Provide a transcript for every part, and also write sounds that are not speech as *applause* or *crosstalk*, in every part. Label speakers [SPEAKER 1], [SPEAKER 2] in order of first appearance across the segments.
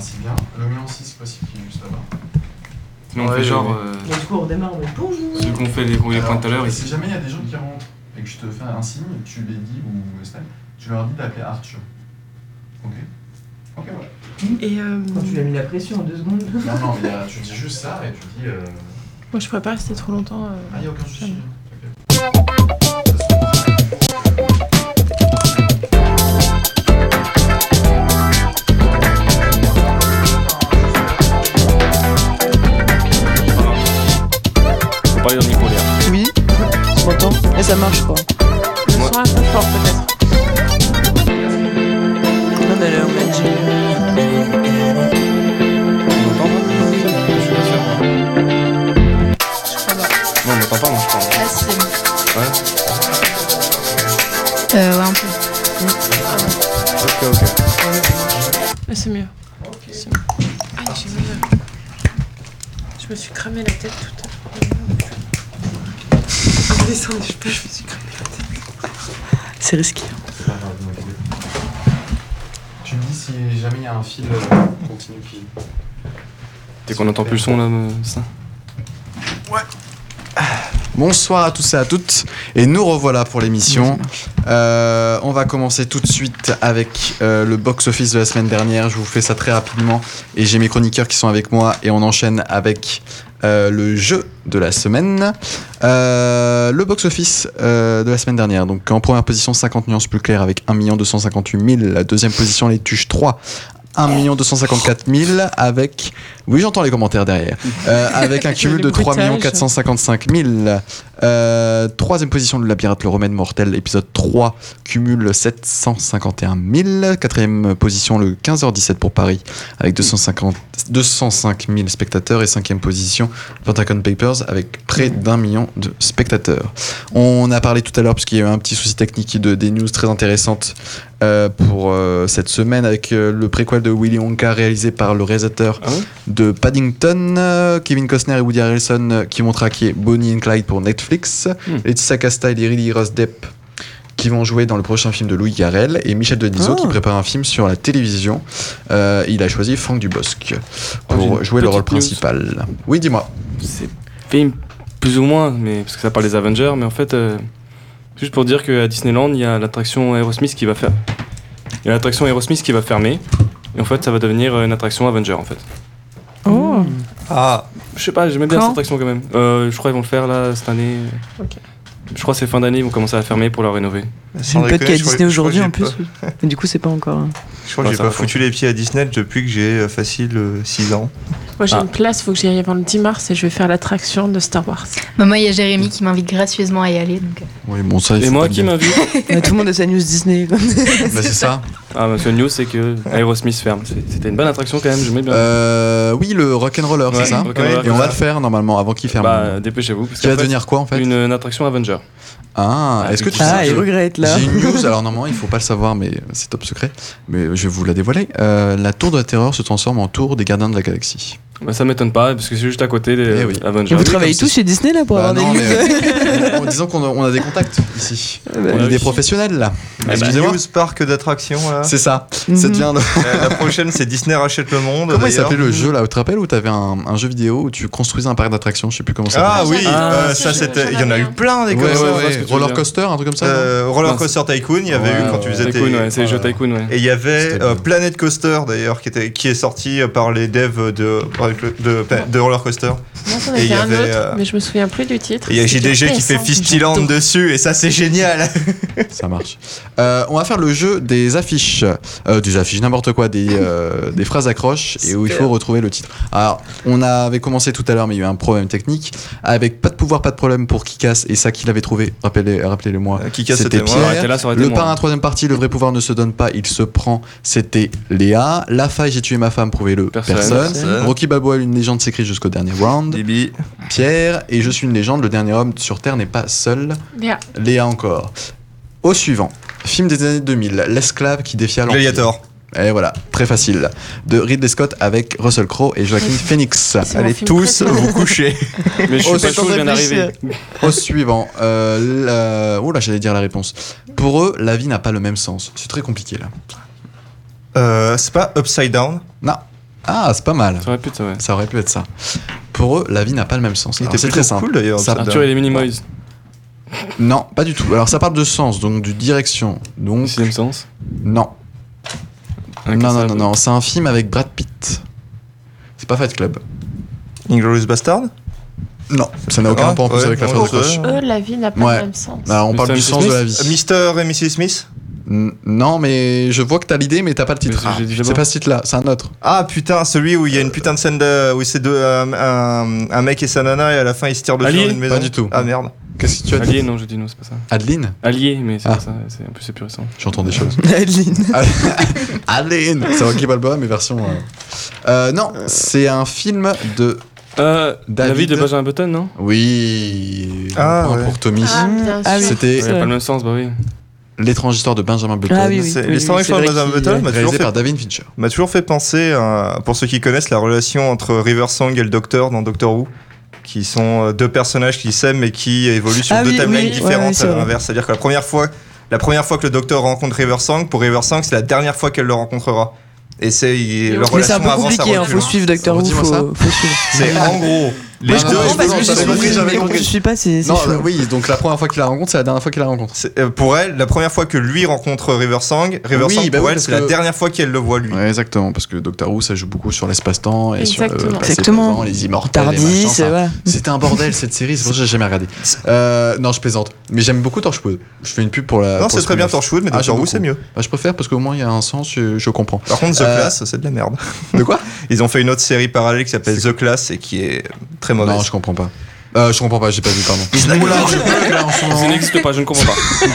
[SPEAKER 1] c'est bien. Le mien aussi, c'est possible qu'il est juste là-bas.
[SPEAKER 2] Sinon, on
[SPEAKER 3] Ouais,
[SPEAKER 2] fait genre.
[SPEAKER 3] ouais.
[SPEAKER 2] euh,
[SPEAKER 4] Mais du coup, on redémarre, mais bonjour
[SPEAKER 2] Celui qu'on fait les premiers
[SPEAKER 1] Alors,
[SPEAKER 2] points tout à l'heure,
[SPEAKER 1] Si
[SPEAKER 2] ici.
[SPEAKER 1] jamais il y a des gens qui rentrent et que je te fais un signe, tu les dis, ou Estelle, tu leur dis d'appeler Arthur. Ok Ok, voilà.
[SPEAKER 5] Et euh,
[SPEAKER 4] Quand tu lui as mis la pression en deux secondes.
[SPEAKER 1] Non, non, mais euh, tu dis juste ça et tu dis. Euh...
[SPEAKER 5] moi je prépare, c'était trop longtemps. euh.
[SPEAKER 1] Ah, il n'y a aucun souci.
[SPEAKER 6] Faut parler dans le micro, Léa.
[SPEAKER 7] Oui, tu m'entends Et ça marche quoi.
[SPEAKER 5] Le son est un peu fort peut-être.
[SPEAKER 7] Non mais là, on m'a dit.
[SPEAKER 6] On m'entend moi Je suis pas sûr. Non, on m'entend pas, moi, je crois.
[SPEAKER 5] Ah, si, c'est bon.
[SPEAKER 6] Ouais.
[SPEAKER 8] Euh, ouais, un peu.
[SPEAKER 6] Ok, ok.
[SPEAKER 5] Ah, c'est mieux.
[SPEAKER 1] Ok.
[SPEAKER 5] C'est mieux. Aïe, j'ai mal. Je me suis cramé la tête tout à l'heure. En descendant du cheval, je me suis cramé la tête.
[SPEAKER 7] C'est risqué.
[SPEAKER 1] C'est pas grave, donc, oui. Tu me dis si jamais il y a un fil euh, continu qui.
[SPEAKER 6] Dès qu'on entend plus le son, là, euh, ça.
[SPEAKER 3] Bonsoir à tous et à toutes, et nous revoilà pour l'émission. Euh, on va commencer tout de suite avec euh, le box-office de la semaine dernière. Je vous fais ça très rapidement, et j'ai mes chroniqueurs qui sont avec moi, et on enchaîne avec euh, le jeu de la semaine. Euh, le box-office euh, de la semaine dernière. Donc en première position, 50 nuances plus claires avec 1 258 000. La deuxième position, les tuches 3. 1 254 000 avec... Oui, j'entends les commentaires derrière. Euh, avec
[SPEAKER 5] *laughs*
[SPEAKER 3] un cumul
[SPEAKER 5] Le
[SPEAKER 3] de 3
[SPEAKER 5] bruitage.
[SPEAKER 3] 455 000. Euh, troisième position, le labyrinthe, le remède mortel, épisode 3, cumule 751 000. Quatrième position, le 15h17 pour Paris, avec 250, 205 000 spectateurs. Et cinquième position, Pentagon Papers, avec près d'un million de spectateurs. On a parlé tout à l'heure, puisqu'il y a eu un petit souci technique, de, des news très intéressantes euh, pour euh, cette semaine, avec euh, le préquel de Willy Wonka réalisé par le réalisateur
[SPEAKER 6] Ah ouais
[SPEAKER 3] de Paddington, euh, Kevin Costner et Woody Harrelson euh, qui vont traquer Bonnie and Clyde pour Netflix,
[SPEAKER 6] Hmm.
[SPEAKER 3] Laetitia Casta et Lily Rose Depp qui vont jouer dans le prochain film de Louis Garrel et Michel Denisot
[SPEAKER 7] Ah.
[SPEAKER 3] qui prépare un film sur la télévision. Euh, il a choisi Franck Dubosc pour
[SPEAKER 6] Ah, j'ai une
[SPEAKER 3] jouer le
[SPEAKER 6] petite
[SPEAKER 3] rôle
[SPEAKER 6] news.
[SPEAKER 3] principal. Oui, dis-moi.
[SPEAKER 6] C'est film plus ou moins, mais parce que ça parle des Avengers, mais en fait, euh, juste pour dire qu'à Disneyland, il y a l'attraction Aerosmith qui va faire. Il y a l'attraction Aerosmith qui va fermer, et en fait, ça va devenir euh, une attraction Avenger en fait.
[SPEAKER 5] Oh
[SPEAKER 9] Hmm.
[SPEAKER 3] Ah,
[SPEAKER 6] Je sais pas, j'aimais bien
[SPEAKER 5] Quand
[SPEAKER 6] cette attraction quand même. Euh, je crois qu'ils vont le faire là cette année.
[SPEAKER 5] Ok.
[SPEAKER 6] Je crois que c'est fin d'année, ils vont commencer à fermer pour la rénover.
[SPEAKER 7] J'ai une pote qui est à Disney aujourd'hui en plus.
[SPEAKER 9] Je crois-
[SPEAKER 7] Mais du coup, c'est pas encore.
[SPEAKER 9] je
[SPEAKER 3] Bah,
[SPEAKER 9] crois que j'ai
[SPEAKER 6] Ouais, ça
[SPEAKER 9] pas
[SPEAKER 6] va,
[SPEAKER 9] foutu les pieds à Disney depuis que j'ai euh, facile 6 ans.
[SPEAKER 5] Moi j'ai
[SPEAKER 6] Ah.
[SPEAKER 5] une place, faut que j'y aille avant le 10 mars et je vais faire l'attraction de Star Wars.
[SPEAKER 8] Bah, moi, il y a Jérémy qui m'invite gracieusement à y aller. Donc... euh.
[SPEAKER 3] oui, bon, ça, il
[SPEAKER 6] Et
[SPEAKER 3] faut
[SPEAKER 6] moi
[SPEAKER 3] pas
[SPEAKER 6] qui
[SPEAKER 3] dire.
[SPEAKER 6] m'invite
[SPEAKER 3] *laughs*
[SPEAKER 7] Euh, Tout le monde a sa news Disney. quoi.
[SPEAKER 3] Bah, c'est *laughs* ça.
[SPEAKER 6] Ah, parce que le news, c'est que Aerosmith ferme. C'est- C'était une bonne attraction quand même, j'aimais bien.
[SPEAKER 3] Euh, oui, le rock'n'roller,
[SPEAKER 6] Ouais,
[SPEAKER 3] c'est ça
[SPEAKER 6] Rock'n'Roller,
[SPEAKER 3] Et on va
[SPEAKER 6] c'est ça.
[SPEAKER 3] le faire normalement avant qu'il ferme.
[SPEAKER 6] Bah, dépêchez-vous. parce
[SPEAKER 3] qui va
[SPEAKER 6] qu'après,
[SPEAKER 3] devenir quoi en fait
[SPEAKER 6] Une, euh, une attraction Avenger.
[SPEAKER 3] Ah,
[SPEAKER 6] Ah,
[SPEAKER 3] est-ce que
[SPEAKER 6] oui.
[SPEAKER 3] tu
[SPEAKER 7] Ah,
[SPEAKER 3] sais
[SPEAKER 7] il
[SPEAKER 3] que-
[SPEAKER 7] regrette là.
[SPEAKER 3] J'ai une news, alors normalement il faut pas le savoir, mais c'est top secret. Mais je vais vous la dévoiler. Euh, la tour de la terreur se transforme en tour des gardiens de la galaxie.
[SPEAKER 6] Bah, ça m'étonne pas, parce que c'est juste à côté des
[SPEAKER 3] Eh oui.
[SPEAKER 7] Et
[SPEAKER 6] Avengers.
[SPEAKER 7] vous travaillez tous chez Disney là pour
[SPEAKER 3] Bah,
[SPEAKER 7] avoir
[SPEAKER 3] non,
[SPEAKER 7] des news
[SPEAKER 3] mais, euh, en disant qu'on a, on a des contacts ici. on est
[SPEAKER 6] oui.
[SPEAKER 3] des professionnels là.
[SPEAKER 6] bah,
[SPEAKER 3] Excusez-moi.
[SPEAKER 9] News Park d'attractions, là.
[SPEAKER 3] Eh C'est ça.
[SPEAKER 7] Mhm.
[SPEAKER 3] Ça devient.
[SPEAKER 9] Euh, la prochaine, c'est Disney rachète le monde.
[SPEAKER 3] Comment il
[SPEAKER 9] d'ailleurs.
[SPEAKER 3] s'appelait le jeu là Où tu te rappelles où t'avais un, un jeu vidéo où tu construisais un parc d'attractions Je sais plus comment ça
[SPEAKER 9] Ah
[SPEAKER 5] Ah,
[SPEAKER 9] oui,
[SPEAKER 5] j'en ai-
[SPEAKER 9] euh,
[SPEAKER 5] j'en
[SPEAKER 9] ça
[SPEAKER 5] ai-
[SPEAKER 9] c'était. Il y en a
[SPEAKER 5] j'en ai
[SPEAKER 9] eu
[SPEAKER 5] un.
[SPEAKER 9] plein des
[SPEAKER 3] s'appelle.
[SPEAKER 9] comme
[SPEAKER 3] Ouais,
[SPEAKER 9] ça.
[SPEAKER 3] ouais,
[SPEAKER 6] je vois ce que
[SPEAKER 3] ouais.
[SPEAKER 6] tu veux
[SPEAKER 3] Roller
[SPEAKER 6] dire.
[SPEAKER 3] coaster, un truc comme ça. non
[SPEAKER 9] Euh, Roller
[SPEAKER 6] Non,
[SPEAKER 9] Coaster Tycoon, il y avait eu quand tu faisais
[SPEAKER 6] Tycoon,
[SPEAKER 9] tes-
[SPEAKER 6] ouais, c'est les jeux Tycoon, ouais.
[SPEAKER 9] Et il y avait
[SPEAKER 3] C'était
[SPEAKER 9] euh,
[SPEAKER 3] bien.
[SPEAKER 9] Planet Coaster d'ailleurs qui, était- qui est sorti euh, par les devs de, de, de Roller Coaster.
[SPEAKER 5] Moi j'en
[SPEAKER 9] Et il y
[SPEAKER 5] avais un
[SPEAKER 9] avait,
[SPEAKER 5] autre,
[SPEAKER 9] euh,
[SPEAKER 5] mais je me souviens plus du titre.
[SPEAKER 9] Et il y a
[SPEAKER 5] C'était
[SPEAKER 9] JDG qui
[SPEAKER 5] PS1,
[SPEAKER 2] hein,
[SPEAKER 9] fait Fistyland
[SPEAKER 5] j'adore.
[SPEAKER 9] dessus et ça c'est génial.
[SPEAKER 3] Ça marche. Euh, on va faire le jeu des affiches. Euh, des affiches, n'importe quoi, des, euh, des phrases accroches et où il faut retrouver le titre. Alors, on avait commencé tout à l'heure, mais il y a eu un problème technique. Avec pas de pouvoir, pas de problème pour Kikas et ça qu'il avait trouvé. Rappelez- Rappelez-le-moi.
[SPEAKER 9] *laughs* Qui casse
[SPEAKER 3] C'était
[SPEAKER 9] c'était
[SPEAKER 3] Pierre.
[SPEAKER 9] moi.
[SPEAKER 6] Arrêtez là, ça aurait été
[SPEAKER 3] Le
[SPEAKER 6] moi.
[SPEAKER 3] parrain, troisième partie, le vrai pouvoir ne se donne pas, il se prend. C'était Léa. La faille, j'ai tué ma femme, prouvez-le.
[SPEAKER 6] Personne.
[SPEAKER 9] Personne.
[SPEAKER 3] Rocky Balboa, une légende s'écrit jusqu'au dernier round.
[SPEAKER 9] Bibi.
[SPEAKER 3] Pierre, et je suis une légende, le dernier homme sur Terre n'est pas seul.
[SPEAKER 5] Léa.
[SPEAKER 3] Léa encore. Au suivant, film des années 2000, l'esclave qui défia l'empire.
[SPEAKER 9] Gladiator.
[SPEAKER 3] Et voilà, très facile. De Ridley Scott avec Russell Crowe et Joaquin Phoenix.
[SPEAKER 5] C'est mon
[SPEAKER 9] Allez
[SPEAKER 5] film
[SPEAKER 9] tous
[SPEAKER 5] préféré.
[SPEAKER 7] *laughs*
[SPEAKER 9] vous coucher.
[SPEAKER 6] Mais je
[SPEAKER 3] Oh,
[SPEAKER 6] suis
[SPEAKER 3] c'est
[SPEAKER 6] pas chaud,
[SPEAKER 3] sans
[SPEAKER 6] je viens
[SPEAKER 3] réfléchir.
[SPEAKER 6] d'arriver.
[SPEAKER 3] Au suivant, euh, la- oh là, j'allais dire la réponse. Pour eux, la vie n'a pas le même sens. C'est très compliqué là.
[SPEAKER 9] Euh, c'est pas Upside Down
[SPEAKER 3] Non. Ah, c'est pas mal.
[SPEAKER 6] Ça aurait pu être ça, ouais.
[SPEAKER 3] Ça aurait pu être ça. Pour eux, la vie n'a pas le même sens.
[SPEAKER 9] Il
[SPEAKER 3] Alors,
[SPEAKER 9] était
[SPEAKER 3] C'est
[SPEAKER 9] plutôt
[SPEAKER 3] très simple.
[SPEAKER 9] cool d'ailleurs.
[SPEAKER 3] Ça-
[SPEAKER 9] Amsterdam.
[SPEAKER 6] Arthur et les Minimoys,
[SPEAKER 3] Non, pas du tout. Alors ça parle de sens, donc de direction.
[SPEAKER 6] au
[SPEAKER 3] Donc
[SPEAKER 6] sixième sens.
[SPEAKER 3] non,
[SPEAKER 9] Ah,
[SPEAKER 3] non, non,
[SPEAKER 6] Incassable.
[SPEAKER 3] non, non. C'est un film avec Brad Pitt. C'est pas Fight Club.
[SPEAKER 9] Inglourious Bastard
[SPEAKER 3] Non, ça n'a aucun
[SPEAKER 9] Ah,
[SPEAKER 3] rapport en plus
[SPEAKER 9] ouais,
[SPEAKER 3] avec la
[SPEAKER 9] ouais,
[SPEAKER 3] phrase de
[SPEAKER 9] ouais.
[SPEAKER 3] coach.
[SPEAKER 5] Ah.
[SPEAKER 9] Euh,
[SPEAKER 2] Eux, la vie n'a pas
[SPEAKER 3] Ouais.
[SPEAKER 2] le même sens.
[SPEAKER 9] Bah,
[SPEAKER 3] Alors, Bah, on
[SPEAKER 6] Mr.
[SPEAKER 3] parle du
[SPEAKER 6] Mr.
[SPEAKER 3] sens de la vie.
[SPEAKER 9] Mister et Mrs. Smith
[SPEAKER 3] N- Non, mais je vois que t'as l'idée, mais t'as pas le titre.
[SPEAKER 6] Mais j'ai dit
[SPEAKER 3] c'est
[SPEAKER 6] d'abord.
[SPEAKER 3] Ah, pas ce titre-là, c'est un autre.
[SPEAKER 9] Ah putain, celui où il y a une putain de scène de, où c'est deux, un, un- un mec et sa nana et à la fin ils se tirent dessus
[SPEAKER 6] Allié
[SPEAKER 9] dans une maison.
[SPEAKER 3] Pas du tout.
[SPEAKER 9] Ah merde.
[SPEAKER 3] Qu'est-ce que tu as dit
[SPEAKER 6] Allié, non, je dis non, c'est pas ça.
[SPEAKER 3] Adeline
[SPEAKER 6] Allié, mais c'est
[SPEAKER 3] Ah.
[SPEAKER 6] pas ça. c'est- En plus, c'est plus récent.
[SPEAKER 3] J'entends des choses.
[SPEAKER 7] Adeline.
[SPEAKER 3] *laughs* Adeline C'est Rocky Balboa, mais version. euh. Euh, non, c'est un film de.
[SPEAKER 6] Euh,
[SPEAKER 3] David.
[SPEAKER 6] La vie de Benjamin Button, non
[SPEAKER 3] Oui.
[SPEAKER 9] Ah,
[SPEAKER 3] un point
[SPEAKER 9] ouais.
[SPEAKER 3] pour Tommy.
[SPEAKER 2] Ah, bien
[SPEAKER 7] Ah oui.
[SPEAKER 2] sûr.
[SPEAKER 3] C'était
[SPEAKER 6] Ça n'a pas le même sens, bah oui.
[SPEAKER 3] L'étrange histoire de Benjamin Button,
[SPEAKER 7] Ah oui, oui.
[SPEAKER 9] C'est- L'histoire
[SPEAKER 7] oui,
[SPEAKER 9] avec Florence
[SPEAKER 7] c'est vrai
[SPEAKER 9] Button
[SPEAKER 7] qu'il-
[SPEAKER 9] m'a toujours,
[SPEAKER 3] réalisé
[SPEAKER 9] fait-
[SPEAKER 3] par David Fincher.
[SPEAKER 9] m'a toujours fait penser, euh, pour ceux qui connaissent, la relation entre River Song et le Docteur dans Doctor Who, qui sont euh, deux personnages qui s'aiment mais qui évoluent sur
[SPEAKER 7] Ah
[SPEAKER 9] deux
[SPEAKER 7] oui,
[SPEAKER 9] timelines
[SPEAKER 7] oui, ouais,
[SPEAKER 9] différentes
[SPEAKER 7] ouais, c'est
[SPEAKER 9] à
[SPEAKER 7] vrai.
[SPEAKER 9] l'inverse. C'est-à-dire que la première fois, la première fois que le Docteur rencontre River Song, pour River Song, c'est la dernière fois qu'elle le rencontrera. Et c'est il- leur
[SPEAKER 7] Mais c'est
[SPEAKER 9] relation
[SPEAKER 7] un peu
[SPEAKER 9] avance à
[SPEAKER 7] compliqué, hein,
[SPEAKER 9] reculons.
[SPEAKER 7] faut suivre Doctor Who,
[SPEAKER 3] Redis-moi ça.
[SPEAKER 7] faut, faut suivre.
[SPEAKER 9] C'est en gros les
[SPEAKER 3] Ah, non,
[SPEAKER 9] deux.
[SPEAKER 3] non,
[SPEAKER 7] Non, parce que je
[SPEAKER 3] j'avais
[SPEAKER 7] suis
[SPEAKER 3] compris, j'avais
[SPEAKER 7] mais quand
[SPEAKER 3] compris.
[SPEAKER 7] je suis pas, c'est c'est
[SPEAKER 3] Non,
[SPEAKER 7] chaud.
[SPEAKER 3] euh, oui, donc la première fois qu'il la rencontre, c'est la dernière fois qu'il la rencontre.
[SPEAKER 9] C'est- euh, pour elle, la première fois que lui rencontre River Song, River
[SPEAKER 3] Oui,
[SPEAKER 9] Song
[SPEAKER 3] bah
[SPEAKER 9] pour
[SPEAKER 3] oui,
[SPEAKER 9] elle,
[SPEAKER 3] parce
[SPEAKER 9] c'est la
[SPEAKER 3] que-
[SPEAKER 9] dernière fois qu'elle le voit lui.
[SPEAKER 3] Ouais, exactement, parce que Doctor Who, ça joue beaucoup sur l'espace-temps et sur euh, le
[SPEAKER 2] Exactement.
[SPEAKER 3] passé,
[SPEAKER 7] Exactement.
[SPEAKER 3] présent, les immortels. les machins,
[SPEAKER 7] Tardis,
[SPEAKER 3] enfin,
[SPEAKER 7] ouais.
[SPEAKER 3] C'était un bordel cette série, c'est pour ça que j'ai jamais regardé. Euh, non, je plaisante. Mais j'aime beaucoup Torchwood. Je fais une pub pour la.
[SPEAKER 9] non,
[SPEAKER 3] pour
[SPEAKER 9] c'est
[SPEAKER 3] ce
[SPEAKER 9] très
[SPEAKER 3] qu'on
[SPEAKER 9] bien
[SPEAKER 3] a fait.
[SPEAKER 9] Torchwood, mais
[SPEAKER 3] Ah,
[SPEAKER 9] Doctor
[SPEAKER 3] j'aime
[SPEAKER 9] Who, c'est mieux.
[SPEAKER 3] Bah, je préfère parce qu'au moins il y a un sens, je, je
[SPEAKER 9] *laughs*
[SPEAKER 3] comprends.
[SPEAKER 9] Par contre, The
[SPEAKER 3] Euh,
[SPEAKER 9] Class, c'est de la merde. De quoi Ils ont fait une autre série parallèle qui s'appelle The Class et qui est très mauvaise.
[SPEAKER 3] Non, je comprends pas. Euh, je comprends pas, j'ai pas vu, pardon. Oula, je bug, là, en ce moment.
[SPEAKER 6] Ça n'existe pas, je ne comprends pas.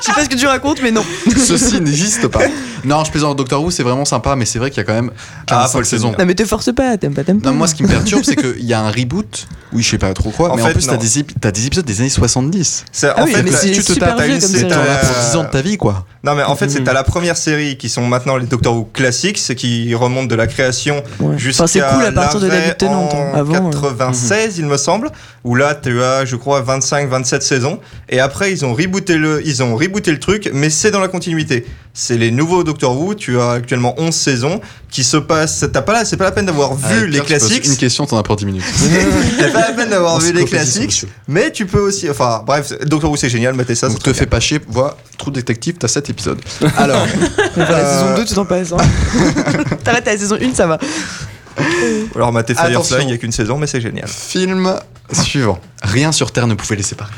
[SPEAKER 7] Je sais pas ce que tu racontes, mais non.
[SPEAKER 3] Ceci n'existe pas. Non, je plaisante. Doctor Who, c'est vraiment sympa, mais c'est vrai qu'il y a quand même
[SPEAKER 9] Ah,
[SPEAKER 3] 45
[SPEAKER 9] faut le
[SPEAKER 3] saisons.
[SPEAKER 9] tenir.
[SPEAKER 7] Non, mais te force pas, t'aimes pas, t'aimes pas.
[SPEAKER 3] Non, moi, ce qui me perturbe, c'est qu'il y a un reboot, oui, je sais pas trop quoi,
[SPEAKER 9] En
[SPEAKER 3] mais en
[SPEAKER 9] fait,
[SPEAKER 3] plus, t'as
[SPEAKER 9] non.
[SPEAKER 3] des, épi- t'as des épisodes des années 70.
[SPEAKER 9] C'est-
[SPEAKER 7] Ah
[SPEAKER 9] en
[SPEAKER 7] oui,
[SPEAKER 9] fait,
[SPEAKER 7] mais
[SPEAKER 9] la-
[SPEAKER 7] c'est
[SPEAKER 3] tu te
[SPEAKER 7] super
[SPEAKER 3] tapes
[SPEAKER 7] vieux
[SPEAKER 9] une
[SPEAKER 7] comme
[SPEAKER 9] série
[SPEAKER 3] Et t'en
[SPEAKER 7] série.
[SPEAKER 9] dans
[SPEAKER 3] as pour
[SPEAKER 9] Euh,
[SPEAKER 3] 10 ans de ta vie, quoi.
[SPEAKER 9] non, mais en fait,
[SPEAKER 7] Mm.
[SPEAKER 6] Mhm.
[SPEAKER 9] c'est à la première série qui sont maintenant les Doctor Who classiques, c'est qui remontent de la création
[SPEAKER 7] Ouais.
[SPEAKER 9] jusqu'à
[SPEAKER 7] Enfin, c'est cool à partir de
[SPEAKER 9] l'arrêt
[SPEAKER 7] David Tennant. hein.
[SPEAKER 9] en
[SPEAKER 7] Avant, euh,
[SPEAKER 9] 96, il me semble, où là, tu as, je crois, 25, 27 saisons. Et après, ils ont rebooté le, ils ont rebooté le truc, mais c'est dans la continuité. C'est les nouveaux Doctor Who. Tu as actuellement 11 saisons qui se passent. T'as pas, la- c'est pas la peine d'avoir
[SPEAKER 7] Ah,
[SPEAKER 9] vu
[SPEAKER 3] Avec
[SPEAKER 9] les
[SPEAKER 3] Pierre, je pose
[SPEAKER 9] classiques.
[SPEAKER 3] Une question, t'en as pour 10 minutes.
[SPEAKER 9] T'as pas la peine d'avoir vu les
[SPEAKER 3] Encyclopédie,
[SPEAKER 9] classiques,
[SPEAKER 3] monsieur.
[SPEAKER 9] mais tu peux aussi. Enfin, bref, Doctor Who, c'est génial, mettez ça. c'est
[SPEAKER 3] Donc
[SPEAKER 9] très
[SPEAKER 3] te fais pas chier, vois Trou Détective, t'as 7 épisodes. Alors,
[SPEAKER 7] Enfin, la
[SPEAKER 9] Euh,
[SPEAKER 7] saison 2, tu t'en passes. hein. T'arrêtes à la saison 1, ça va.
[SPEAKER 9] bien. Alors, mettez
[SPEAKER 3] Attention.
[SPEAKER 9] Firefly, il y a qu'une saison, mais c'est génial.
[SPEAKER 3] film suivant. Rien sur Terre ne pouvait les séparer.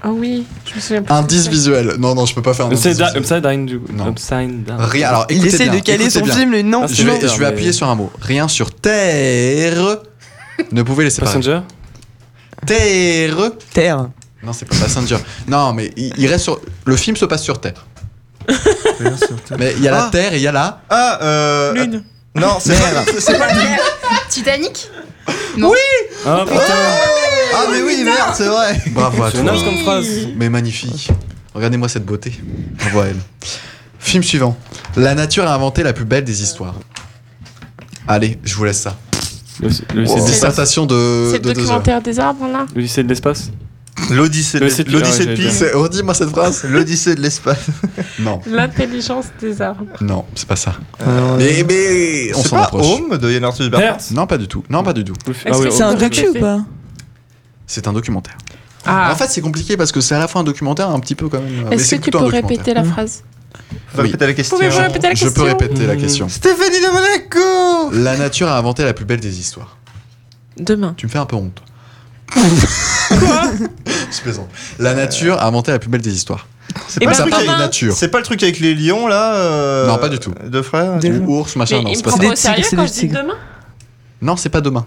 [SPEAKER 2] Ah oui, je me souviens plus.
[SPEAKER 3] Indice visuel. Non, non, je peux pas faire un indice
[SPEAKER 6] Upside down,
[SPEAKER 3] visuel.
[SPEAKER 6] upside down, du coup.
[SPEAKER 3] Non.
[SPEAKER 6] Upside down.
[SPEAKER 3] Rien. Alors,
[SPEAKER 7] Il
[SPEAKER 3] écoutez
[SPEAKER 7] essaie
[SPEAKER 3] bien,
[SPEAKER 7] de caler
[SPEAKER 3] écoutez
[SPEAKER 7] son
[SPEAKER 3] bien.
[SPEAKER 7] film, mais non.
[SPEAKER 6] Ah,
[SPEAKER 3] Je vais,
[SPEAKER 6] Terre,
[SPEAKER 3] je vais
[SPEAKER 6] mais-
[SPEAKER 3] appuyer sur un mot. Rien sur Terre ne pouvait les séparer.
[SPEAKER 6] Passenger
[SPEAKER 3] Terre.
[SPEAKER 7] Terre.
[SPEAKER 3] Non, c'est pas Passenger. Non, mais il, il reste sur. Le film se passe sur Terre. Mais il y a la
[SPEAKER 9] Ah.
[SPEAKER 3] Terre et il y a la.
[SPEAKER 9] Ah, euh.
[SPEAKER 5] Lune.
[SPEAKER 9] Non, c'est pas, c'est pas Lune.
[SPEAKER 8] Titanic
[SPEAKER 6] Ah putain
[SPEAKER 9] Ah, mais oui, merde, c'est vrai.
[SPEAKER 3] Bravo à
[SPEAKER 6] C'est
[SPEAKER 3] toi.
[SPEAKER 6] naze comme phrase.
[SPEAKER 3] Mais magnifique. Regardez-moi cette beauté. Bravo à elle. Film suivant. La nature a inventé la plus belle des histoires. Allez, je vous laisse ça.
[SPEAKER 6] Le, le
[SPEAKER 3] C'est une
[SPEAKER 6] lycée, de
[SPEAKER 2] Wow.
[SPEAKER 6] l'espace.
[SPEAKER 3] dissertation
[SPEAKER 2] C'est
[SPEAKER 3] de,
[SPEAKER 2] le
[SPEAKER 3] de deux heures.
[SPEAKER 2] documentaire des arbres, là
[SPEAKER 6] le lycée de l'espace
[SPEAKER 9] L'Odyssée de
[SPEAKER 6] Le site-
[SPEAKER 9] l'Odyssée de
[SPEAKER 6] ouais,
[SPEAKER 9] Pi.
[SPEAKER 6] j'allais
[SPEAKER 3] C'est- Redis-moi cette phrase.
[SPEAKER 9] L'Odyssée de l'espace.
[SPEAKER 3] Non,
[SPEAKER 2] L'intelligence des arbres.
[SPEAKER 3] non, c'est pas ça. Euh, mais, mais on
[SPEAKER 9] C'est
[SPEAKER 3] s'en
[SPEAKER 9] pas
[SPEAKER 3] approche.
[SPEAKER 9] Home de Yann Arthus Bertrand.
[SPEAKER 6] Hertz
[SPEAKER 3] Non, pas du tout. Non, pas du tout.
[SPEAKER 6] Ah
[SPEAKER 2] Est-ce que
[SPEAKER 7] C'est un
[SPEAKER 2] Oh,
[SPEAKER 7] docu
[SPEAKER 2] je
[SPEAKER 7] ou
[SPEAKER 2] sais.
[SPEAKER 7] pas
[SPEAKER 3] C'est un documentaire.
[SPEAKER 2] Ah.
[SPEAKER 3] En fait, c'est compliqué parce que c'est à la fois un documentaire un petit peu quand même. euh, mais
[SPEAKER 2] Est-ce
[SPEAKER 3] c'est
[SPEAKER 2] que tu
[SPEAKER 3] plutôt
[SPEAKER 2] peux
[SPEAKER 3] un documentaire.
[SPEAKER 2] répéter la
[SPEAKER 7] Mmh.
[SPEAKER 2] phrase
[SPEAKER 9] Faut
[SPEAKER 3] Oui.
[SPEAKER 9] répéter la question.
[SPEAKER 2] Pouvez-vous répéter la
[SPEAKER 3] Je
[SPEAKER 2] question
[SPEAKER 3] peux répéter la question.
[SPEAKER 9] Mmh. Stéphanie de Monaco
[SPEAKER 3] La nature a inventé la plus belle des histoires.
[SPEAKER 5] Demain.
[SPEAKER 3] Tu me fais un peu honte. *laughs* Quoi Je plaisante. La nature a inventé la plus belle des histoires.
[SPEAKER 9] C'est
[SPEAKER 2] Eh ben,
[SPEAKER 9] pas, le
[SPEAKER 3] ça
[SPEAKER 9] truc
[SPEAKER 3] parle de
[SPEAKER 9] avec-
[SPEAKER 3] nature.
[SPEAKER 9] c'est pas le truc avec les lions là euh,
[SPEAKER 3] Non, pas du tout.
[SPEAKER 9] Deux frères
[SPEAKER 7] Des-
[SPEAKER 3] Ou ours, machin,
[SPEAKER 2] Mais
[SPEAKER 3] non,
[SPEAKER 2] il me
[SPEAKER 3] c'est pas
[SPEAKER 2] prend
[SPEAKER 3] ça.
[SPEAKER 7] des
[SPEAKER 2] au sérieux
[SPEAKER 7] tigres, c'est
[SPEAKER 2] quand
[SPEAKER 7] des
[SPEAKER 2] je dis
[SPEAKER 7] tigres.
[SPEAKER 2] demain
[SPEAKER 3] Non, c'est pas demain.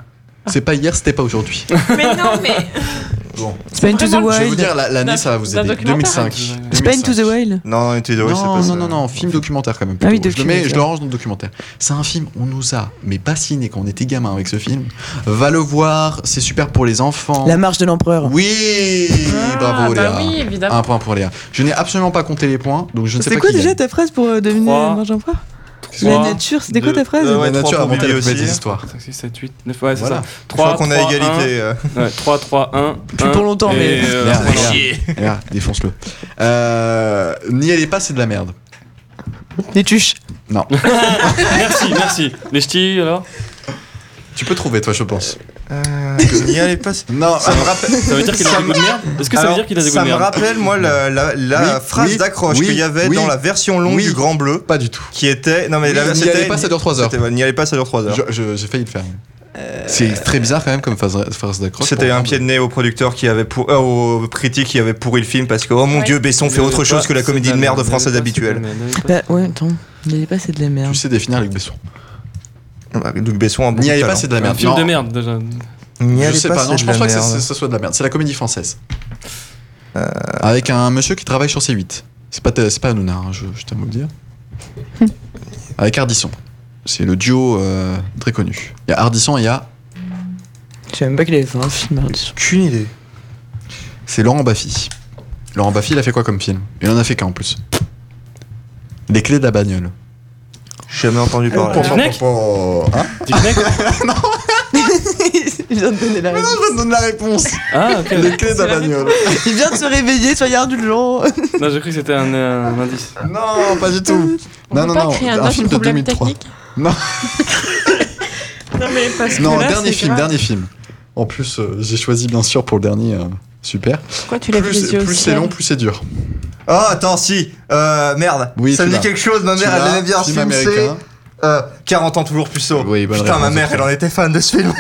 [SPEAKER 3] C'est pas hier, c'était pas
[SPEAKER 2] *laughs*
[SPEAKER 3] aujourd'hui.
[SPEAKER 2] Mais non, mais...
[SPEAKER 3] Bon,
[SPEAKER 7] C'est pas Into the
[SPEAKER 2] Vraiment,
[SPEAKER 3] je vais vous dire
[SPEAKER 7] Wild.
[SPEAKER 3] la- l'année, ça va vous
[SPEAKER 2] D'un
[SPEAKER 3] aider.
[SPEAKER 2] documentaire
[SPEAKER 3] 2005.
[SPEAKER 7] C'est pas Into the Wild.
[SPEAKER 9] Non, Into the Wild, c'est
[SPEAKER 3] Non,
[SPEAKER 9] pas ça.
[SPEAKER 3] non, non, non, film documentaire quand même.
[SPEAKER 7] Ah oui,
[SPEAKER 3] plutôt. je, le mets, je
[SPEAKER 7] documentaire.
[SPEAKER 3] le range dans le documentaire. C'est un film, on nous a, mais passionné quand on était gamin avec ce film. Va le voir, c'est super pour les enfants.
[SPEAKER 7] La marche de l'empereur.
[SPEAKER 3] Oui Bravo
[SPEAKER 2] bah
[SPEAKER 3] Léa.
[SPEAKER 2] oui, évidemment.
[SPEAKER 3] Un point pour Léa. Je n'ai absolument pas compté les points, donc je ne sais
[SPEAKER 7] C'est
[SPEAKER 3] pas
[SPEAKER 7] quoi
[SPEAKER 3] qui
[SPEAKER 7] déjà
[SPEAKER 3] gagne.
[SPEAKER 7] ta phrase pour euh, deviner
[SPEAKER 6] Trois.
[SPEAKER 7] la marche de l'empereur La
[SPEAKER 6] Trois.
[SPEAKER 7] nature, c'était quoi
[SPEAKER 9] Deux.
[SPEAKER 7] ta phrase
[SPEAKER 9] Euh,
[SPEAKER 3] La
[SPEAKER 9] ouais.
[SPEAKER 3] nature
[SPEAKER 9] trois
[SPEAKER 3] a
[SPEAKER 9] pour
[SPEAKER 3] inventé la
[SPEAKER 9] Billy
[SPEAKER 3] plus belle
[SPEAKER 9] aussi.
[SPEAKER 3] des histoires.
[SPEAKER 6] 5, 6, 7, 8, 9, ouais, c'est
[SPEAKER 3] Voilà.
[SPEAKER 6] ça. 3,
[SPEAKER 9] Je crois qu'on a égalité. euh.
[SPEAKER 6] Ouais, 3, 3, 1.
[SPEAKER 7] Plus pour longtemps, mais-
[SPEAKER 3] Euh, Merde, merde. Merde, défonce-le. Euh, N'y allez pas, c'est de la merde.
[SPEAKER 7] Des tuches.
[SPEAKER 6] Merci, merci. Les ch'tis, alors
[SPEAKER 3] Tu peux trouver, toi, je pense.
[SPEAKER 9] Euh, N'y allez pas. Ça
[SPEAKER 3] Non, euh,
[SPEAKER 9] me rappelle.
[SPEAKER 6] Ça veut dire qu'il a des goûts de merde Est-ce que ça veut
[SPEAKER 9] Alors,
[SPEAKER 6] dire qu'il a des goûts
[SPEAKER 9] ça
[SPEAKER 6] de
[SPEAKER 9] me
[SPEAKER 6] merde
[SPEAKER 9] rappelle, moi, la, la- la
[SPEAKER 3] Oui,
[SPEAKER 9] phrase
[SPEAKER 3] oui,
[SPEAKER 9] d'accroche
[SPEAKER 3] oui,
[SPEAKER 9] qu'il y avait
[SPEAKER 3] oui.
[SPEAKER 9] dans la version longue
[SPEAKER 3] Oui.
[SPEAKER 9] du Grand Bleu,
[SPEAKER 3] pas du tout.
[SPEAKER 9] qui était. Non, mais
[SPEAKER 3] N'y
[SPEAKER 9] la-
[SPEAKER 3] allez
[SPEAKER 9] c'était-
[SPEAKER 3] pas, ça dure trois heures.
[SPEAKER 9] c'était- N'y allez pas, ça dure 3 heures. Euh.
[SPEAKER 3] Je- je- J'ai failli le faire. C'est très bizarre quand même comme phrase, phrase d'accroche.
[SPEAKER 9] C'était
[SPEAKER 3] pour
[SPEAKER 9] un
[SPEAKER 3] prendre.
[SPEAKER 9] pied de nez au producteur qui avait pour, euh, au critique qui avait pourri le film parce que oh mon
[SPEAKER 2] Ouais.
[SPEAKER 9] dieu Besson fait autre
[SPEAKER 6] bah,
[SPEAKER 9] chose que la comédie de merde française habituelle.
[SPEAKER 7] Bah, ouais, attends. N'y allez pas, c'est de la merde.
[SPEAKER 3] Tu sais définir Luc Besson.
[SPEAKER 9] Bah, Luc Besson a beaucoup
[SPEAKER 3] N'y allez
[SPEAKER 9] de
[SPEAKER 3] pas,
[SPEAKER 9] talent.
[SPEAKER 3] c'est de la
[SPEAKER 6] Un
[SPEAKER 3] merde.
[SPEAKER 6] film
[SPEAKER 3] Non,
[SPEAKER 6] de merde, déjà.
[SPEAKER 9] N'y
[SPEAKER 3] Je
[SPEAKER 9] allez
[SPEAKER 3] sais
[SPEAKER 9] pas,
[SPEAKER 3] pas, non,
[SPEAKER 9] c'est
[SPEAKER 3] je
[SPEAKER 9] de la
[SPEAKER 3] pense pas que
[SPEAKER 9] merde.
[SPEAKER 3] c'est- ce soit de la merde. C'est la comédie française. Avec un monsieur qui travaille sur C8. C'est pas, c'est pas Hanouna, hein, je, je tiens à vous le dire. Avec Ardisson. C'est le duo euh, très connu. Il y a Ardisson et il y a.
[SPEAKER 7] Je savais même pas qu'il avait fait un film. Ardisson.
[SPEAKER 9] Aucune idée.
[SPEAKER 3] C'est Laurent Baffy. Laurent Baffy, il a fait quoi comme film Il en a fait qu'un en plus. Les clés de la bagnole.
[SPEAKER 9] J'ai Jamais entendu parler.
[SPEAKER 6] Pour Schneck
[SPEAKER 3] Hein
[SPEAKER 6] Dis Schneck
[SPEAKER 7] *laughs*
[SPEAKER 9] *laughs*
[SPEAKER 7] Il vient de donner la réponse.
[SPEAKER 3] je vais te donner la réponse
[SPEAKER 6] Ah, ok.
[SPEAKER 3] Les clés de la bagnole.
[SPEAKER 7] Il vient de se réveiller, soyez indulgents.
[SPEAKER 6] Non, j'ai cru que c'était un, euh, un indice.
[SPEAKER 3] Non, pas du tout.
[SPEAKER 2] On
[SPEAKER 3] non,
[SPEAKER 2] peut
[SPEAKER 3] non,
[SPEAKER 2] pas
[SPEAKER 3] non.
[SPEAKER 2] créer
[SPEAKER 3] Un
[SPEAKER 2] autre
[SPEAKER 3] film de
[SPEAKER 2] problème
[SPEAKER 3] 2003.
[SPEAKER 2] technique
[SPEAKER 5] Non, mais parce que.
[SPEAKER 3] Non,
[SPEAKER 5] là,
[SPEAKER 3] dernier
[SPEAKER 5] c'est
[SPEAKER 3] film,
[SPEAKER 5] grave.
[SPEAKER 3] dernier film. En plus, euh, j'ai choisi bien sûr pour le dernier. euh, super.
[SPEAKER 2] Pourquoi tu lèves
[SPEAKER 3] Plus,
[SPEAKER 2] les yeux au
[SPEAKER 3] plus c'est
[SPEAKER 2] ciel
[SPEAKER 3] long, plus c'est dur.
[SPEAKER 9] Ah attends si euh, merde.
[SPEAKER 3] Oui,
[SPEAKER 9] ça me
[SPEAKER 3] tu
[SPEAKER 9] dit
[SPEAKER 3] l'as.
[SPEAKER 9] quelque chose. Ma mère
[SPEAKER 3] Tu
[SPEAKER 9] elle
[SPEAKER 3] l'as,
[SPEAKER 9] aimait bien ce
[SPEAKER 3] film
[SPEAKER 9] film. C'est
[SPEAKER 3] américain.
[SPEAKER 9] euh, 40 ans toujours puceau.
[SPEAKER 3] Oui, bonne
[SPEAKER 9] Putain ma
[SPEAKER 3] réponse.
[SPEAKER 9] mère elle en était fan de ce *laughs* film.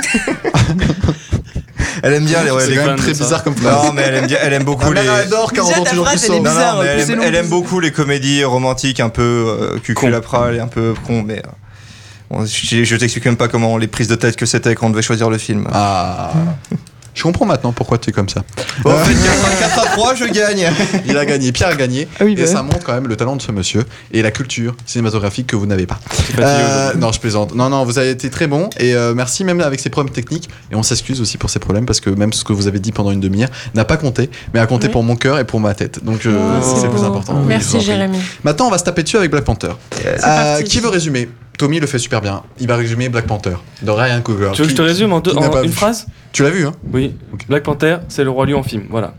[SPEAKER 9] elle aime bien les. ouais,
[SPEAKER 3] C'est
[SPEAKER 9] les-
[SPEAKER 3] quand
[SPEAKER 6] fans
[SPEAKER 3] même très
[SPEAKER 6] de ça.
[SPEAKER 3] bizarre comme phrase.
[SPEAKER 9] Non mais elle aime bien- elle aime
[SPEAKER 3] Ma
[SPEAKER 9] beaucoup les.
[SPEAKER 3] mère, elle adore quand on
[SPEAKER 7] Déjà,
[SPEAKER 3] entend
[SPEAKER 7] ta
[SPEAKER 3] toujours
[SPEAKER 7] phrase,
[SPEAKER 3] plus
[SPEAKER 7] elle est
[SPEAKER 3] sans.
[SPEAKER 9] Non,
[SPEAKER 7] bizarre,
[SPEAKER 9] non, mais elle,
[SPEAKER 7] plus c'est
[SPEAKER 9] aime,
[SPEAKER 7] long,
[SPEAKER 9] elle
[SPEAKER 7] plus
[SPEAKER 9] aime
[SPEAKER 7] c'est-
[SPEAKER 9] beaucoup les comédies romantiques un peu euh, cucu la prale et un peu con, mais euh, on- je, je t'explique même pas comment les prises de tête que c'était quand on devait choisir le film.
[SPEAKER 3] Ah. Je comprends maintenant pourquoi tu es comme ça.
[SPEAKER 9] Bon, *laughs* en fait, 4 à 3, je gagne.
[SPEAKER 3] Il a gagné, Pierre a gagné.
[SPEAKER 7] Ah oui,
[SPEAKER 3] et
[SPEAKER 7] bah
[SPEAKER 3] ça montre quand même le talent de ce monsieur et la culture cinématographique que vous n'avez pas.
[SPEAKER 6] T'es fatigué
[SPEAKER 3] Euh,
[SPEAKER 6] aujourd'hui.
[SPEAKER 3] non, je plaisante. Non, non, vous avez été très bon et euh, merci même avec ces problèmes techniques. Et on s'excuse aussi pour ces problèmes parce que même ce que vous avez dit pendant une demi-heure n'a pas compté, mais a compté
[SPEAKER 2] Oui.
[SPEAKER 3] pour mon cœur et pour ma tête. Donc euh,
[SPEAKER 2] Oh,
[SPEAKER 3] c'est
[SPEAKER 2] c'est
[SPEAKER 3] plus
[SPEAKER 2] beau.
[SPEAKER 3] important. Oui, je vous en
[SPEAKER 2] Merci
[SPEAKER 3] prie.
[SPEAKER 2] Jérémy.
[SPEAKER 3] Maintenant, on va se taper dessus avec Black Panther.
[SPEAKER 2] C'est
[SPEAKER 3] Euh,
[SPEAKER 2] parti.
[SPEAKER 3] qui veut résumer Tommy le fait super bien. Il va résumer Black Panther de Ryan Coogler.
[SPEAKER 6] Tu veux que je te
[SPEAKER 3] Qui-
[SPEAKER 6] résume en, deux,
[SPEAKER 3] qui n'a
[SPEAKER 6] en
[SPEAKER 3] pas
[SPEAKER 6] une
[SPEAKER 3] vu.
[SPEAKER 6] phrase
[SPEAKER 3] Tu l'as vu, hein
[SPEAKER 6] Oui.
[SPEAKER 3] Ok.
[SPEAKER 6] Black Panther, c'est le roi lion en film. Voilà.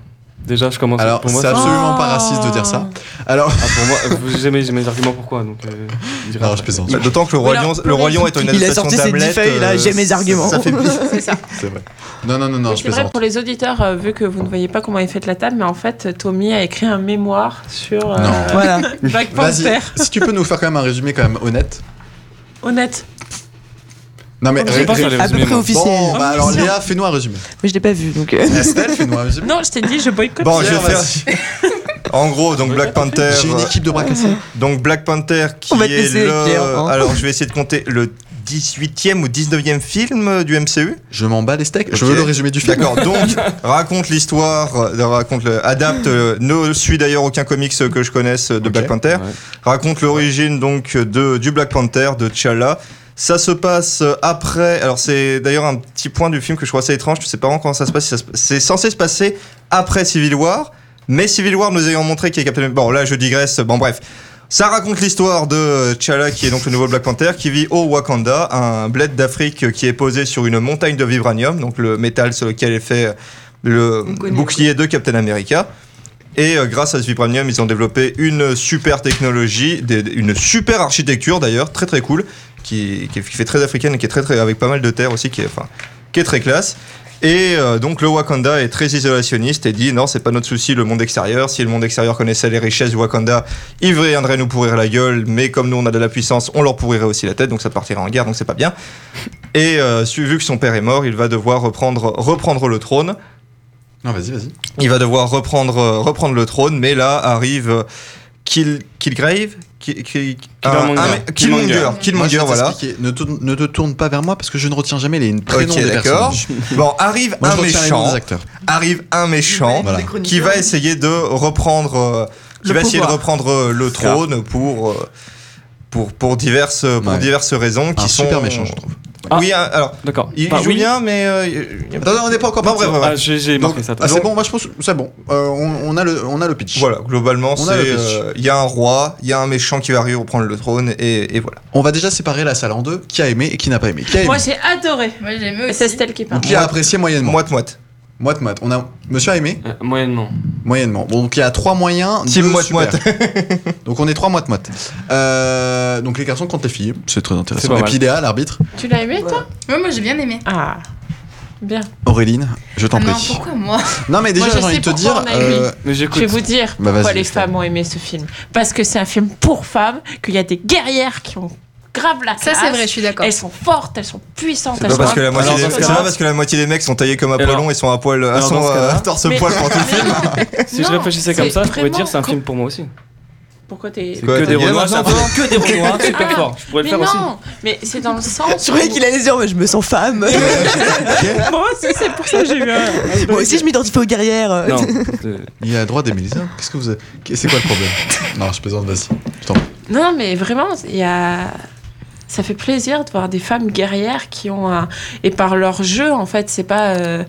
[SPEAKER 6] Déjà, je commence.
[SPEAKER 3] Alors,
[SPEAKER 6] pour moi,
[SPEAKER 3] c'est
[SPEAKER 6] c'est-
[SPEAKER 3] absolument pas raciste de dire ça. Alors,
[SPEAKER 6] Ah, pour moi, euh, vous- j'ai mes, j'ai mes arguments pourquoi. Donc, euh, je dirai
[SPEAKER 3] non,
[SPEAKER 6] après.
[SPEAKER 3] je plaisante.
[SPEAKER 9] Bah, D'autant que le
[SPEAKER 5] Voilà.
[SPEAKER 9] royaume, le royaume étant une
[SPEAKER 7] Il a
[SPEAKER 9] adaptation
[SPEAKER 7] sorti ses dix
[SPEAKER 9] d'Hamlet,
[SPEAKER 7] feuilles, là,
[SPEAKER 9] euh,
[SPEAKER 7] j'ai mes
[SPEAKER 9] ça-
[SPEAKER 7] arguments.
[SPEAKER 9] Ça fait pire.
[SPEAKER 2] C'est ça.
[SPEAKER 3] C'est vrai. Non, non, non, non,
[SPEAKER 2] Oui,
[SPEAKER 3] je
[SPEAKER 2] c'est vrai
[SPEAKER 3] plaisante.
[SPEAKER 2] pour les auditeurs, euh, vu que vous ne voyez pas comment est faite la table, mais en fait, Tommy a écrit un mémoire sur euh,
[SPEAKER 3] Non.
[SPEAKER 7] Voilà.
[SPEAKER 2] Black
[SPEAKER 3] Vas-y,
[SPEAKER 2] Panther.
[SPEAKER 3] si tu peux nous faire quand même un résumé quand même honnête.
[SPEAKER 2] Honnête.
[SPEAKER 3] Non mais
[SPEAKER 6] Je sais pas si elle est
[SPEAKER 7] À peu
[SPEAKER 6] résumée,
[SPEAKER 7] près
[SPEAKER 6] moi.
[SPEAKER 7] officiel.
[SPEAKER 3] Bon, bah alors
[SPEAKER 2] Ambition.
[SPEAKER 3] Léa, fais-nous un résumé.
[SPEAKER 7] Mais je l'ai pas vu donc. euh,
[SPEAKER 3] Estelle, fais-nous un
[SPEAKER 2] *laughs*
[SPEAKER 3] résumé.
[SPEAKER 2] Non, je t'ai dit, je boycotte.
[SPEAKER 9] Bon, je
[SPEAKER 3] Pierre,
[SPEAKER 9] vais
[SPEAKER 3] vas-y.
[SPEAKER 9] faire. En gros, donc Black Panther.
[SPEAKER 3] J'ai une équipe de bras cassés.
[SPEAKER 9] Donc Black Panther qui
[SPEAKER 7] On va te
[SPEAKER 9] est
[SPEAKER 7] laisser,
[SPEAKER 9] le...
[SPEAKER 7] Pierre, hein.
[SPEAKER 9] Alors je vais essayer de compter le 18e ou 19e film euh, du MCU.
[SPEAKER 3] Je m'en bats les steaks. Je
[SPEAKER 9] Ok.
[SPEAKER 3] veux le résumé du film.
[SPEAKER 7] *laughs*
[SPEAKER 9] D'accord, donc raconte l'histoire, euh, raconte le- adapte, euh, ne suis d'ailleurs aucun comics euh, que je connaisse euh, de
[SPEAKER 3] Ok.
[SPEAKER 9] Black Panther,
[SPEAKER 6] Ouais.
[SPEAKER 9] raconte l'origine donc euh, de, du Black Panther, de T'Challa. Ça se passe euh, après, alors c'est d'ailleurs un petit point du film que je trouve assez étrange, je sais pas vraiment comment ça se passe, si ça se- c'est censé se passer après Civil War, mais Civil War nous ayant montré qu'il est Captain Bon là je digresse, bon bref. Ça raconte l'histoire de euh, T'Challa qui est donc le nouveau Black Panther qui vit au Wakanda, un bled d'Afrique euh, qui est posé sur une montagne de vibranium, donc le métal sur lequel est fait euh, le
[SPEAKER 4] On connaît.
[SPEAKER 9] bouclier de Captain America. Et euh, grâce à ce vibranium, ils ont développé une super technologie, des- une super architecture d'ailleurs, très très cool, qui, qui fait très africaine et qui est très très avec pas mal de terre aussi, qui est, enfin, qui est très classe. Et euh, donc le Wakanda est très isolationniste et dit non, c'est pas notre souci le monde extérieur. Si le monde extérieur connaissait les richesses du Wakanda, ils viendraient nous pourrir la gueule, mais comme nous on a de la puissance, on leur pourrirait aussi la tête, donc ça partirait en guerre, donc c'est pas bien. Et euh, su- vu que son père est mort, il va devoir reprendre, reprendre le trône.
[SPEAKER 3] Non, vas-y, vas-y.
[SPEAKER 9] Il va devoir reprendre, euh, reprendre le trône, mais là arrive euh, Kill, Killgrave Ki- Ki-
[SPEAKER 6] Killmonger.
[SPEAKER 9] un- un- Ah, Killmonger,
[SPEAKER 3] Moi, je
[SPEAKER 9] Killmonger,
[SPEAKER 3] vais
[SPEAKER 9] voilà.
[SPEAKER 3] t'expliquer. Ne, te- ne te tourne pas vers moi parce que je ne retiens jamais les prénoms des
[SPEAKER 9] d'accord.
[SPEAKER 3] personnages.
[SPEAKER 9] Bon, arrive
[SPEAKER 3] Moi, je
[SPEAKER 9] un
[SPEAKER 3] retiens les noms
[SPEAKER 9] méchant,
[SPEAKER 3] des acteurs.
[SPEAKER 9] arrive un méchant
[SPEAKER 3] Voilà.
[SPEAKER 9] qui va essayer de reprendre, euh, qui
[SPEAKER 7] Le
[SPEAKER 9] va essayer de
[SPEAKER 7] pouvoir.
[SPEAKER 9] reprendre euh, le
[SPEAKER 6] Car-
[SPEAKER 9] trône pour euh, pour pour diverses pour
[SPEAKER 3] Ouais.
[SPEAKER 9] diverses raisons qui
[SPEAKER 3] Un
[SPEAKER 9] sont
[SPEAKER 3] super méchant, je trouve.
[SPEAKER 6] Ah.
[SPEAKER 9] Oui, un- alors
[SPEAKER 6] D'accord.
[SPEAKER 9] il
[SPEAKER 6] Bah,
[SPEAKER 9] joue
[SPEAKER 6] oui.
[SPEAKER 9] bien, mais euh, il-
[SPEAKER 3] Attends, on n'est pas encore
[SPEAKER 9] Bon, bref,
[SPEAKER 3] parti.
[SPEAKER 9] bref,
[SPEAKER 6] Ah,
[SPEAKER 9] bref.
[SPEAKER 6] j'ai j'ai
[SPEAKER 3] Donc,
[SPEAKER 6] marqué ça.
[SPEAKER 3] ah, c'est bon, moi je pense c'est bon. Euh, on, on a le, on a le pitch.
[SPEAKER 9] Voilà, globalement,
[SPEAKER 3] On
[SPEAKER 9] c'est
[SPEAKER 3] a le
[SPEAKER 9] euh,
[SPEAKER 3] pitch.
[SPEAKER 9] il y a un roi, il y a un méchant qui va arriver reprendre le trône et, et voilà.
[SPEAKER 3] On va déjà séparer la salle en deux. Qui a aimé et qui n'a pas aimé Qui a aimé
[SPEAKER 2] Moi, j'ai adoré.
[SPEAKER 8] Moi, j'ai aimé
[SPEAKER 2] C'est Estelle qui parle.
[SPEAKER 3] Qui a apprécié moyennement
[SPEAKER 9] Moite moite.
[SPEAKER 3] Moite moite. On a Monsieur a aimé
[SPEAKER 6] Euh, moyennement.
[SPEAKER 3] moyennement. Bon donc il y a trois moyens.
[SPEAKER 9] Team
[SPEAKER 3] deux
[SPEAKER 9] moite
[SPEAKER 3] super.
[SPEAKER 9] moite. *laughs*
[SPEAKER 3] Donc on est trois moite moite. Euh, donc les garçons contre les filles, c'est très
[SPEAKER 6] C'est
[SPEAKER 3] intéressant.
[SPEAKER 6] pas
[SPEAKER 3] Et
[SPEAKER 6] mal.
[SPEAKER 3] puis Léa, l'arbitre.
[SPEAKER 2] Tu l'as aimé, toi
[SPEAKER 8] Ouais, moi j'ai bien aimé.
[SPEAKER 2] Ah, bien.
[SPEAKER 3] Auréline, je t'en
[SPEAKER 8] Ah non,
[SPEAKER 3] prie.
[SPEAKER 8] pourquoi moi
[SPEAKER 3] Non mais déjà
[SPEAKER 2] Moi, je
[SPEAKER 3] j'ai envie
[SPEAKER 2] sais
[SPEAKER 3] de te
[SPEAKER 2] pourquoi
[SPEAKER 3] dire.
[SPEAKER 2] on a aimé.
[SPEAKER 3] euh,
[SPEAKER 6] Mais j'écoute.
[SPEAKER 2] Je vais vous dire
[SPEAKER 3] Bah,
[SPEAKER 2] pourquoi
[SPEAKER 3] vas-y,
[SPEAKER 2] les
[SPEAKER 3] Estelle.
[SPEAKER 2] femmes ont aimé ce film. Parce que c'est un film pour femmes, qu'il y a des guerrières qui ont grave la
[SPEAKER 8] Ça
[SPEAKER 2] classe.
[SPEAKER 8] c'est vrai, je suis d'accord.
[SPEAKER 2] Elles sont fortes, elles sont puissantes.
[SPEAKER 9] C'est
[SPEAKER 2] elles
[SPEAKER 9] pas,
[SPEAKER 2] sont
[SPEAKER 9] parce que la
[SPEAKER 3] Alors,
[SPEAKER 9] moitié des...
[SPEAKER 3] dans ce
[SPEAKER 9] c'est
[SPEAKER 3] cas-là-
[SPEAKER 9] pas parce que la moitié des mecs sont taillés comme
[SPEAKER 6] alors-
[SPEAKER 9] Apollon et sont à poil, à
[SPEAKER 3] alors,
[SPEAKER 9] son
[SPEAKER 3] dans ce cas-là-
[SPEAKER 9] euh, torse
[SPEAKER 2] Mais-
[SPEAKER 9] poil pour tout le film.
[SPEAKER 6] Si je
[SPEAKER 2] Non,
[SPEAKER 6] réfléchissais comme
[SPEAKER 2] c'est
[SPEAKER 6] ça, je pourrais
[SPEAKER 2] vraiment
[SPEAKER 6] dire c'est un
[SPEAKER 2] com-
[SPEAKER 6] film pour moi aussi.
[SPEAKER 2] Pourquoi t'es.
[SPEAKER 6] C'est
[SPEAKER 3] Bah,
[SPEAKER 9] quoi,
[SPEAKER 6] que
[SPEAKER 9] t'es
[SPEAKER 6] des
[SPEAKER 9] gay
[SPEAKER 6] Renoirs, ça
[SPEAKER 9] maintenant,
[SPEAKER 6] fait *laughs* que des Renoirs, super
[SPEAKER 2] Ah,
[SPEAKER 6] fort. Je pourrais le
[SPEAKER 2] Mais
[SPEAKER 6] faire
[SPEAKER 2] non,
[SPEAKER 6] aussi.
[SPEAKER 2] mais c'est dans le
[SPEAKER 9] *laughs*
[SPEAKER 2] sens.
[SPEAKER 7] Je croyais
[SPEAKER 2] où-
[SPEAKER 7] qu'il allait dire, mais je me sens *laughs* femme.
[SPEAKER 2] Moi aussi, c'est pour ça que j'ai eu un.
[SPEAKER 7] Moi aussi, je m'identifie aux guerrières.
[SPEAKER 6] Non,
[SPEAKER 2] *laughs*
[SPEAKER 6] c'est-
[SPEAKER 3] Il a le droit d'aimer les hommes. Qu'est-ce que vous. avez- C'est quoi le problème Non je plaisante vas-y. Je t'en prie.
[SPEAKER 2] Non, non, mais vraiment, il y a. Ça fait plaisir de voir des femmes guerrières qui ont un. Et par leur jeu, en fait, c'est pas. euh,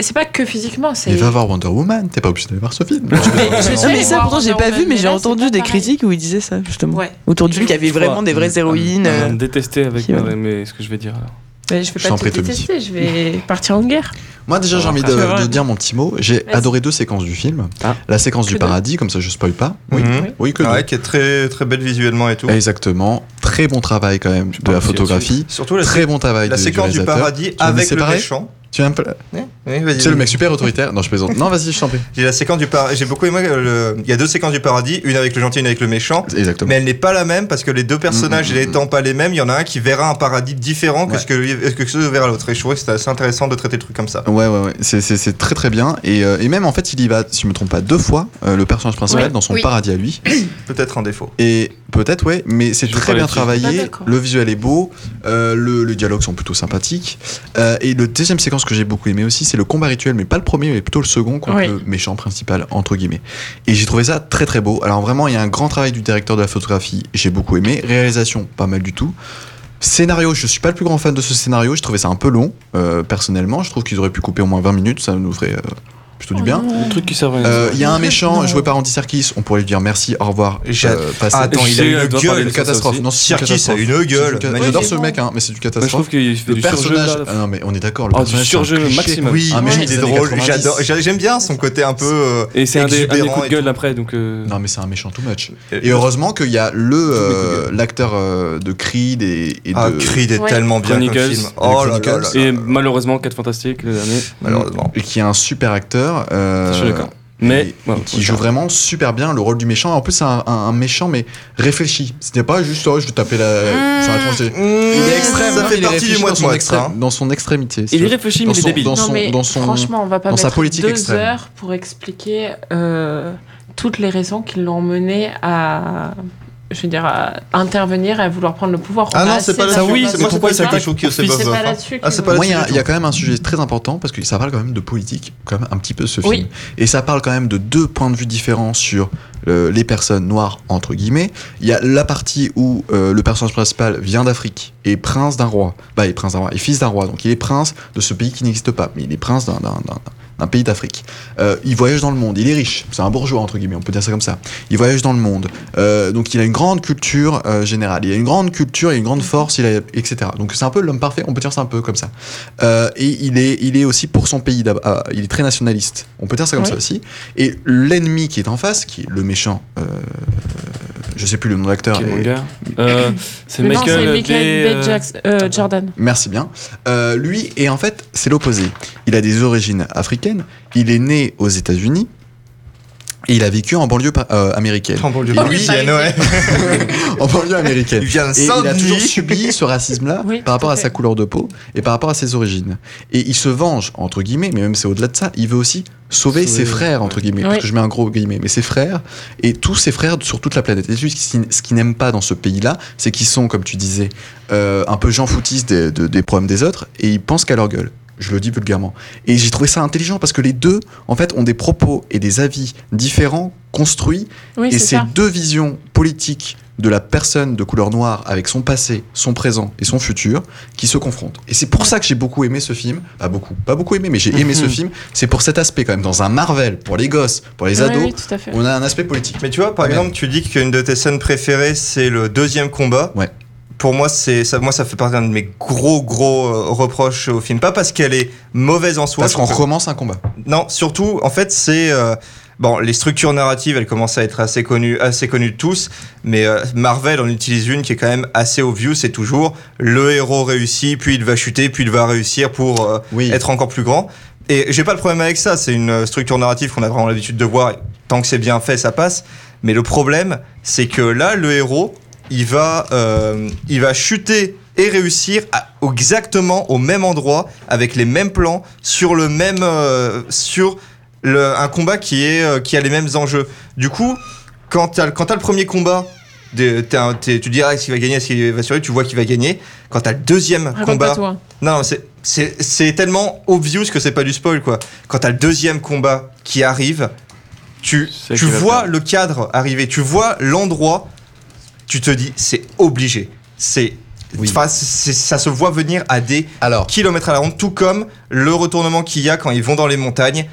[SPEAKER 2] C'est pas que physiquement, c'est.
[SPEAKER 3] Mais va voir Wonder Woman. T'es pas obligé d'aller voir ce film.
[SPEAKER 2] je
[SPEAKER 7] Non, mais
[SPEAKER 2] sais,
[SPEAKER 7] ça, pourtant, j'ai
[SPEAKER 2] Wonder
[SPEAKER 7] pas
[SPEAKER 2] Woman,
[SPEAKER 7] vu, mais j'ai
[SPEAKER 2] là,
[SPEAKER 7] entendu
[SPEAKER 2] c'est
[SPEAKER 7] des
[SPEAKER 2] pas pareil.
[SPEAKER 7] critiques où ils disaient ça, justement.
[SPEAKER 2] Ouais.
[SPEAKER 7] Autour du film, qu'il y avait
[SPEAKER 6] Je crois.
[SPEAKER 7] vraiment des vraies héroïnes.
[SPEAKER 6] on
[SPEAKER 7] euh,
[SPEAKER 6] détesté avec
[SPEAKER 7] qui, ouais.
[SPEAKER 6] ma- mais ce que je vais dire. euh, alors.
[SPEAKER 2] Mais je vais
[SPEAKER 3] Je
[SPEAKER 2] pas
[SPEAKER 3] t'en
[SPEAKER 2] te
[SPEAKER 3] prie, Tommy.
[SPEAKER 2] détester, je vais partir en guerre.
[SPEAKER 3] Moi déjà j'ai
[SPEAKER 9] Ah,
[SPEAKER 6] Alors,
[SPEAKER 3] envie de,
[SPEAKER 6] ça
[SPEAKER 2] va.
[SPEAKER 3] de dire mon petit mot. J'ai
[SPEAKER 2] Vas-y.
[SPEAKER 3] adoré deux séquences du film.
[SPEAKER 6] Ah.
[SPEAKER 3] La séquence
[SPEAKER 2] Que
[SPEAKER 3] du
[SPEAKER 2] deux.
[SPEAKER 3] paradis, comme ça je spoil pas. Oui,
[SPEAKER 9] Mhm.
[SPEAKER 3] oui que
[SPEAKER 9] Ah
[SPEAKER 3] deux.
[SPEAKER 9] ouais, qui est très très belle visuellement et tout.
[SPEAKER 3] Exactement. Très bon travail quand même de
[SPEAKER 6] pas
[SPEAKER 3] la
[SPEAKER 6] si
[SPEAKER 3] photographie.
[SPEAKER 9] Surtout la,
[SPEAKER 3] Très bon travail
[SPEAKER 9] la
[SPEAKER 3] de-
[SPEAKER 9] séquence du,
[SPEAKER 3] réalisateur.
[SPEAKER 9] paradis
[SPEAKER 3] me
[SPEAKER 9] avec
[SPEAKER 3] laissais
[SPEAKER 9] le
[SPEAKER 3] parler
[SPEAKER 9] méchant.
[SPEAKER 3] Tu es un peu-
[SPEAKER 9] Oui, vas-y.
[SPEAKER 3] tu sais, le mec super autoritaire. Non, je plaisante. Non, vas-y, je t'en prie.
[SPEAKER 9] J'ai la séquence du paradis. J'ai beaucoup aimé. euh, le- Il y a deux séquences du paradis, une avec le gentil, une avec le méchant.
[SPEAKER 3] Exactement.
[SPEAKER 9] Mais elle n'est pas la même parce que les deux personnages
[SPEAKER 3] Mm, mm, mm,
[SPEAKER 9] n'étant pas les mêmes, il y en a un qui verra un paradis différent que
[SPEAKER 3] Ouais.
[SPEAKER 9] ce que, lui- que ce que verra l'autre. Et je trouvais que c'était assez intéressant de traiter le truc comme ça.
[SPEAKER 3] Ouais, ouais, ouais. C'est- C'est c'est très très bien. Et, euh, et même en fait, il y va, si je me trompe pas, deux fois euh, le personnage principal
[SPEAKER 2] Ouais.
[SPEAKER 3] dans son
[SPEAKER 8] Oui.
[SPEAKER 3] paradis à lui.
[SPEAKER 9] Peut-être un défaut.
[SPEAKER 3] Et peut-être, ouais, mais c'est
[SPEAKER 6] Je
[SPEAKER 3] très
[SPEAKER 6] crois
[SPEAKER 3] bien
[SPEAKER 6] là-dessus.
[SPEAKER 2] Ah,
[SPEAKER 3] travaillé.
[SPEAKER 2] d'accord.
[SPEAKER 3] le visuel est beau. euh, le, les dialogues sont plutôt sympathiques. Euh, et le deuxième séquence que j'ai beaucoup aimé aussi, c'est le combat rituel, mais pas le premier, mais plutôt le second contre
[SPEAKER 2] Ouais.
[SPEAKER 3] le méchant principal, entre guillemets. Et j'ai trouvé ça très très beau. Alors vraiment, il y a un grand travail du directeur de la photographie. J'ai beaucoup aimé. Réalisation, pas mal du tout. Scénario, je suis pas le plus grand fan de ce scénario. Je trouvais ça un peu long, euh, personnellement. Je trouve qu'ils auraient pu couper au moins 20 minutes. Ça nous ferait euh, plutôt
[SPEAKER 2] Oh
[SPEAKER 3] du bien.
[SPEAKER 6] Le truc qui servait.
[SPEAKER 3] Euh, Il y a
[SPEAKER 2] *laughs*
[SPEAKER 3] un méchant
[SPEAKER 7] Non.
[SPEAKER 3] joué par Andy Serkis, on pourrait lui dire merci, au revoir. euh,
[SPEAKER 9] J'ai-
[SPEAKER 3] passez.
[SPEAKER 9] Attends, il a
[SPEAKER 6] J'ai-
[SPEAKER 9] une
[SPEAKER 6] elle doit
[SPEAKER 9] gueule,
[SPEAKER 6] parler
[SPEAKER 3] une
[SPEAKER 6] de ça
[SPEAKER 3] catastrophe.
[SPEAKER 6] aussi.
[SPEAKER 3] Non, c'est une
[SPEAKER 9] Sirkis a
[SPEAKER 3] catastrophe.
[SPEAKER 9] une gueule.
[SPEAKER 3] C'est une
[SPEAKER 9] magnifique.
[SPEAKER 3] J'adore ce mec, hein, mais c'est du
[SPEAKER 6] Moi, je trouve
[SPEAKER 3] catastrophe.
[SPEAKER 6] qu'il fait
[SPEAKER 3] Le
[SPEAKER 6] du surjeu.
[SPEAKER 3] personnage.
[SPEAKER 6] là.
[SPEAKER 3] Ah non, mais on est d'accord, le
[SPEAKER 6] Oh, du
[SPEAKER 3] personnage. c'est un
[SPEAKER 6] surjeu
[SPEAKER 3] cliché.
[SPEAKER 6] maximum.
[SPEAKER 9] Oui,
[SPEAKER 3] Ah, mais
[SPEAKER 9] oui,
[SPEAKER 3] il
[SPEAKER 9] il est
[SPEAKER 3] des
[SPEAKER 9] drôle.
[SPEAKER 3] années
[SPEAKER 9] J'adore-
[SPEAKER 3] 90.
[SPEAKER 9] j'a- J'aime bien son côté un peu. euh,
[SPEAKER 6] Et c'est un des, un des
[SPEAKER 9] exubérant
[SPEAKER 6] coups de
[SPEAKER 9] et
[SPEAKER 6] gueule
[SPEAKER 9] tout.
[SPEAKER 6] après, donc. euh,
[SPEAKER 3] Non, mais c'est un méchant too much. Et heureusement qu'il y a le euh, l'acteur euh, de Creed et, et
[SPEAKER 9] Ah,
[SPEAKER 3] de.
[SPEAKER 9] Creed est
[SPEAKER 2] Ouais.
[SPEAKER 9] tellement bien comme
[SPEAKER 6] Chronicles.
[SPEAKER 9] film. Oh là là là là.
[SPEAKER 3] Chronicles.
[SPEAKER 6] Et malheureusement, 4 Fantastiques, le dernier.
[SPEAKER 9] Malheureusement.
[SPEAKER 3] Et qui est un super acteur. euh,
[SPEAKER 6] Je suis d'accord. Mais.
[SPEAKER 3] et-
[SPEAKER 6] bon,
[SPEAKER 3] et qui joue vraiment super bien le rôle du méchant. En plus, c'est un, un- un méchant, mais réfléchi. C'était pas juste, oh, je vais taper la. sur la tronche des- Il est extrême.
[SPEAKER 9] Mm, Ça
[SPEAKER 3] non, il
[SPEAKER 9] fait
[SPEAKER 3] est
[SPEAKER 9] partie du
[SPEAKER 3] réfléchi
[SPEAKER 9] mois
[SPEAKER 3] dans
[SPEAKER 9] de
[SPEAKER 3] son,
[SPEAKER 9] mois.
[SPEAKER 3] extrême- hein. dans son extrémité. si
[SPEAKER 6] Il
[SPEAKER 3] tu
[SPEAKER 6] est
[SPEAKER 3] veux.
[SPEAKER 6] réfléchi,
[SPEAKER 3] Dans
[SPEAKER 6] mais il est
[SPEAKER 3] son-
[SPEAKER 6] débile.
[SPEAKER 3] dans
[SPEAKER 2] non,
[SPEAKER 3] son-
[SPEAKER 2] mais
[SPEAKER 3] dans son-
[SPEAKER 2] franchement, on va pas
[SPEAKER 3] dans
[SPEAKER 2] mettre
[SPEAKER 3] sa politique
[SPEAKER 2] deux
[SPEAKER 3] extrême.
[SPEAKER 2] heures pour expliquer euh, toutes les raisons qui l'ont mené à, je veux dire, à intervenir et à vouloir prendre le pouvoir.
[SPEAKER 9] Ah
[SPEAKER 2] On a
[SPEAKER 9] non, c'est
[SPEAKER 2] assez
[SPEAKER 9] pas
[SPEAKER 2] d'arguments.
[SPEAKER 9] là-dessus.
[SPEAKER 6] oui,
[SPEAKER 9] c'est- Moi, c'est
[SPEAKER 6] pourquoi
[SPEAKER 9] pas
[SPEAKER 6] il s'attaque
[SPEAKER 9] là-dessus que c'est
[SPEAKER 6] au fils
[SPEAKER 2] C'est
[SPEAKER 9] Bob
[SPEAKER 2] pas
[SPEAKER 9] Hope.
[SPEAKER 2] là-dessus.
[SPEAKER 9] Ah,
[SPEAKER 2] que-
[SPEAKER 9] c'est pas
[SPEAKER 3] Moi,
[SPEAKER 9] là-dessus
[SPEAKER 3] il y, a-
[SPEAKER 9] du
[SPEAKER 3] il y a
[SPEAKER 9] tout.
[SPEAKER 3] quand même un sujet très important parce que ça parle quand même de politique, quand même un petit peu ce
[SPEAKER 2] Oui.
[SPEAKER 3] film. Et ça parle quand même de deux points de vue différents sur euh, les personnes noires, entre guillemets. Il y a la partie où euh, le personnage principal vient d'Afrique et prince d'un roi. Bah, il est prince d'un roi, il est fils d'un roi, donc il est prince de ce pays qui n'existe pas, mais il est prince d'un- d'un- d'un d'un pays d'Afrique. Euh, il voyage dans le monde, il est riche, c'est un bourgeois entre guillemets, on peut dire ça comme ça. Il voyage dans le monde, Euh, donc il a une grande culture euh, générale, il a une grande culture, il a une grande force, il a, etc. Donc c'est un peu l'homme parfait, on peut dire ça un peu comme ça. Euh, et il est, il est aussi pour son pays, d'ab- ah, il est très nationaliste, on peut dire ça comme
[SPEAKER 2] Oui.
[SPEAKER 3] ça aussi. Et l'ennemi qui est en face, qui est le méchant, euh, je sais plus le nom de l'acteur,
[SPEAKER 6] Quel
[SPEAKER 3] et-
[SPEAKER 6] manga Euh, C'est
[SPEAKER 2] Non, c'est
[SPEAKER 6] Michael
[SPEAKER 2] Michael B.
[SPEAKER 6] B. euh,
[SPEAKER 2] Jackson- euh, Jordan.
[SPEAKER 3] Merci bien. Euh, lui, et en fait, c'est l'opposé. Il a des origines africaines, il est né aux États-Unis et il a vécu en banlieue pa- euh, américaine.
[SPEAKER 9] Oh, bon Dieu,
[SPEAKER 3] Et
[SPEAKER 9] bah
[SPEAKER 3] lui,
[SPEAKER 9] oui,
[SPEAKER 3] il
[SPEAKER 9] à Noël.
[SPEAKER 3] en banlieue
[SPEAKER 9] Il
[SPEAKER 3] américaine.
[SPEAKER 9] vient de
[SPEAKER 3] Et il a toujours
[SPEAKER 9] Saint-Denis.
[SPEAKER 3] subi ce racisme-là
[SPEAKER 2] Oui,
[SPEAKER 3] par rapport
[SPEAKER 2] tout
[SPEAKER 3] à
[SPEAKER 2] à
[SPEAKER 3] sa
[SPEAKER 2] fait.
[SPEAKER 3] couleur de peau et par rapport à ses origines. Et il se venge, entre guillemets, mais même c'est au-delà de ça, il veut aussi sauver
[SPEAKER 6] Sauver,
[SPEAKER 3] ses frères, entre guillemets, parce
[SPEAKER 2] Oui.
[SPEAKER 3] que je mets un gros guillemets, mais ses frères et tous ses frères sur toute la planète. Et lui, ce qui- ce qu'il n'aime pas dans ce pays-là, c'est qu'ils sont, comme tu disais, euh, un peu gens foutistes des, de- des problèmes des autres et ils pensent qu'à leur gueule. Je le dis vulgairement. Et j'ai trouvé ça intelligent parce que les deux, en fait, ont des propos et des avis différents construits
[SPEAKER 2] Oui,
[SPEAKER 3] et
[SPEAKER 2] c'est
[SPEAKER 3] ces
[SPEAKER 2] ça.
[SPEAKER 3] deux visions politiques de la personne de couleur noire avec son passé, son présent et son futur qui se confrontent. Et c'est pour ça que j'ai beaucoup aimé ce film. Pas beaucoup, pas beaucoup aimé, mais j'ai aimé
[SPEAKER 2] Mhm.
[SPEAKER 3] ce film. C'est pour cet aspect quand même. Dans un Marvel, pour les gosses, pour les
[SPEAKER 2] Oui,
[SPEAKER 3] ados,
[SPEAKER 2] oui, tout à fait.
[SPEAKER 3] on a un aspect politique.
[SPEAKER 9] Mais tu vois, par
[SPEAKER 3] Ouais.
[SPEAKER 9] exemple, tu dis qu'une de tes scènes préférées, c'est le deuxième combat.
[SPEAKER 3] Ouais.
[SPEAKER 9] pour moi, c'est ça, moi, ça fait partie d'un de mes gros, gros euh, reproches au film. Pas parce qu'elle est mauvaise en soi.
[SPEAKER 3] Parce qu'on
[SPEAKER 9] surtout-
[SPEAKER 3] recommence un combat.
[SPEAKER 9] non, surtout, en fait, c'est. euh, bon, les structures narratives, elles commencent à être assez connues, assez connues de tous, mais euh, Marvel en utilise une qui est quand même assez obvious, c'est toujours le héros réussit, puis il va chuter, puis il va réussir pour euh,
[SPEAKER 3] Oui.
[SPEAKER 9] être encore plus grand. Et j'ai pas le problème avec ça, c'est une euh, structure narrative qu'on a vraiment l'habitude de voir, et tant que c'est bien fait, ça passe. Mais le problème, c'est que là, le héros, il va, euh, il va chuter et réussir à- exactement au même endroit, avec les mêmes plans, sur le même, euh, sur le, un combat qui est, euh, qui a les mêmes enjeux. Du coup, quand t'as, quand t'as le premier combat, des- t'as un- t'es- tu te dis ah, est-ce qu'il va gagner, est-ce qu'il va survivre, tu vois qu'il va gagner. Quand t'as le deuxième
[SPEAKER 2] Raconte
[SPEAKER 9] combat,
[SPEAKER 2] pas toi.
[SPEAKER 9] non, c'est- c'est c'est tellement obvious que c'est pas du spoil, quoi. Quand t'as le deuxième combat qui arrive, tu,
[SPEAKER 6] C'est
[SPEAKER 9] tu
[SPEAKER 6] qu'il va
[SPEAKER 9] vois
[SPEAKER 6] perdre.
[SPEAKER 9] le cadre arriver, tu vois l'endroit, tu te dis, c'est obligé. C'est.
[SPEAKER 3] Oui.
[SPEAKER 9] enfin, c'est- ça se voit venir à des
[SPEAKER 3] Alors,
[SPEAKER 9] kilomètres à la ronde, tout comme le retournement qu'il y a quand ils vont dans les montagnes.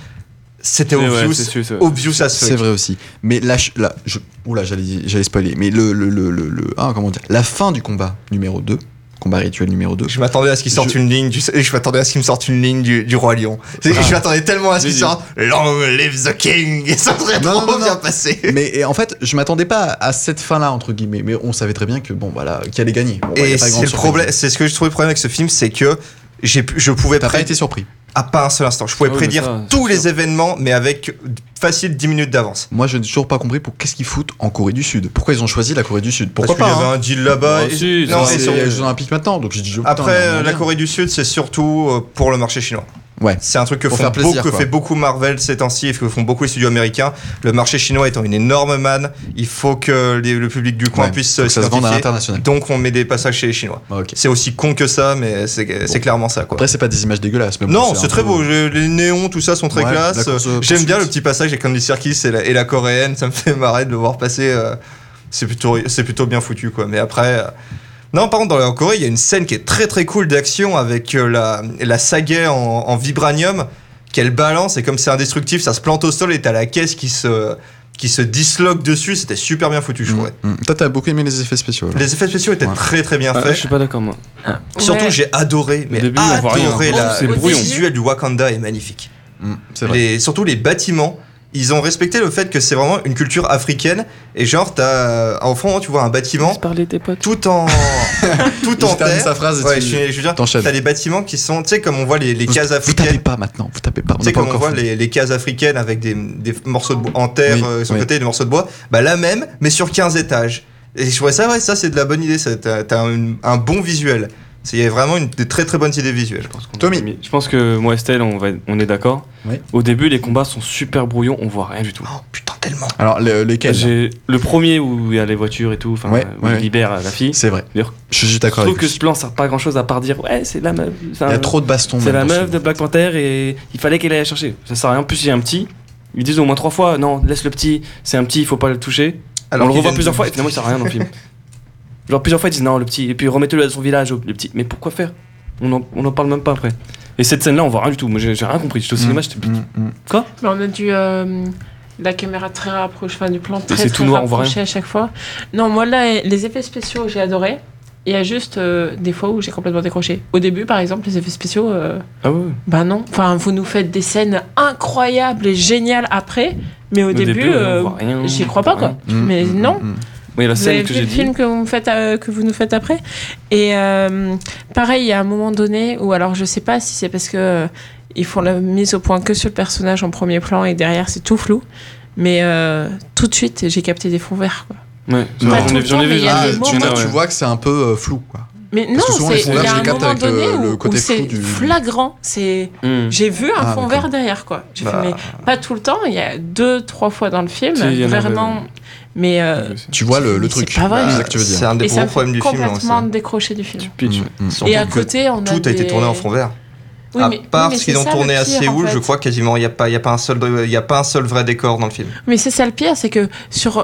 [SPEAKER 9] C'était
[SPEAKER 6] Ouais,
[SPEAKER 9] obvious,
[SPEAKER 6] ouais, c'est sûr, c'est vrai.
[SPEAKER 9] obvious as
[SPEAKER 3] c'est
[SPEAKER 9] fuck.
[SPEAKER 3] vrai aussi. Mais là, je- là je, oula, j'allais, j'allais spoiler. Mais le, le, le, le, le- ah, comment dire, la fin du combat numéro 2, combat rituel numéro 2.
[SPEAKER 9] Je m'attendais à ce qu'il sorte
[SPEAKER 3] Je-
[SPEAKER 9] une ligne, du, je m'attendais à ce qu'il me sorte une ligne du, du roi lion. C'est-
[SPEAKER 6] Ah.
[SPEAKER 9] Je m'attendais tellement à ce qu'il
[SPEAKER 6] Vas-y.
[SPEAKER 9] sorte Long live the king, *laughs* et ça serait
[SPEAKER 3] Non,
[SPEAKER 9] trop
[SPEAKER 3] non, non,
[SPEAKER 9] bien
[SPEAKER 3] non.
[SPEAKER 9] passé.
[SPEAKER 3] *laughs* Mais et en fait, je m'attendais pas à cette fin-là entre guillemets, mais on savait très bien que bon voilà, qui allait gagner. Bon, bah, y
[SPEAKER 9] Et
[SPEAKER 3] a pas
[SPEAKER 9] c'est
[SPEAKER 3] grande
[SPEAKER 9] le
[SPEAKER 3] surprise.
[SPEAKER 9] problème, c'est ce que je trouvais le problème avec ce film, c'est que j'ai, pu- je pouvais
[SPEAKER 3] T'as pas
[SPEAKER 9] prédire
[SPEAKER 3] été surpris.
[SPEAKER 9] à pas un seul instant. Je pouvais
[SPEAKER 6] Ah oui, mais
[SPEAKER 9] prédire
[SPEAKER 6] ça,
[SPEAKER 9] tous
[SPEAKER 6] c'est
[SPEAKER 9] les
[SPEAKER 6] sûr.
[SPEAKER 9] événements, mais avec facile 10 minutes d'avance.
[SPEAKER 3] Moi, je n'ai toujours pas compris pour qu'est-ce qu'ils foutent en Corée du Sud. Pourquoi ils ont choisi la Corée du Sud Pourquoi
[SPEAKER 9] Parce qu'il y
[SPEAKER 3] pas
[SPEAKER 9] avait
[SPEAKER 3] hein
[SPEAKER 9] un deal là-bas.
[SPEAKER 6] Ah,
[SPEAKER 9] et-
[SPEAKER 6] si,
[SPEAKER 9] non,
[SPEAKER 6] ça,
[SPEAKER 9] et
[SPEAKER 3] c'est
[SPEAKER 9] sur-
[SPEAKER 6] euh,
[SPEAKER 3] les Jeux Olympiques maintenant, donc j'ai dit. putain,
[SPEAKER 9] Après, euh,
[SPEAKER 3] on aimerait
[SPEAKER 9] la
[SPEAKER 3] bien.
[SPEAKER 9] Corée du Sud, c'est surtout euh, pour le marché chinois.
[SPEAKER 3] Ouais.
[SPEAKER 9] C'est un truc que,
[SPEAKER 3] Pour
[SPEAKER 9] font
[SPEAKER 3] faire plaisir,
[SPEAKER 9] beaucoup- que
[SPEAKER 3] quoi.
[SPEAKER 9] fait beaucoup Marvel ces temps-ci et que font beaucoup les studios américains. Le marché chinois étant une énorme manne, il faut que les- le public du coin
[SPEAKER 3] Ouais,
[SPEAKER 9] puisse
[SPEAKER 3] faut que ça se vende à
[SPEAKER 9] s'identifier.
[SPEAKER 3] l'international.
[SPEAKER 9] Donc on met des passages chez les Chinois.
[SPEAKER 3] Ah, ok.
[SPEAKER 9] C'est aussi con que ça, mais c'est, c'est clairement ça. Quoi.
[SPEAKER 3] Après, c'est pas des images dégueulasses. mais bon,
[SPEAKER 9] Non, c'est
[SPEAKER 3] un
[SPEAKER 9] très
[SPEAKER 3] peu-
[SPEAKER 9] beau. Je- Les néons, tout ça, sont très
[SPEAKER 3] Ouais,
[SPEAKER 9] classe.
[SPEAKER 3] la course, euh,
[SPEAKER 9] J'aime bien
[SPEAKER 3] poursuite.
[SPEAKER 9] le petit passage avec Andy Serkis et la, et la coréenne. Ça me fait marrer de le voir passer. euh, C'est plutôt, c'est plutôt bien foutu, quoi. Mais après. euh, Non, par contre, dans la Corée, il y a une scène qui est très très cool d'action avec euh, la, la sagaie en, en vibranium qu'elle balance et comme c'est indestructible, ça se plante au sol et t'as la caisse qui se, qui se disloque dessus. C'était super bien foutu, je trouvais.
[SPEAKER 3] Mm, mm. Toi, t'as beaucoup aimé les effets spéciaux. là.
[SPEAKER 9] Les effets spéciaux étaient
[SPEAKER 3] Ouais.
[SPEAKER 9] très très bien
[SPEAKER 6] ah, je
[SPEAKER 9] faits.
[SPEAKER 6] suis pas d'accord, moi.
[SPEAKER 9] Surtout,
[SPEAKER 2] Ouais.
[SPEAKER 9] j'ai adoré, mais
[SPEAKER 6] début, on voit rien.
[SPEAKER 9] adoré la,
[SPEAKER 6] C'est
[SPEAKER 9] le
[SPEAKER 6] brouillon.
[SPEAKER 9] visuel du Wakanda est magnifique.
[SPEAKER 3] Mm, c'est vrai.
[SPEAKER 9] Les- surtout les bâtiments, ils ont respecté le fait que c'est vraiment une culture africaine. Et genre, t'as, euh, en fond, tu vois un bâtiment
[SPEAKER 5] parler tes potes.
[SPEAKER 3] *laughs*
[SPEAKER 9] tout en. tout
[SPEAKER 3] Il
[SPEAKER 9] en
[SPEAKER 3] termine sa
[SPEAKER 9] terre.
[SPEAKER 3] phrase et
[SPEAKER 9] Ouais,
[SPEAKER 3] tu-
[SPEAKER 9] je, suis- je veux dire,
[SPEAKER 3] t'enchaînes.
[SPEAKER 9] t'as les bâtiments qui sont, tu sais, comme on voit les, les
[SPEAKER 3] Vous-
[SPEAKER 9] cases
[SPEAKER 3] Vous tapez
[SPEAKER 9] africaines.
[SPEAKER 3] pas maintenant, vous tapez pas. On
[SPEAKER 9] Tu sais,
[SPEAKER 3] n'a pas
[SPEAKER 9] comme on
[SPEAKER 3] encore
[SPEAKER 9] voit
[SPEAKER 3] fini.
[SPEAKER 9] les, les cases africaines avec des, des morceaux de bois en terre
[SPEAKER 3] Oui,
[SPEAKER 9] euh, sur le
[SPEAKER 3] oui.
[SPEAKER 9] côté et des morceaux de bois, bah la même, mais sur 15 étages. Et je trouvais ça, ouais, ça c'est de la bonne idée, ça. t'as, t'as un, un bon visuel. C'est- Il y avait vraiment une, des très très bonnes idées visuelles.
[SPEAKER 6] Je pense qu'on-
[SPEAKER 3] Tommy.
[SPEAKER 6] Je pense que moi, Estelle, on, va, on est d'accord.
[SPEAKER 3] Oui.
[SPEAKER 6] Au début, les combats sont super brouillons, on voit rien du tout.
[SPEAKER 9] Oh putain, tellement.
[SPEAKER 3] Alors, le- lesquels là
[SPEAKER 6] Ah, J'ai le premier où il y a les voitures et tout, enfin,
[SPEAKER 3] Ouais,
[SPEAKER 6] où
[SPEAKER 3] ouais.
[SPEAKER 6] il libère la fille.
[SPEAKER 3] C'est vrai.
[SPEAKER 6] D'ailleurs,
[SPEAKER 3] Je suis juste
[SPEAKER 6] Je
[SPEAKER 3] d'accord
[SPEAKER 6] trouve
[SPEAKER 3] avec
[SPEAKER 6] que
[SPEAKER 3] lui.
[SPEAKER 6] ce plan sert pas à grand chose à part dire ouais, c'est la meuf. c'est
[SPEAKER 3] Il y
[SPEAKER 6] un-
[SPEAKER 3] a trop de bastons.
[SPEAKER 6] C'est
[SPEAKER 3] même
[SPEAKER 6] la
[SPEAKER 3] dans ce
[SPEAKER 6] meuf de
[SPEAKER 3] film.
[SPEAKER 6] Black Panther et il fallait qu'elle aille la chercher. Ça sert à rien. En Plus il y a un petit. Ils disent au moins trois fois non, laisse le petit, c'est un petit, il faut pas le toucher. on
[SPEAKER 9] qu'ils
[SPEAKER 6] le revoit
[SPEAKER 9] viennent
[SPEAKER 6] plusieurs
[SPEAKER 9] de-
[SPEAKER 6] fois et finalement il sert à rien dans le film. *laughs* Genre plusieurs fois ils disent non, le petit, et puis remettez-le à son village, le petit. Mais pourquoi faire on en, on en parle même pas après. Et cette scène-là, on voit rien du tout. Moi j'ai j'ai rien compris. J'étais au cinéma, j'étais.
[SPEAKER 3] Mm, mm.
[SPEAKER 2] Mais on a dû euh, la caméra très rapprochée, enfin du plan très,
[SPEAKER 6] c'est
[SPEAKER 2] très
[SPEAKER 6] tout noir, on voit
[SPEAKER 2] rapproché à chaque fois. Non, moi là, les effets spéciaux, j'ai adoré. Il y a juste euh, des fois où j'ai complètement décroché. Au début, par exemple, les effets spéciaux, euh,
[SPEAKER 6] Ah ouais.
[SPEAKER 2] ben non. Enfin, vous nous faites des scènes incroyables et géniales après, mais au, début, euh,
[SPEAKER 6] on voit rien.
[SPEAKER 2] j'y crois pas, quoi.
[SPEAKER 3] Mm,
[SPEAKER 2] Mais
[SPEAKER 3] mm,
[SPEAKER 2] non.
[SPEAKER 3] mm, mm.
[SPEAKER 6] Oui, la
[SPEAKER 2] Vous
[SPEAKER 6] scène
[SPEAKER 2] avez
[SPEAKER 6] que
[SPEAKER 2] vu
[SPEAKER 6] j'ai
[SPEAKER 2] le
[SPEAKER 6] dit.
[SPEAKER 2] film que vous, me faites, euh, que vous nous faites après Et euh, pareil, il y a un moment donné où, alors je sais pas si c'est parce que euh, ils font la mise au point que sur le personnage en premier plan et derrière c'est tout flou, mais euh, tout de suite j'ai capté des fonds verts. Quoi.
[SPEAKER 6] Ouais,
[SPEAKER 3] Pas
[SPEAKER 6] j'en
[SPEAKER 3] tout
[SPEAKER 6] ai-
[SPEAKER 2] le
[SPEAKER 6] j'en ai
[SPEAKER 2] temps, mais
[SPEAKER 6] vu.
[SPEAKER 2] il y a
[SPEAKER 6] j'en ai
[SPEAKER 3] Ah,
[SPEAKER 2] des
[SPEAKER 6] vu.
[SPEAKER 2] moments-
[SPEAKER 3] tu
[SPEAKER 6] Il y en a,
[SPEAKER 3] vois- tu
[SPEAKER 6] ouais.
[SPEAKER 3] vois que c'est un peu euh, flou, quoi.
[SPEAKER 2] Mais
[SPEAKER 3] Parce que
[SPEAKER 2] non,
[SPEAKER 3] souvent, les
[SPEAKER 2] c'est-
[SPEAKER 3] fonds
[SPEAKER 2] il y
[SPEAKER 3] verts,
[SPEAKER 2] a
[SPEAKER 3] je
[SPEAKER 2] un
[SPEAKER 3] les capte
[SPEAKER 2] moment
[SPEAKER 3] avec le-
[SPEAKER 2] donné
[SPEAKER 3] le
[SPEAKER 2] où,
[SPEAKER 3] côté
[SPEAKER 2] où
[SPEAKER 3] flou
[SPEAKER 2] c'est
[SPEAKER 3] du-
[SPEAKER 2] flagrant. C'est
[SPEAKER 6] Mm.
[SPEAKER 2] j'ai vu un
[SPEAKER 3] Ah, d'accord.
[SPEAKER 2] fond vert derrière quoi. J'ai
[SPEAKER 9] Bah.
[SPEAKER 2] fait mais pas tout le temps. Il y a deux trois fois dans le film
[SPEAKER 6] Si, il y en avait,
[SPEAKER 2] vraiment,
[SPEAKER 6] ouais.
[SPEAKER 2] mais euh,
[SPEAKER 3] Tu vois le, le
[SPEAKER 2] Mais
[SPEAKER 3] truc.
[SPEAKER 2] c'est pas vrai.
[SPEAKER 3] C'est ça que tu veux
[SPEAKER 9] C'est
[SPEAKER 3] dire.
[SPEAKER 9] un des
[SPEAKER 2] et
[SPEAKER 9] gros
[SPEAKER 2] ça me
[SPEAKER 9] problèmes
[SPEAKER 2] fait
[SPEAKER 9] du film. hein,
[SPEAKER 2] complètement
[SPEAKER 9] ça.
[SPEAKER 2] décrocher du film.
[SPEAKER 6] Tu pitches.
[SPEAKER 3] Mm, mm.
[SPEAKER 2] Et
[SPEAKER 9] Surtout
[SPEAKER 2] à
[SPEAKER 9] que
[SPEAKER 2] côté, on a
[SPEAKER 9] Tout a été
[SPEAKER 2] des-
[SPEAKER 9] tourné en fond vert.
[SPEAKER 2] Oui,
[SPEAKER 9] à
[SPEAKER 2] mais-
[SPEAKER 9] part
[SPEAKER 2] oui, mais
[SPEAKER 9] ce qu'ils
[SPEAKER 2] c'est
[SPEAKER 9] ont
[SPEAKER 2] ça,
[SPEAKER 9] tourné
[SPEAKER 2] le
[SPEAKER 9] à
[SPEAKER 2] pire, en
[SPEAKER 9] Séoul,
[SPEAKER 2] fait.
[SPEAKER 9] je crois quasiment il n'y a, pas- il y a, pas un seul- il y a pas un seul vrai décor dans le film.
[SPEAKER 2] Mais c'est ça le pire, c'est que sur euh,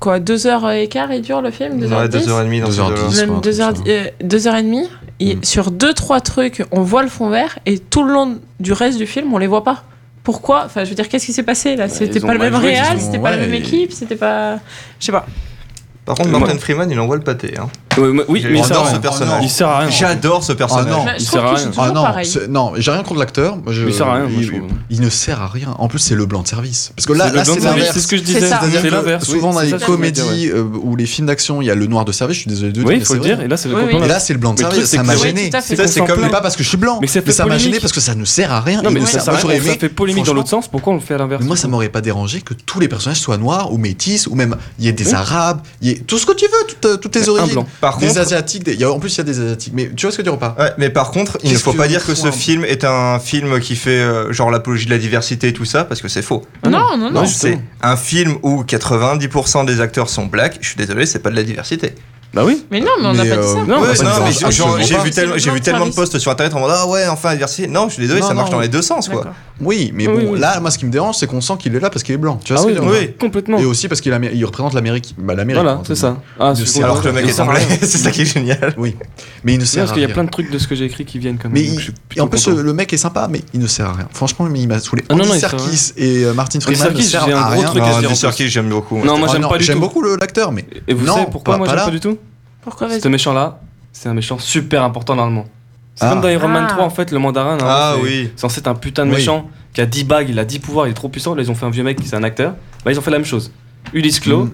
[SPEAKER 2] quoi, 2h15 il dure le film 2
[SPEAKER 9] Ouais, Deux
[SPEAKER 2] h 10
[SPEAKER 9] heures et demie dans
[SPEAKER 3] Deux
[SPEAKER 9] ce
[SPEAKER 3] heures
[SPEAKER 9] deux-là.
[SPEAKER 3] dix.
[SPEAKER 2] même
[SPEAKER 3] Ouais,
[SPEAKER 2] 2h,
[SPEAKER 3] comme ça.
[SPEAKER 2] euh, 2h30, et
[SPEAKER 3] Mm.
[SPEAKER 2] sur 2-3 trucs, on voit le fond vert et tout le long du reste du film, on les voit pas. Pourquoi Enfin, je veux dire, qu'est-ce qui s'est passé là C'était
[SPEAKER 6] ils ont
[SPEAKER 2] pas le
[SPEAKER 6] mal
[SPEAKER 2] même
[SPEAKER 6] joué,
[SPEAKER 3] ils
[SPEAKER 2] réal,
[SPEAKER 3] ont-
[SPEAKER 2] c'était pas la
[SPEAKER 3] ouais,
[SPEAKER 2] même
[SPEAKER 3] et-
[SPEAKER 2] équipe, c'était pas. Je sais pas.
[SPEAKER 9] Par contre,
[SPEAKER 6] Ouais.
[SPEAKER 9] Martin Freeman, il envoie le pâté. hein.
[SPEAKER 6] Ouais, moi- oui, mais il sert
[SPEAKER 9] J'adore
[SPEAKER 6] à
[SPEAKER 9] ce
[SPEAKER 6] rien.
[SPEAKER 9] personnage.
[SPEAKER 6] Il sert à rien.
[SPEAKER 9] J'adore ce personnage.
[SPEAKER 3] Ah, non.
[SPEAKER 2] Je-
[SPEAKER 6] il
[SPEAKER 2] je
[SPEAKER 6] sert à
[SPEAKER 2] trouve qu'il
[SPEAKER 6] rien.
[SPEAKER 2] est toujours
[SPEAKER 3] ah non,
[SPEAKER 2] pareil.
[SPEAKER 3] c'est- non, j'ai rien contre l'acteur. Moi, je-
[SPEAKER 6] Il sert à rien, moi, je
[SPEAKER 3] il,
[SPEAKER 6] trouve.
[SPEAKER 3] il ne sert à rien. En plus, c'est le blanc de service. Parce que là,
[SPEAKER 6] C'est le
[SPEAKER 3] là,
[SPEAKER 6] blanc
[SPEAKER 3] c'est
[SPEAKER 6] de service,
[SPEAKER 3] l'inverse.
[SPEAKER 6] C'est ce que je
[SPEAKER 2] C'est
[SPEAKER 6] disais.
[SPEAKER 2] ça.
[SPEAKER 6] C'est
[SPEAKER 3] C'est-à-dire
[SPEAKER 6] l'inverse.
[SPEAKER 3] que Souvent
[SPEAKER 6] oui,
[SPEAKER 3] dans
[SPEAKER 6] c'est
[SPEAKER 3] les
[SPEAKER 6] ça que je voulais dire, ouais.
[SPEAKER 3] comédies euh, ou les films d'action, il y a le noir de service. Je suis désolé de le
[SPEAKER 6] Oui,
[SPEAKER 3] dire,
[SPEAKER 6] il
[SPEAKER 3] mais
[SPEAKER 6] faut
[SPEAKER 3] c'est
[SPEAKER 6] le dire.
[SPEAKER 3] vrai.
[SPEAKER 6] Et là, c'est le
[SPEAKER 2] Oui, oui.
[SPEAKER 6] compliment.
[SPEAKER 3] Et là, c'est le blanc de
[SPEAKER 6] Mais le truc,
[SPEAKER 3] service.
[SPEAKER 6] c'est
[SPEAKER 3] Ça
[SPEAKER 6] que
[SPEAKER 3] m'a
[SPEAKER 6] c'est-
[SPEAKER 3] gêné.
[SPEAKER 2] Oui, tout à
[SPEAKER 6] Ça,
[SPEAKER 2] fait.
[SPEAKER 3] Ça,
[SPEAKER 6] c'est
[SPEAKER 3] c'est
[SPEAKER 6] qu'on
[SPEAKER 3] comme
[SPEAKER 6] s'en
[SPEAKER 3] mais
[SPEAKER 6] plaint.
[SPEAKER 3] pas parce que je suis blanc.
[SPEAKER 6] Mais ça fait
[SPEAKER 3] Mais ça m'a
[SPEAKER 6] polémique.
[SPEAKER 3] gêné parce que ça ne sert à rien.
[SPEAKER 6] Non, mais
[SPEAKER 3] Moi,
[SPEAKER 6] ça sert à
[SPEAKER 3] moi,
[SPEAKER 6] rien,
[SPEAKER 3] j'aurais
[SPEAKER 6] Ça
[SPEAKER 3] aimé-
[SPEAKER 6] fait polémique dans l'autre
[SPEAKER 3] franchement,
[SPEAKER 6] sens. Pourquoi on le fait à l'inverse
[SPEAKER 3] mais moi, ça m'aurait pas dérangé que tous les personnages soient noirs ou métis ou même il y ait des
[SPEAKER 6] Oui.
[SPEAKER 3] arabes, il y ait tout ce que tu veux, toutes, euh, toutes tes
[SPEAKER 6] Un
[SPEAKER 3] origines.
[SPEAKER 6] blanc.
[SPEAKER 9] Par
[SPEAKER 3] Des
[SPEAKER 9] contre,
[SPEAKER 3] asiatiques, des- il y a- en plus il y a des asiatiques. Mais tu vois ce que tu repars
[SPEAKER 9] Ouais, mais par contre, il ne
[SPEAKER 3] Qu'est-ce
[SPEAKER 9] faut
[SPEAKER 3] que
[SPEAKER 9] pas
[SPEAKER 3] vous
[SPEAKER 9] dire que ce
[SPEAKER 3] foutez
[SPEAKER 9] film est un film qui fait euh, genre l'apologie de la diversité et tout ça, parce que c'est faux.
[SPEAKER 6] Ah
[SPEAKER 2] Non, non, non.
[SPEAKER 6] Non,
[SPEAKER 9] c'est
[SPEAKER 6] justement.
[SPEAKER 9] un film où 90% des acteurs sont blacks. Je suis désolé, c'est pas de la diversité.
[SPEAKER 6] Bah oui.
[SPEAKER 2] Mais non, mais on n'a
[SPEAKER 3] Mais,
[SPEAKER 2] pas dit
[SPEAKER 3] euh,
[SPEAKER 2] ça.
[SPEAKER 6] Non,
[SPEAKER 9] Ouais,
[SPEAKER 6] bah, ça
[SPEAKER 9] non,
[SPEAKER 6] ne
[SPEAKER 9] mais
[SPEAKER 6] dérange
[SPEAKER 9] genre,
[SPEAKER 6] absolument
[SPEAKER 9] j'ai
[SPEAKER 2] pas.
[SPEAKER 9] vu, tellement-
[SPEAKER 2] C'est
[SPEAKER 9] j'ai vu
[SPEAKER 2] le
[SPEAKER 9] tellement de
[SPEAKER 2] service.
[SPEAKER 9] posts sur internet en mode ah ouais, enfin la diversité. Non, je suis désolé,
[SPEAKER 3] Non,
[SPEAKER 9] ça marche
[SPEAKER 3] non.
[SPEAKER 9] dans les deux sens quoi.
[SPEAKER 2] D'accord.
[SPEAKER 3] Oui, mais
[SPEAKER 6] Oui,
[SPEAKER 3] bon,
[SPEAKER 6] oui.
[SPEAKER 3] là, moi, ce qui me dérange, c'est qu'on sent qu'il est là parce qu'il est blanc. Tu vois
[SPEAKER 6] Ah
[SPEAKER 3] ce
[SPEAKER 6] oui,
[SPEAKER 3] que je veux dire
[SPEAKER 6] oui, complètement.
[SPEAKER 3] Et aussi parce qu'il amé- il représente l'Amérique. Bah, l'Amérique.
[SPEAKER 6] Voilà,
[SPEAKER 3] en
[SPEAKER 6] c'est
[SPEAKER 3] tout cas.
[SPEAKER 6] ça. Ah,
[SPEAKER 3] De
[SPEAKER 6] c'est-
[SPEAKER 3] Ouais,
[SPEAKER 9] Alors que le mec
[SPEAKER 6] Il
[SPEAKER 9] est
[SPEAKER 6] sert à
[SPEAKER 9] anglais,
[SPEAKER 6] rien.
[SPEAKER 3] *laughs*
[SPEAKER 9] c'est ça qui est génial.
[SPEAKER 3] Oui. Mais il ne sert
[SPEAKER 6] Parce
[SPEAKER 3] à
[SPEAKER 6] qu'il y
[SPEAKER 3] rien.
[SPEAKER 6] a plein de trucs de ce que j'ai écrit qui viennent quand même.
[SPEAKER 3] Mais
[SPEAKER 6] donc
[SPEAKER 3] il-
[SPEAKER 6] je suis
[SPEAKER 3] et
[SPEAKER 6] plutôt
[SPEAKER 3] en plus,
[SPEAKER 6] content.
[SPEAKER 3] le le mec est sympa, mais il ne sert à rien. Franchement, il m'a saoulé.
[SPEAKER 6] Ah non, non,
[SPEAKER 3] Andy
[SPEAKER 6] il sert à
[SPEAKER 3] Serkis et euh, Martin
[SPEAKER 6] Andy
[SPEAKER 3] Freeman ne
[SPEAKER 6] Serkis,
[SPEAKER 3] servent
[SPEAKER 6] j'ai un
[SPEAKER 3] à
[SPEAKER 6] gros
[SPEAKER 3] rien.
[SPEAKER 6] truc à
[SPEAKER 9] Non,
[SPEAKER 6] dire, en
[SPEAKER 9] Andy Serkis, j'aime beaucoup. moi.
[SPEAKER 6] Non, moi
[SPEAKER 3] Ah
[SPEAKER 6] j'aime
[SPEAKER 3] non,
[SPEAKER 6] pas du
[SPEAKER 3] j'aime
[SPEAKER 6] tout.
[SPEAKER 3] beaucoup le- l'acteur, mais
[SPEAKER 6] Et vous
[SPEAKER 3] euh, Non,
[SPEAKER 6] savez pourquoi
[SPEAKER 3] pas-
[SPEAKER 6] moi
[SPEAKER 3] pas
[SPEAKER 6] j'aime
[SPEAKER 3] là. Ah,
[SPEAKER 6] pas du tout
[SPEAKER 2] Pourquoi
[SPEAKER 6] Ce
[SPEAKER 2] vas-y
[SPEAKER 6] méchant là, c'est un méchant super important dans le monde. C'est
[SPEAKER 3] Ah.
[SPEAKER 6] comme dans Iron Man
[SPEAKER 2] Ah.
[SPEAKER 6] 3 en fait, le mandarin. normalement,
[SPEAKER 9] Ah
[SPEAKER 6] c'est-
[SPEAKER 9] oui.
[SPEAKER 6] C'est censé être un putain de
[SPEAKER 3] Oui.
[SPEAKER 6] méchant qui a 10 bagues, il a 10 pouvoirs, il est trop puissant. Là ils ont fait un vieux mec qui c'est un acteur. Bah ils ont fait la même chose. Ulysse Clos,
[SPEAKER 3] Mm.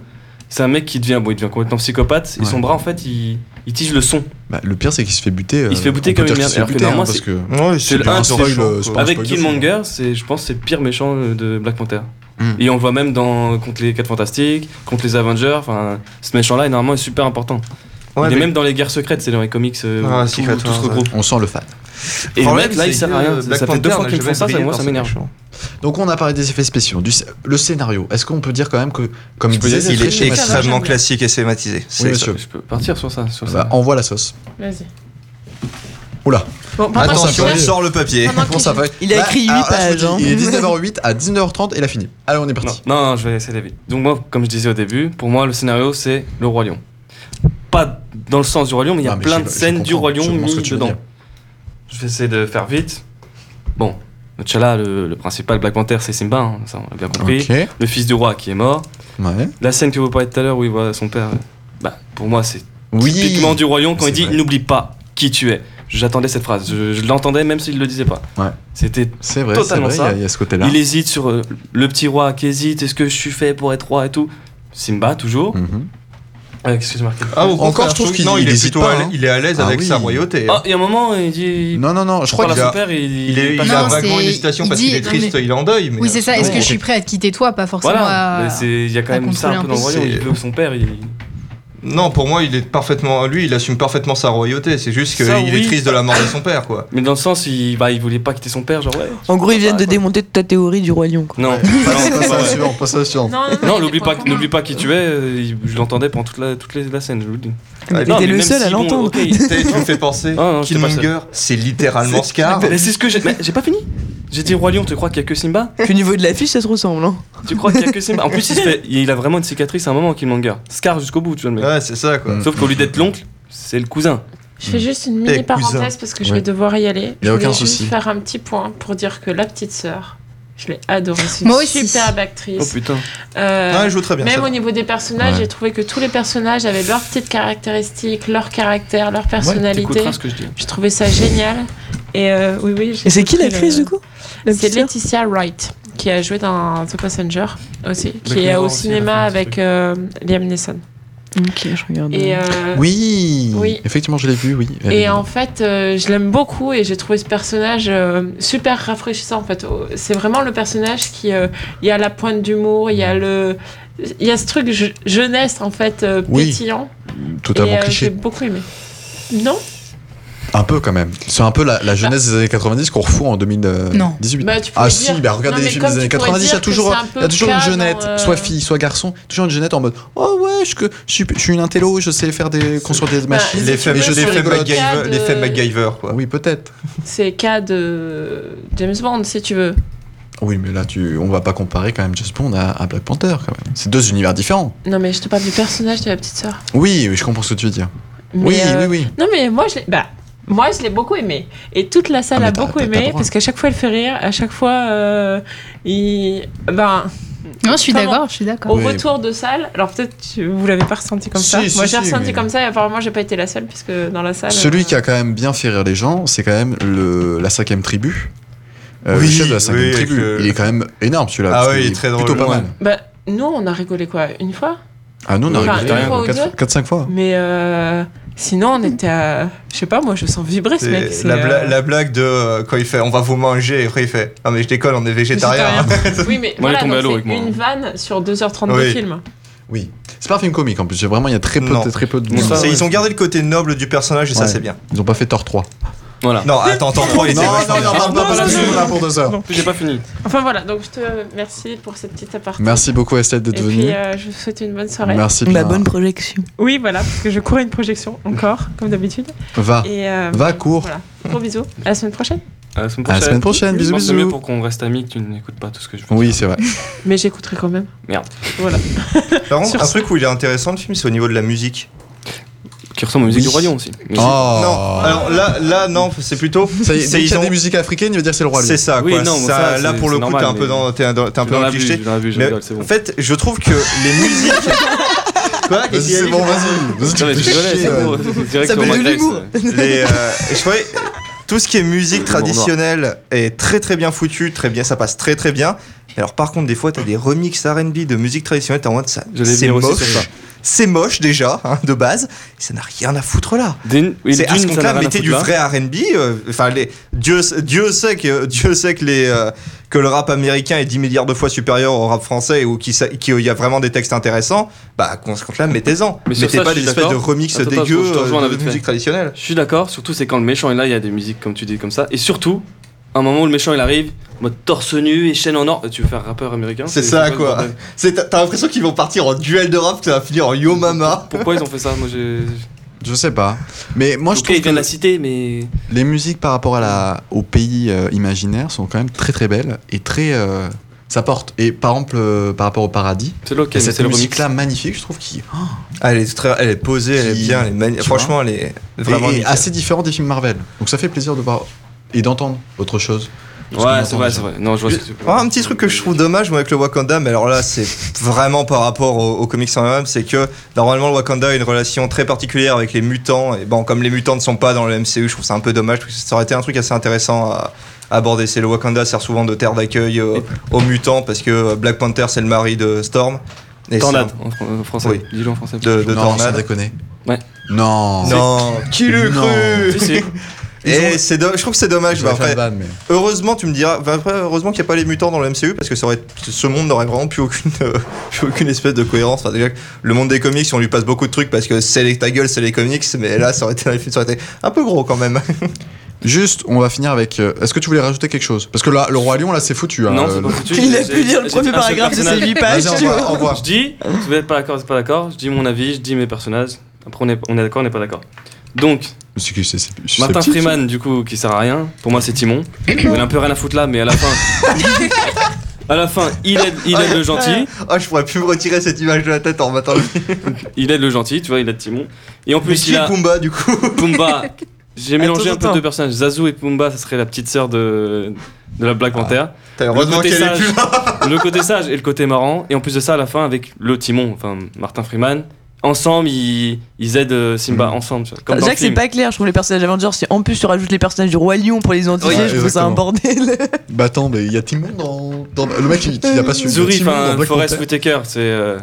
[SPEAKER 6] c'est un mec qui devient, bon, il devient complètement psychopathe. Et
[SPEAKER 3] Ouais.
[SPEAKER 6] son bras en fait, il, il tige le son.
[SPEAKER 3] bah, le pire, c'est qu'il se fait buter. euh,
[SPEAKER 6] Il se fait buter
[SPEAKER 3] on peut
[SPEAKER 6] comme
[SPEAKER 3] dire
[SPEAKER 6] une
[SPEAKER 3] qu'il se fait
[SPEAKER 6] merde, alors que
[SPEAKER 3] buter, hein,
[SPEAKER 6] normalement,
[SPEAKER 3] parce
[SPEAKER 6] c'est-
[SPEAKER 3] que.
[SPEAKER 9] Ouais,
[SPEAKER 6] C'est le
[SPEAKER 9] super
[SPEAKER 6] un,
[SPEAKER 9] intéressant,
[SPEAKER 3] c'est le-
[SPEAKER 9] quoi.
[SPEAKER 3] Bon,
[SPEAKER 6] Avec
[SPEAKER 3] je peux le
[SPEAKER 6] Killmonger, c'est, je pense, c'est le pire méchant euh, de Black Panther.
[SPEAKER 3] Mm.
[SPEAKER 6] Et on le voit même dans contre les 4 Fantastiques, contre les Avengers. Enfin, ce méchant-là, est normalement, est super important.
[SPEAKER 9] Ouais,
[SPEAKER 6] il est
[SPEAKER 9] mais-
[SPEAKER 6] même dans les guerres secrètes, c'est dans les comics, euh,
[SPEAKER 9] Ah,
[SPEAKER 6] où tout,
[SPEAKER 9] Secret
[SPEAKER 6] tout se
[SPEAKER 9] Wars, ouais.
[SPEAKER 6] regroupe.
[SPEAKER 3] On sent le fan.
[SPEAKER 6] Et le
[SPEAKER 9] Problème,
[SPEAKER 6] mec, là,
[SPEAKER 9] c'est
[SPEAKER 6] il sert
[SPEAKER 9] que
[SPEAKER 6] à rien.
[SPEAKER 9] Black
[SPEAKER 6] Ça fait deux
[SPEAKER 9] Panther
[SPEAKER 6] fois
[SPEAKER 9] n'a
[SPEAKER 6] qu'ils me font
[SPEAKER 9] jamais
[SPEAKER 6] ça, ça,
[SPEAKER 9] brillé
[SPEAKER 6] moi,
[SPEAKER 9] par
[SPEAKER 6] ça
[SPEAKER 9] ses
[SPEAKER 6] m'énerve.
[SPEAKER 9] méchants.
[SPEAKER 3] Donc, on a parlé des effets spéciaux. Du... sc- Le scénario, est-ce qu'on peut dire quand même que, comme
[SPEAKER 6] Je
[SPEAKER 3] il
[SPEAKER 6] peux
[SPEAKER 3] disait,
[SPEAKER 6] dire,
[SPEAKER 3] c'est
[SPEAKER 9] Il
[SPEAKER 3] très
[SPEAKER 9] est
[SPEAKER 3] schématique
[SPEAKER 9] extrêmement classique et schématisé.
[SPEAKER 3] Oui,
[SPEAKER 9] C'est ça.
[SPEAKER 3] monsieur.
[SPEAKER 6] Je peux partir sur ça. Sur
[SPEAKER 3] Bah,
[SPEAKER 6] ça.
[SPEAKER 3] envoie la sauce.
[SPEAKER 2] Vas-y.
[SPEAKER 3] Oula.
[SPEAKER 2] Bon, par
[SPEAKER 3] Attends,
[SPEAKER 2] contre,
[SPEAKER 9] Attention,
[SPEAKER 3] ça
[SPEAKER 9] il
[SPEAKER 3] peut-
[SPEAKER 9] sort le papier.
[SPEAKER 2] Pendant
[SPEAKER 3] Pour
[SPEAKER 2] qu'il-
[SPEAKER 3] sa feuille.
[SPEAKER 7] Il a écrit huit
[SPEAKER 3] alors là, je vous
[SPEAKER 7] pages, hein.
[SPEAKER 3] dis, Il
[SPEAKER 2] *laughs*
[SPEAKER 3] est 19h08 à 19h30 et il a fini. Allez, on est
[SPEAKER 6] Non,
[SPEAKER 3] parti.
[SPEAKER 6] non, non, je vais essayer d'aller vite. Donc moi, comme je disais au début, pour moi, le scénario, c'est le Roi Lion. Pas dans le sens du Roi Lion, mais il y a
[SPEAKER 3] Non, mais
[SPEAKER 6] plein
[SPEAKER 3] je-
[SPEAKER 6] de
[SPEAKER 3] je
[SPEAKER 6] scènes du
[SPEAKER 3] comprends,
[SPEAKER 6] Roi
[SPEAKER 3] je
[SPEAKER 6] Lion
[SPEAKER 3] comprends ce que
[SPEAKER 6] mises
[SPEAKER 3] tu veux
[SPEAKER 6] dedans.
[SPEAKER 3] dire.
[SPEAKER 6] Je vais essayer de faire vite. Bon, T'Challa, le, le principal Black Panther, c'est Simba, hein, ça on l'a bien compris. Le fils du roi qui est mort.
[SPEAKER 3] Ouais.
[SPEAKER 6] La scène que vous parlez tout à l'heure où il voit son père, euh, bah, pour moi, c'est
[SPEAKER 3] Oui.
[SPEAKER 6] typiquement du Royaume quand
[SPEAKER 3] C'est
[SPEAKER 6] il dit
[SPEAKER 3] vrai.
[SPEAKER 6] N'oublie pas qui tu es. J'attendais cette phrase, je, je l'entendais même s'il le disait pas.
[SPEAKER 3] Ouais.
[SPEAKER 6] C'était.
[SPEAKER 3] C'est vrai, c'est
[SPEAKER 6] Totalement
[SPEAKER 3] vrai, il y
[SPEAKER 6] ça.
[SPEAKER 3] a- il y, a ce côté-là.
[SPEAKER 6] Il hésite sur euh, le petit roi qui hésite est-ce que je suis fait pour être roi et tout. Simba, toujours.
[SPEAKER 3] Mhm.
[SPEAKER 6] Euh, Qu'est-ce que j'ai marqué
[SPEAKER 9] Ah, au
[SPEAKER 3] Encore,
[SPEAKER 9] contraire,
[SPEAKER 3] je trouve qu'il-
[SPEAKER 9] non, il,
[SPEAKER 3] il
[SPEAKER 9] est
[SPEAKER 3] hésite
[SPEAKER 9] plutôt
[SPEAKER 3] pas,
[SPEAKER 9] à l'aise-
[SPEAKER 3] hein.
[SPEAKER 9] il est à l'aise
[SPEAKER 3] Ah
[SPEAKER 9] avec
[SPEAKER 3] oui.
[SPEAKER 9] sa royauté.
[SPEAKER 6] Ah, il y a un moment, il dit.
[SPEAKER 3] Non, non, non, je crois
[SPEAKER 6] parle
[SPEAKER 3] qu'il
[SPEAKER 6] à
[SPEAKER 9] qu'il
[SPEAKER 3] a.
[SPEAKER 6] son père, il,
[SPEAKER 9] Il, est,
[SPEAKER 6] pas
[SPEAKER 9] il a
[SPEAKER 8] Non,
[SPEAKER 9] vaguement
[SPEAKER 8] c'est-
[SPEAKER 9] une hésitation
[SPEAKER 8] il
[SPEAKER 9] parce
[SPEAKER 8] dit-
[SPEAKER 9] qu'il est
[SPEAKER 8] non,
[SPEAKER 9] triste,
[SPEAKER 8] mais-
[SPEAKER 9] il est en deuil. Mais
[SPEAKER 8] Oui, c'est ça. Est-ce que je suis prêt à te quitter toi Pas forcément
[SPEAKER 6] Voilà,
[SPEAKER 8] à-
[SPEAKER 6] mais c'est- il y a quand
[SPEAKER 8] à
[SPEAKER 6] même ça un peu
[SPEAKER 8] contrôler
[SPEAKER 6] dans
[SPEAKER 8] un
[SPEAKER 6] le
[SPEAKER 8] peu.
[SPEAKER 6] royaume. Il
[SPEAKER 9] C'est-
[SPEAKER 6] veut que son père, il.
[SPEAKER 9] Non, pour moi, il est parfaitement. Lui, il assume parfaitement sa royauté. C'est juste qu'il
[SPEAKER 6] Ça,
[SPEAKER 9] est
[SPEAKER 6] oui.
[SPEAKER 9] triste de la mort de son
[SPEAKER 2] *laughs*
[SPEAKER 9] père, quoi.
[SPEAKER 6] Mais dans le sens, il, bah, il voulait pas quitter son père, genre ouais.
[SPEAKER 7] En gros, ils viennent de démonter toute ta théorie du roi lion. quoi.
[SPEAKER 6] Non, non,
[SPEAKER 3] Passe-
[SPEAKER 6] c'est
[SPEAKER 3] passe à
[SPEAKER 6] pas
[SPEAKER 3] la
[SPEAKER 6] vrai.
[SPEAKER 3] suivante, passe à la suivante.
[SPEAKER 2] Non, non,
[SPEAKER 6] *laughs*
[SPEAKER 2] non,
[SPEAKER 6] non
[SPEAKER 2] il y a
[SPEAKER 6] n'oublie
[SPEAKER 2] des
[SPEAKER 6] pas,
[SPEAKER 2] points
[SPEAKER 6] que-
[SPEAKER 2] communs.
[SPEAKER 6] n'oublie pas qui tu es. euh, il- Je l'entendais pendant toute la, toute les- la scène, je vous le dis.
[SPEAKER 7] Mais
[SPEAKER 6] Non,
[SPEAKER 7] T'étais
[SPEAKER 6] mais
[SPEAKER 7] le
[SPEAKER 6] même
[SPEAKER 7] seul à
[SPEAKER 6] si, bon,
[SPEAKER 7] l'entendre.
[SPEAKER 6] ok, il-
[SPEAKER 9] Tu me fais penser.
[SPEAKER 6] Ah, non, j'étais pas seul.
[SPEAKER 9] Killmonger, c'est littéralement Scar.
[SPEAKER 6] Mais c'est ce que j'ai. mais j'ai pas fini. J'ai dit Roi Lion, tu crois qu'il y a que Simba
[SPEAKER 7] Puis Au niveau de l'affiche, ça se ressemble. Hein.
[SPEAKER 6] Tu crois qu'il y a que Simba En plus, il, se fait- il a vraiment une cicatrice à un moment, Killmonger. Scar jusqu'au bout, tu vois le mec.
[SPEAKER 9] Ouais, c'est ça, quoi.
[SPEAKER 3] Mm.
[SPEAKER 6] Sauf qu'au lieu d'être l'oncle, c'est le cousin.
[SPEAKER 2] Je
[SPEAKER 6] Hmm.
[SPEAKER 2] fais juste une
[SPEAKER 9] Eh,
[SPEAKER 2] mini
[SPEAKER 9] cousin.
[SPEAKER 2] parenthèse parce que je
[SPEAKER 3] Ouais.
[SPEAKER 2] vais devoir y aller.
[SPEAKER 3] Y a
[SPEAKER 2] je
[SPEAKER 3] aucun
[SPEAKER 2] voulais juste
[SPEAKER 3] souci.
[SPEAKER 2] faire un petit point pour dire que la petite sœur, je l'ai adorée. C'est une
[SPEAKER 8] Moi aussi.
[SPEAKER 2] superbe
[SPEAKER 6] Oh
[SPEAKER 2] actrice.
[SPEAKER 6] putain.
[SPEAKER 2] Euh,
[SPEAKER 9] Ah, il joue très bien. ça.
[SPEAKER 2] même au niveau des personnages,
[SPEAKER 3] Ouais.
[SPEAKER 2] j'ai trouvé que tous les personnages avaient leurs petites caractéristiques, leur caractère, leur personnalité.
[SPEAKER 6] T'écouteras ce que je dis.
[SPEAKER 2] J'ai trouvé ça génial. Et euh, oui, oui. j'ai
[SPEAKER 7] Et c'est qui
[SPEAKER 2] noté
[SPEAKER 7] l'actrice
[SPEAKER 2] le-
[SPEAKER 7] du coup La
[SPEAKER 2] C'est
[SPEAKER 7] petite sœur
[SPEAKER 2] Laetitia Wright qui a joué dans The Passenger aussi, qui est
[SPEAKER 6] Mirror
[SPEAKER 2] au
[SPEAKER 6] aussi, elle
[SPEAKER 2] cinéma
[SPEAKER 6] a fait un petit
[SPEAKER 2] avec euh, Liam Neeson.
[SPEAKER 7] Ok, je regarde. Bah,
[SPEAKER 2] Et, euh,
[SPEAKER 3] Oui.
[SPEAKER 2] Oui.
[SPEAKER 3] Effectivement, je l'ai vu, oui.
[SPEAKER 2] et en fait, euh, je l'aime beaucoup et j'ai trouvé ce personnage euh, super rafraîchissant. En fait, Oh, c'est vraiment le personnage qui, euh, il y a la pointe d'humour, il y a le, il y a ce truc je- jeunesse en fait euh,
[SPEAKER 3] Oui.
[SPEAKER 2] pétillant.
[SPEAKER 3] Totalement
[SPEAKER 2] et euh, j'ai
[SPEAKER 3] cliché.
[SPEAKER 2] beaucoup aimé. Non,
[SPEAKER 3] Un peu quand même. C'est un peu la, la jeunesse des années 90 qu'on refout en 2018.
[SPEAKER 2] Bah, tu pourrais
[SPEAKER 3] Ah si,
[SPEAKER 2] dire-
[SPEAKER 3] bah regardez
[SPEAKER 2] Non,
[SPEAKER 3] les
[SPEAKER 2] mais
[SPEAKER 3] films
[SPEAKER 2] comme
[SPEAKER 3] des années
[SPEAKER 2] tu pourrais
[SPEAKER 3] 90, il y a
[SPEAKER 2] dire que
[SPEAKER 3] toujours,
[SPEAKER 2] c'est un peu
[SPEAKER 3] il y a toujours une
[SPEAKER 2] cas dans,
[SPEAKER 3] jeunette,
[SPEAKER 2] euh,
[SPEAKER 3] soit fille, soit garçon, toujours une jeunette en mode Oh ouais, je, que- je suis, je suis une intello, je sais faire des, construire des machines.
[SPEAKER 2] si
[SPEAKER 9] L'effet
[SPEAKER 2] tu veux,
[SPEAKER 3] je
[SPEAKER 2] sur
[SPEAKER 3] suis
[SPEAKER 9] l'effet
[SPEAKER 2] les
[SPEAKER 3] rigolote.
[SPEAKER 2] cas
[SPEAKER 9] MacGyver,
[SPEAKER 2] de-
[SPEAKER 9] l'effet MacGyver, quoi.
[SPEAKER 3] Oui, peut-être.
[SPEAKER 2] c'est cas de James Bond si tu veux.
[SPEAKER 3] Oui, mais là, tu, on va pas comparer quand même Just Bond à, à Black Panther quand même. C'est deux univers différents.
[SPEAKER 2] Non mais je te parle du personnage de la petite sœur.
[SPEAKER 3] Oui, oui, je comprends ce que tu veux dire.
[SPEAKER 2] Mais,
[SPEAKER 3] Oui,
[SPEAKER 2] euh,
[SPEAKER 3] oui, oui.
[SPEAKER 2] Non mais moi je l'ai bah, moi je l'ai beaucoup aimé et toute la salle
[SPEAKER 3] Ah, mais
[SPEAKER 2] a
[SPEAKER 3] t'as-
[SPEAKER 2] beaucoup
[SPEAKER 3] t'as- t'as
[SPEAKER 2] aimé
[SPEAKER 3] droit.
[SPEAKER 2] parce qu'à chaque fois elle fait rire, à chaque fois euh, il ben
[SPEAKER 8] Non, je suis
[SPEAKER 2] Comment
[SPEAKER 8] d'accord, je suis d'accord.
[SPEAKER 2] Au
[SPEAKER 3] Oui.
[SPEAKER 2] retour de salle, alors peut-être tu- vous l'avez pas ressenti comme
[SPEAKER 3] Si,
[SPEAKER 2] ça.
[SPEAKER 3] si,
[SPEAKER 2] Moi j'ai
[SPEAKER 3] si,
[SPEAKER 2] ressenti
[SPEAKER 3] mais-
[SPEAKER 2] comme ça et apparemment j'ai pas été la seule puisque dans la salle.
[SPEAKER 3] Celui
[SPEAKER 2] euh,
[SPEAKER 3] qui a quand même bien fait rire les gens, c'est quand même le, la cinquième tribu. Euh,
[SPEAKER 9] Oui,
[SPEAKER 3] le chef de la cinquième
[SPEAKER 9] oui, avec
[SPEAKER 3] tribu.
[SPEAKER 9] le-
[SPEAKER 3] Il est quand même énorme celui-là.
[SPEAKER 9] Ah
[SPEAKER 3] parce
[SPEAKER 9] oui,
[SPEAKER 3] qu'il
[SPEAKER 9] il est très drôle,
[SPEAKER 3] Plutôt pas
[SPEAKER 9] ouais.
[SPEAKER 3] mal.
[SPEAKER 2] Bah nous on a rigolé quoi une fois,
[SPEAKER 3] Ah non, on a
[SPEAKER 2] Enfin,
[SPEAKER 3] rigolé
[SPEAKER 2] une
[SPEAKER 6] rien,
[SPEAKER 2] fois ou deux.
[SPEAKER 3] 4-5 fois.
[SPEAKER 2] Mais euh, sinon on était, à... je sais pas moi je sens vibrer ce mec.
[SPEAKER 9] C'est
[SPEAKER 2] c'est,
[SPEAKER 9] la, bla-
[SPEAKER 2] euh,
[SPEAKER 9] la blague de euh, quand il fait on va vous manger et après il fait non mais je décolle on est végétarien.
[SPEAKER 3] *laughs*
[SPEAKER 6] Moi,
[SPEAKER 2] oui mais
[SPEAKER 6] il est
[SPEAKER 2] voilà,
[SPEAKER 6] tombé
[SPEAKER 2] donc
[SPEAKER 6] à l'eau
[SPEAKER 2] c'est
[SPEAKER 6] avec moi.
[SPEAKER 2] une vanne sur 2h30 de
[SPEAKER 9] Oui.
[SPEAKER 2] film.
[SPEAKER 3] Oui. C'est pas un film comique en plus. c'est Vraiment, il y a très peu,
[SPEAKER 9] Non.
[SPEAKER 3] de- très peu de.
[SPEAKER 6] Non, ça,
[SPEAKER 9] hein. C'est-
[SPEAKER 6] ouais.
[SPEAKER 9] Ils ont gardé le côté noble du personnage et ça
[SPEAKER 3] Ouais.
[SPEAKER 9] c'est bien.
[SPEAKER 3] Ils ont pas fait Thor 3.
[SPEAKER 6] Voilà.
[SPEAKER 9] Non attends attends trois, il était vachement bien.
[SPEAKER 3] parle
[SPEAKER 2] Non, non,
[SPEAKER 3] là-dessus,
[SPEAKER 2] non,
[SPEAKER 3] on est là pour deux heures.
[SPEAKER 6] J'ai pas fini.
[SPEAKER 2] Enfin voilà donc je te remercie pour cette petite aparté.
[SPEAKER 3] Merci beaucoup Estelle
[SPEAKER 2] Et
[SPEAKER 3] d'être
[SPEAKER 2] puis
[SPEAKER 3] venue.
[SPEAKER 2] euh, je vous souhaite une Bah, bonne soirée.
[SPEAKER 3] Merci
[SPEAKER 7] La
[SPEAKER 3] bien.
[SPEAKER 7] bonne projection.
[SPEAKER 2] Oui voilà parce que je cours à une projection encore comme d'habitude.
[SPEAKER 3] Va.
[SPEAKER 2] Et euh,
[SPEAKER 3] Ah. Va cours.
[SPEAKER 2] Voilà. Gros bisous. À la semaine prochaine.
[SPEAKER 6] À la semaine
[SPEAKER 3] À la
[SPEAKER 6] prochaine.
[SPEAKER 3] semaine prochaine.
[SPEAKER 6] Je
[SPEAKER 3] Bisous
[SPEAKER 6] pense que c'est mieux
[SPEAKER 3] bisous.
[SPEAKER 6] pour qu'on reste amis que tu n'écoutes pas tout ce que je veux
[SPEAKER 3] Oui,
[SPEAKER 2] *laughs*
[SPEAKER 3] c'est vrai.
[SPEAKER 2] Mais j'écouterai quand même.
[SPEAKER 6] Merde.
[SPEAKER 2] Voilà.
[SPEAKER 9] Par contre
[SPEAKER 2] Sur
[SPEAKER 9] un
[SPEAKER 2] ce-
[SPEAKER 9] truc où il est intéressant le film c'est au niveau de la musique.
[SPEAKER 6] Qui ressemble aux musiques
[SPEAKER 3] Oui.
[SPEAKER 6] du Royaume aussi. Mais
[SPEAKER 3] Oh.
[SPEAKER 9] Non alors là là non c'est plutôt
[SPEAKER 3] Ça y est,
[SPEAKER 9] c'est-
[SPEAKER 3] dès qu'il y a
[SPEAKER 9] ils ont-
[SPEAKER 3] des musiques africaines, il va dire c'est le roi. lui.
[SPEAKER 9] c'est ça
[SPEAKER 6] Oui,
[SPEAKER 9] quoi.
[SPEAKER 6] non, bon,
[SPEAKER 9] Ça,
[SPEAKER 6] ça,
[SPEAKER 9] là
[SPEAKER 6] c'est-
[SPEAKER 9] pour le
[SPEAKER 6] c'est
[SPEAKER 9] coup
[SPEAKER 6] normal,
[SPEAKER 9] t'es un peu
[SPEAKER 6] mais-
[SPEAKER 9] dans t'es un dans- t'es un
[SPEAKER 6] c'est-
[SPEAKER 9] peu
[SPEAKER 6] Dans
[SPEAKER 9] dans
[SPEAKER 6] la
[SPEAKER 9] le
[SPEAKER 6] vue,
[SPEAKER 9] cliché.
[SPEAKER 6] dans la vue, je
[SPEAKER 9] Mais
[SPEAKER 6] rigole, c'est bon.
[SPEAKER 9] en fait je trouve que les musiques
[SPEAKER 6] *laughs*
[SPEAKER 9] quoi
[SPEAKER 3] Vas-y,
[SPEAKER 9] qu'est-ce qu'il y a
[SPEAKER 3] C'est
[SPEAKER 9] dit
[SPEAKER 3] bon, vas-y. Vas-y,
[SPEAKER 6] Non, mais je
[SPEAKER 3] fais
[SPEAKER 6] rigolais,
[SPEAKER 3] chier, euh,
[SPEAKER 6] c'est
[SPEAKER 3] ouais.
[SPEAKER 6] bon, c'est direct
[SPEAKER 7] Ça
[SPEAKER 6] sur
[SPEAKER 7] fait
[SPEAKER 6] ma
[SPEAKER 7] de
[SPEAKER 6] texte.
[SPEAKER 7] l'humour.
[SPEAKER 9] les, euh, je trouvais tout ce qui est musique
[SPEAKER 6] Le humour noir.
[SPEAKER 9] traditionnelle est très très bien foutu, très bien, ça passe très très bien. Alors par contre, des fois, t'as des remixes R&B de musique traditionnelle, t'es en mode ça,
[SPEAKER 6] J'allais
[SPEAKER 9] c'est
[SPEAKER 6] venir aussi
[SPEAKER 9] moche,
[SPEAKER 6] sur ça.
[SPEAKER 9] c'est moche déjà hein, de base, ça n'a rien à foutre là.
[SPEAKER 6] D'une- oui,
[SPEAKER 9] c'est à ce
[SPEAKER 6] d'une, ça
[SPEAKER 9] compte-là,
[SPEAKER 6] n'a rien à
[SPEAKER 9] mettez
[SPEAKER 6] foutre
[SPEAKER 9] du
[SPEAKER 6] là.
[SPEAKER 9] vrai R&B. euh, Enfin, les- Dieu, Dieu sait que Dieu sait que les euh, que le rap américain est 10 milliards de fois supérieur au rap français ou qu'il sa- qu'il y a vraiment des textes intéressants. Bah, à ce compte-là, mettez-en.
[SPEAKER 6] Mais sur
[SPEAKER 9] Mettez
[SPEAKER 6] ça,
[SPEAKER 9] pas
[SPEAKER 6] je suis
[SPEAKER 9] des espèces de
[SPEAKER 6] d'accord.
[SPEAKER 9] remixes
[SPEAKER 6] Attends, attends,
[SPEAKER 9] dégueux
[SPEAKER 6] je te rejoins, on
[SPEAKER 9] euh,
[SPEAKER 6] avait
[SPEAKER 9] de
[SPEAKER 6] fait.
[SPEAKER 9] musique traditionnelle.
[SPEAKER 6] hein. Je suis d'accord, surtout c'est quand le méchant est là, il y a des musiques comme tu dis comme ça. Et surtout, à un moment où le méchant il arrive, en mode torse nu et chaîne en or. Tu veux faire rappeur américain
[SPEAKER 9] C'est ça,
[SPEAKER 6] le
[SPEAKER 9] quoi.
[SPEAKER 6] bordel.
[SPEAKER 9] C'est- T'as t'as l'impression qu'ils vont partir en duel de rap, tu vas finir en Yo Mama.
[SPEAKER 6] Pourquoi ils ont fait ça Moi j'ai.
[SPEAKER 3] Je sais pas. Mais moi, je
[SPEAKER 6] Ok,
[SPEAKER 3] trouve
[SPEAKER 6] ils viennent
[SPEAKER 3] que
[SPEAKER 6] de la cité, mais.
[SPEAKER 3] les musiques par rapport à la, au pays euh, imaginaire sont quand même très très belles et très. euh, ça porte. Et par exemple, euh, par rapport au paradis,
[SPEAKER 6] C'est le- ok,
[SPEAKER 9] Bah,
[SPEAKER 3] t'as
[SPEAKER 6] mais
[SPEAKER 3] cette
[SPEAKER 6] c'est le remix.
[SPEAKER 3] musique-là magnifique, je trouve, qui oh,
[SPEAKER 9] Ah, elle, est très, elle est posée, elle est
[SPEAKER 3] Qui-
[SPEAKER 9] bien, elle est magnifique.
[SPEAKER 3] tu vois.
[SPEAKER 9] Franchement, elle est vraiment.
[SPEAKER 3] est- est
[SPEAKER 9] nickel.
[SPEAKER 3] assez différente des films Marvel. Donc ça fait plaisir de voir et d'entendre autre chose. Parce qu'on
[SPEAKER 6] Ouais, c'est
[SPEAKER 3] entend
[SPEAKER 6] vrai,
[SPEAKER 3] déjà.
[SPEAKER 6] c'est vrai. Non, je vois ce que tu veux
[SPEAKER 9] Ah, un petit truc que je trouve dommage moi avec le Wakanda, mais alors là c'est vraiment par rapport aux au comics en même, c'est que normalement le Wakanda a une relation très particulière avec les mutants, et bon comme les mutants ne sont pas dans le MCU, je trouve ça un peu dommage, parce que ça aurait été un truc assez intéressant à à aborder. C'est le Wakanda sert souvent de terre d'accueil euh, aux mutants, parce que euh, Black Panther c'est le mari de Storm. Et
[SPEAKER 6] Tornade en fran- en français.
[SPEAKER 9] Oui.
[SPEAKER 6] Dis-le en français.
[SPEAKER 9] c'est un- De, de
[SPEAKER 3] non, sans
[SPEAKER 9] Tornade.
[SPEAKER 3] déconner.
[SPEAKER 6] Ouais.
[SPEAKER 3] Non.
[SPEAKER 9] Non, qui l'eût
[SPEAKER 3] Non.
[SPEAKER 9] cru
[SPEAKER 6] Si, si.
[SPEAKER 9] Et c'est do- je trouve que c'est dommage.
[SPEAKER 3] Je
[SPEAKER 9] bah,
[SPEAKER 3] vais faire
[SPEAKER 9] après,
[SPEAKER 3] une vanne, mais-
[SPEAKER 9] heureusement, tu me diras. bah, après, heureusement qu'il n'y a pas les mutants dans le MCU parce que ça aurait, ce monde n'aurait vraiment plus aucune, *laughs* euh, plus aucune espèce de cohérence. Enfin, déjà, le monde des comics, on lui passe beaucoup de trucs parce que c'est les ta gueule, c'est les comics, mais là, ça aurait été, ça aurait été un peu gros
[SPEAKER 6] *laughs*
[SPEAKER 9] quand même.
[SPEAKER 3] Juste, on va finir avec. euh, Est-ce que tu voulais rajouter quelque chose Parce que là, le roi lion, là, c'est foutu. hein,
[SPEAKER 6] Non,
[SPEAKER 3] le-
[SPEAKER 9] Euh,
[SPEAKER 6] c'est pas foutu.
[SPEAKER 7] Il a
[SPEAKER 6] J'ai-
[SPEAKER 7] pu lire
[SPEAKER 6] j'ai dit un
[SPEAKER 7] le premier
[SPEAKER 6] seul
[SPEAKER 7] paragraphe de ses
[SPEAKER 6] personnage.
[SPEAKER 7] 8 pages,
[SPEAKER 3] Vas-y,
[SPEAKER 7] tu
[SPEAKER 3] au
[SPEAKER 7] vois.
[SPEAKER 3] revoir, au revoir.
[SPEAKER 6] Ah, Je dis, vous n'êtes pas d'accord, c'est pas d'accord. Je dis mon avis, je dis mes personnages. Après, on est, on est d'accord, on n'est pas d'accord. Donc,
[SPEAKER 3] C'est que c'est- c'est- c'est
[SPEAKER 6] Martin
[SPEAKER 3] petit,
[SPEAKER 6] Freeman, du coup, qui sert à rien. Pour moi, c'est Timon. Il a un peu rien à foutre là, mais à la fin. à la fin, il aide, il aide le gentil.
[SPEAKER 9] Ah, je pourrais plus me retirer cette image de la tête en m'attendant.
[SPEAKER 6] Il aide le gentil, tu vois, il aide Timon. Et en
[SPEAKER 9] Mais
[SPEAKER 6] plus,
[SPEAKER 9] qui
[SPEAKER 6] il
[SPEAKER 9] est
[SPEAKER 6] a
[SPEAKER 9] Pumba du coup
[SPEAKER 6] Pumba. J'ai mélangé un peu
[SPEAKER 7] attends.
[SPEAKER 6] deux personnages. Zazu et Pumba, ça serait la petite sœur de, de la Black Panther.
[SPEAKER 9] Putain, Heureusement
[SPEAKER 6] côté
[SPEAKER 9] qu'elle est
[SPEAKER 6] sage.
[SPEAKER 9] plus là.
[SPEAKER 6] le côté sage et le côté marrant. Et en plus de ça, à la fin, avec le Timon, enfin Martin Freeman, ensemble, ils, ils aident euh, Simba ensemble. tu vois, Comme dans
[SPEAKER 7] Déjà
[SPEAKER 6] le
[SPEAKER 7] que Mm. Ah, c'est
[SPEAKER 6] film.
[SPEAKER 7] pas clair, je trouve les personnages Avengers, si en plus tu rajoutes les personnages du Roi Lion pour les identifier,
[SPEAKER 3] Oui,
[SPEAKER 7] je trouve ça un
[SPEAKER 3] exactement.
[SPEAKER 7] bordel.
[SPEAKER 3] tu vois. Bah attends, mais il y a Timon dans, dans- Le mec, il il a pas su.
[SPEAKER 6] Zuri,
[SPEAKER 3] Timon dans
[SPEAKER 6] enfin
[SPEAKER 3] Black
[SPEAKER 6] Forrest
[SPEAKER 3] Panther.
[SPEAKER 6] Whitaker, c'est euh,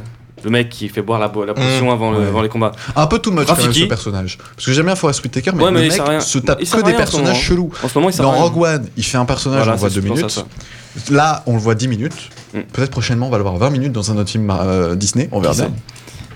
[SPEAKER 6] le mec qui fait boire la, bo-
[SPEAKER 7] Mm.
[SPEAKER 6] la potion avant, le-
[SPEAKER 3] Ouais.
[SPEAKER 6] avant les combats.
[SPEAKER 3] Un peu too much quand même,
[SPEAKER 6] Rafiki.
[SPEAKER 3] ce personnage. Parce que j'aime bien Forest Whitaker, mais
[SPEAKER 6] Ouais, mais
[SPEAKER 3] le
[SPEAKER 6] il
[SPEAKER 3] mec
[SPEAKER 6] sert à rien.
[SPEAKER 3] se tape
[SPEAKER 6] Il sert
[SPEAKER 3] que
[SPEAKER 6] à
[SPEAKER 3] des
[SPEAKER 6] rien en ce
[SPEAKER 3] personnages
[SPEAKER 6] moment.
[SPEAKER 3] chelous.
[SPEAKER 6] En ce moment, il sert
[SPEAKER 3] Dans
[SPEAKER 6] à rien.
[SPEAKER 3] Rogue One, il fait un personnage,
[SPEAKER 6] Voilà,
[SPEAKER 3] on le voit
[SPEAKER 6] c'est-
[SPEAKER 3] deux
[SPEAKER 6] je pense à
[SPEAKER 3] minutes.
[SPEAKER 6] ça.
[SPEAKER 3] Là, on le voit 10 minutes.
[SPEAKER 6] Mm.
[SPEAKER 3] Peut-être prochainement, on va le voir 20 minutes dans un autre film euh, Disney. On verra
[SPEAKER 6] Qui
[SPEAKER 3] bien.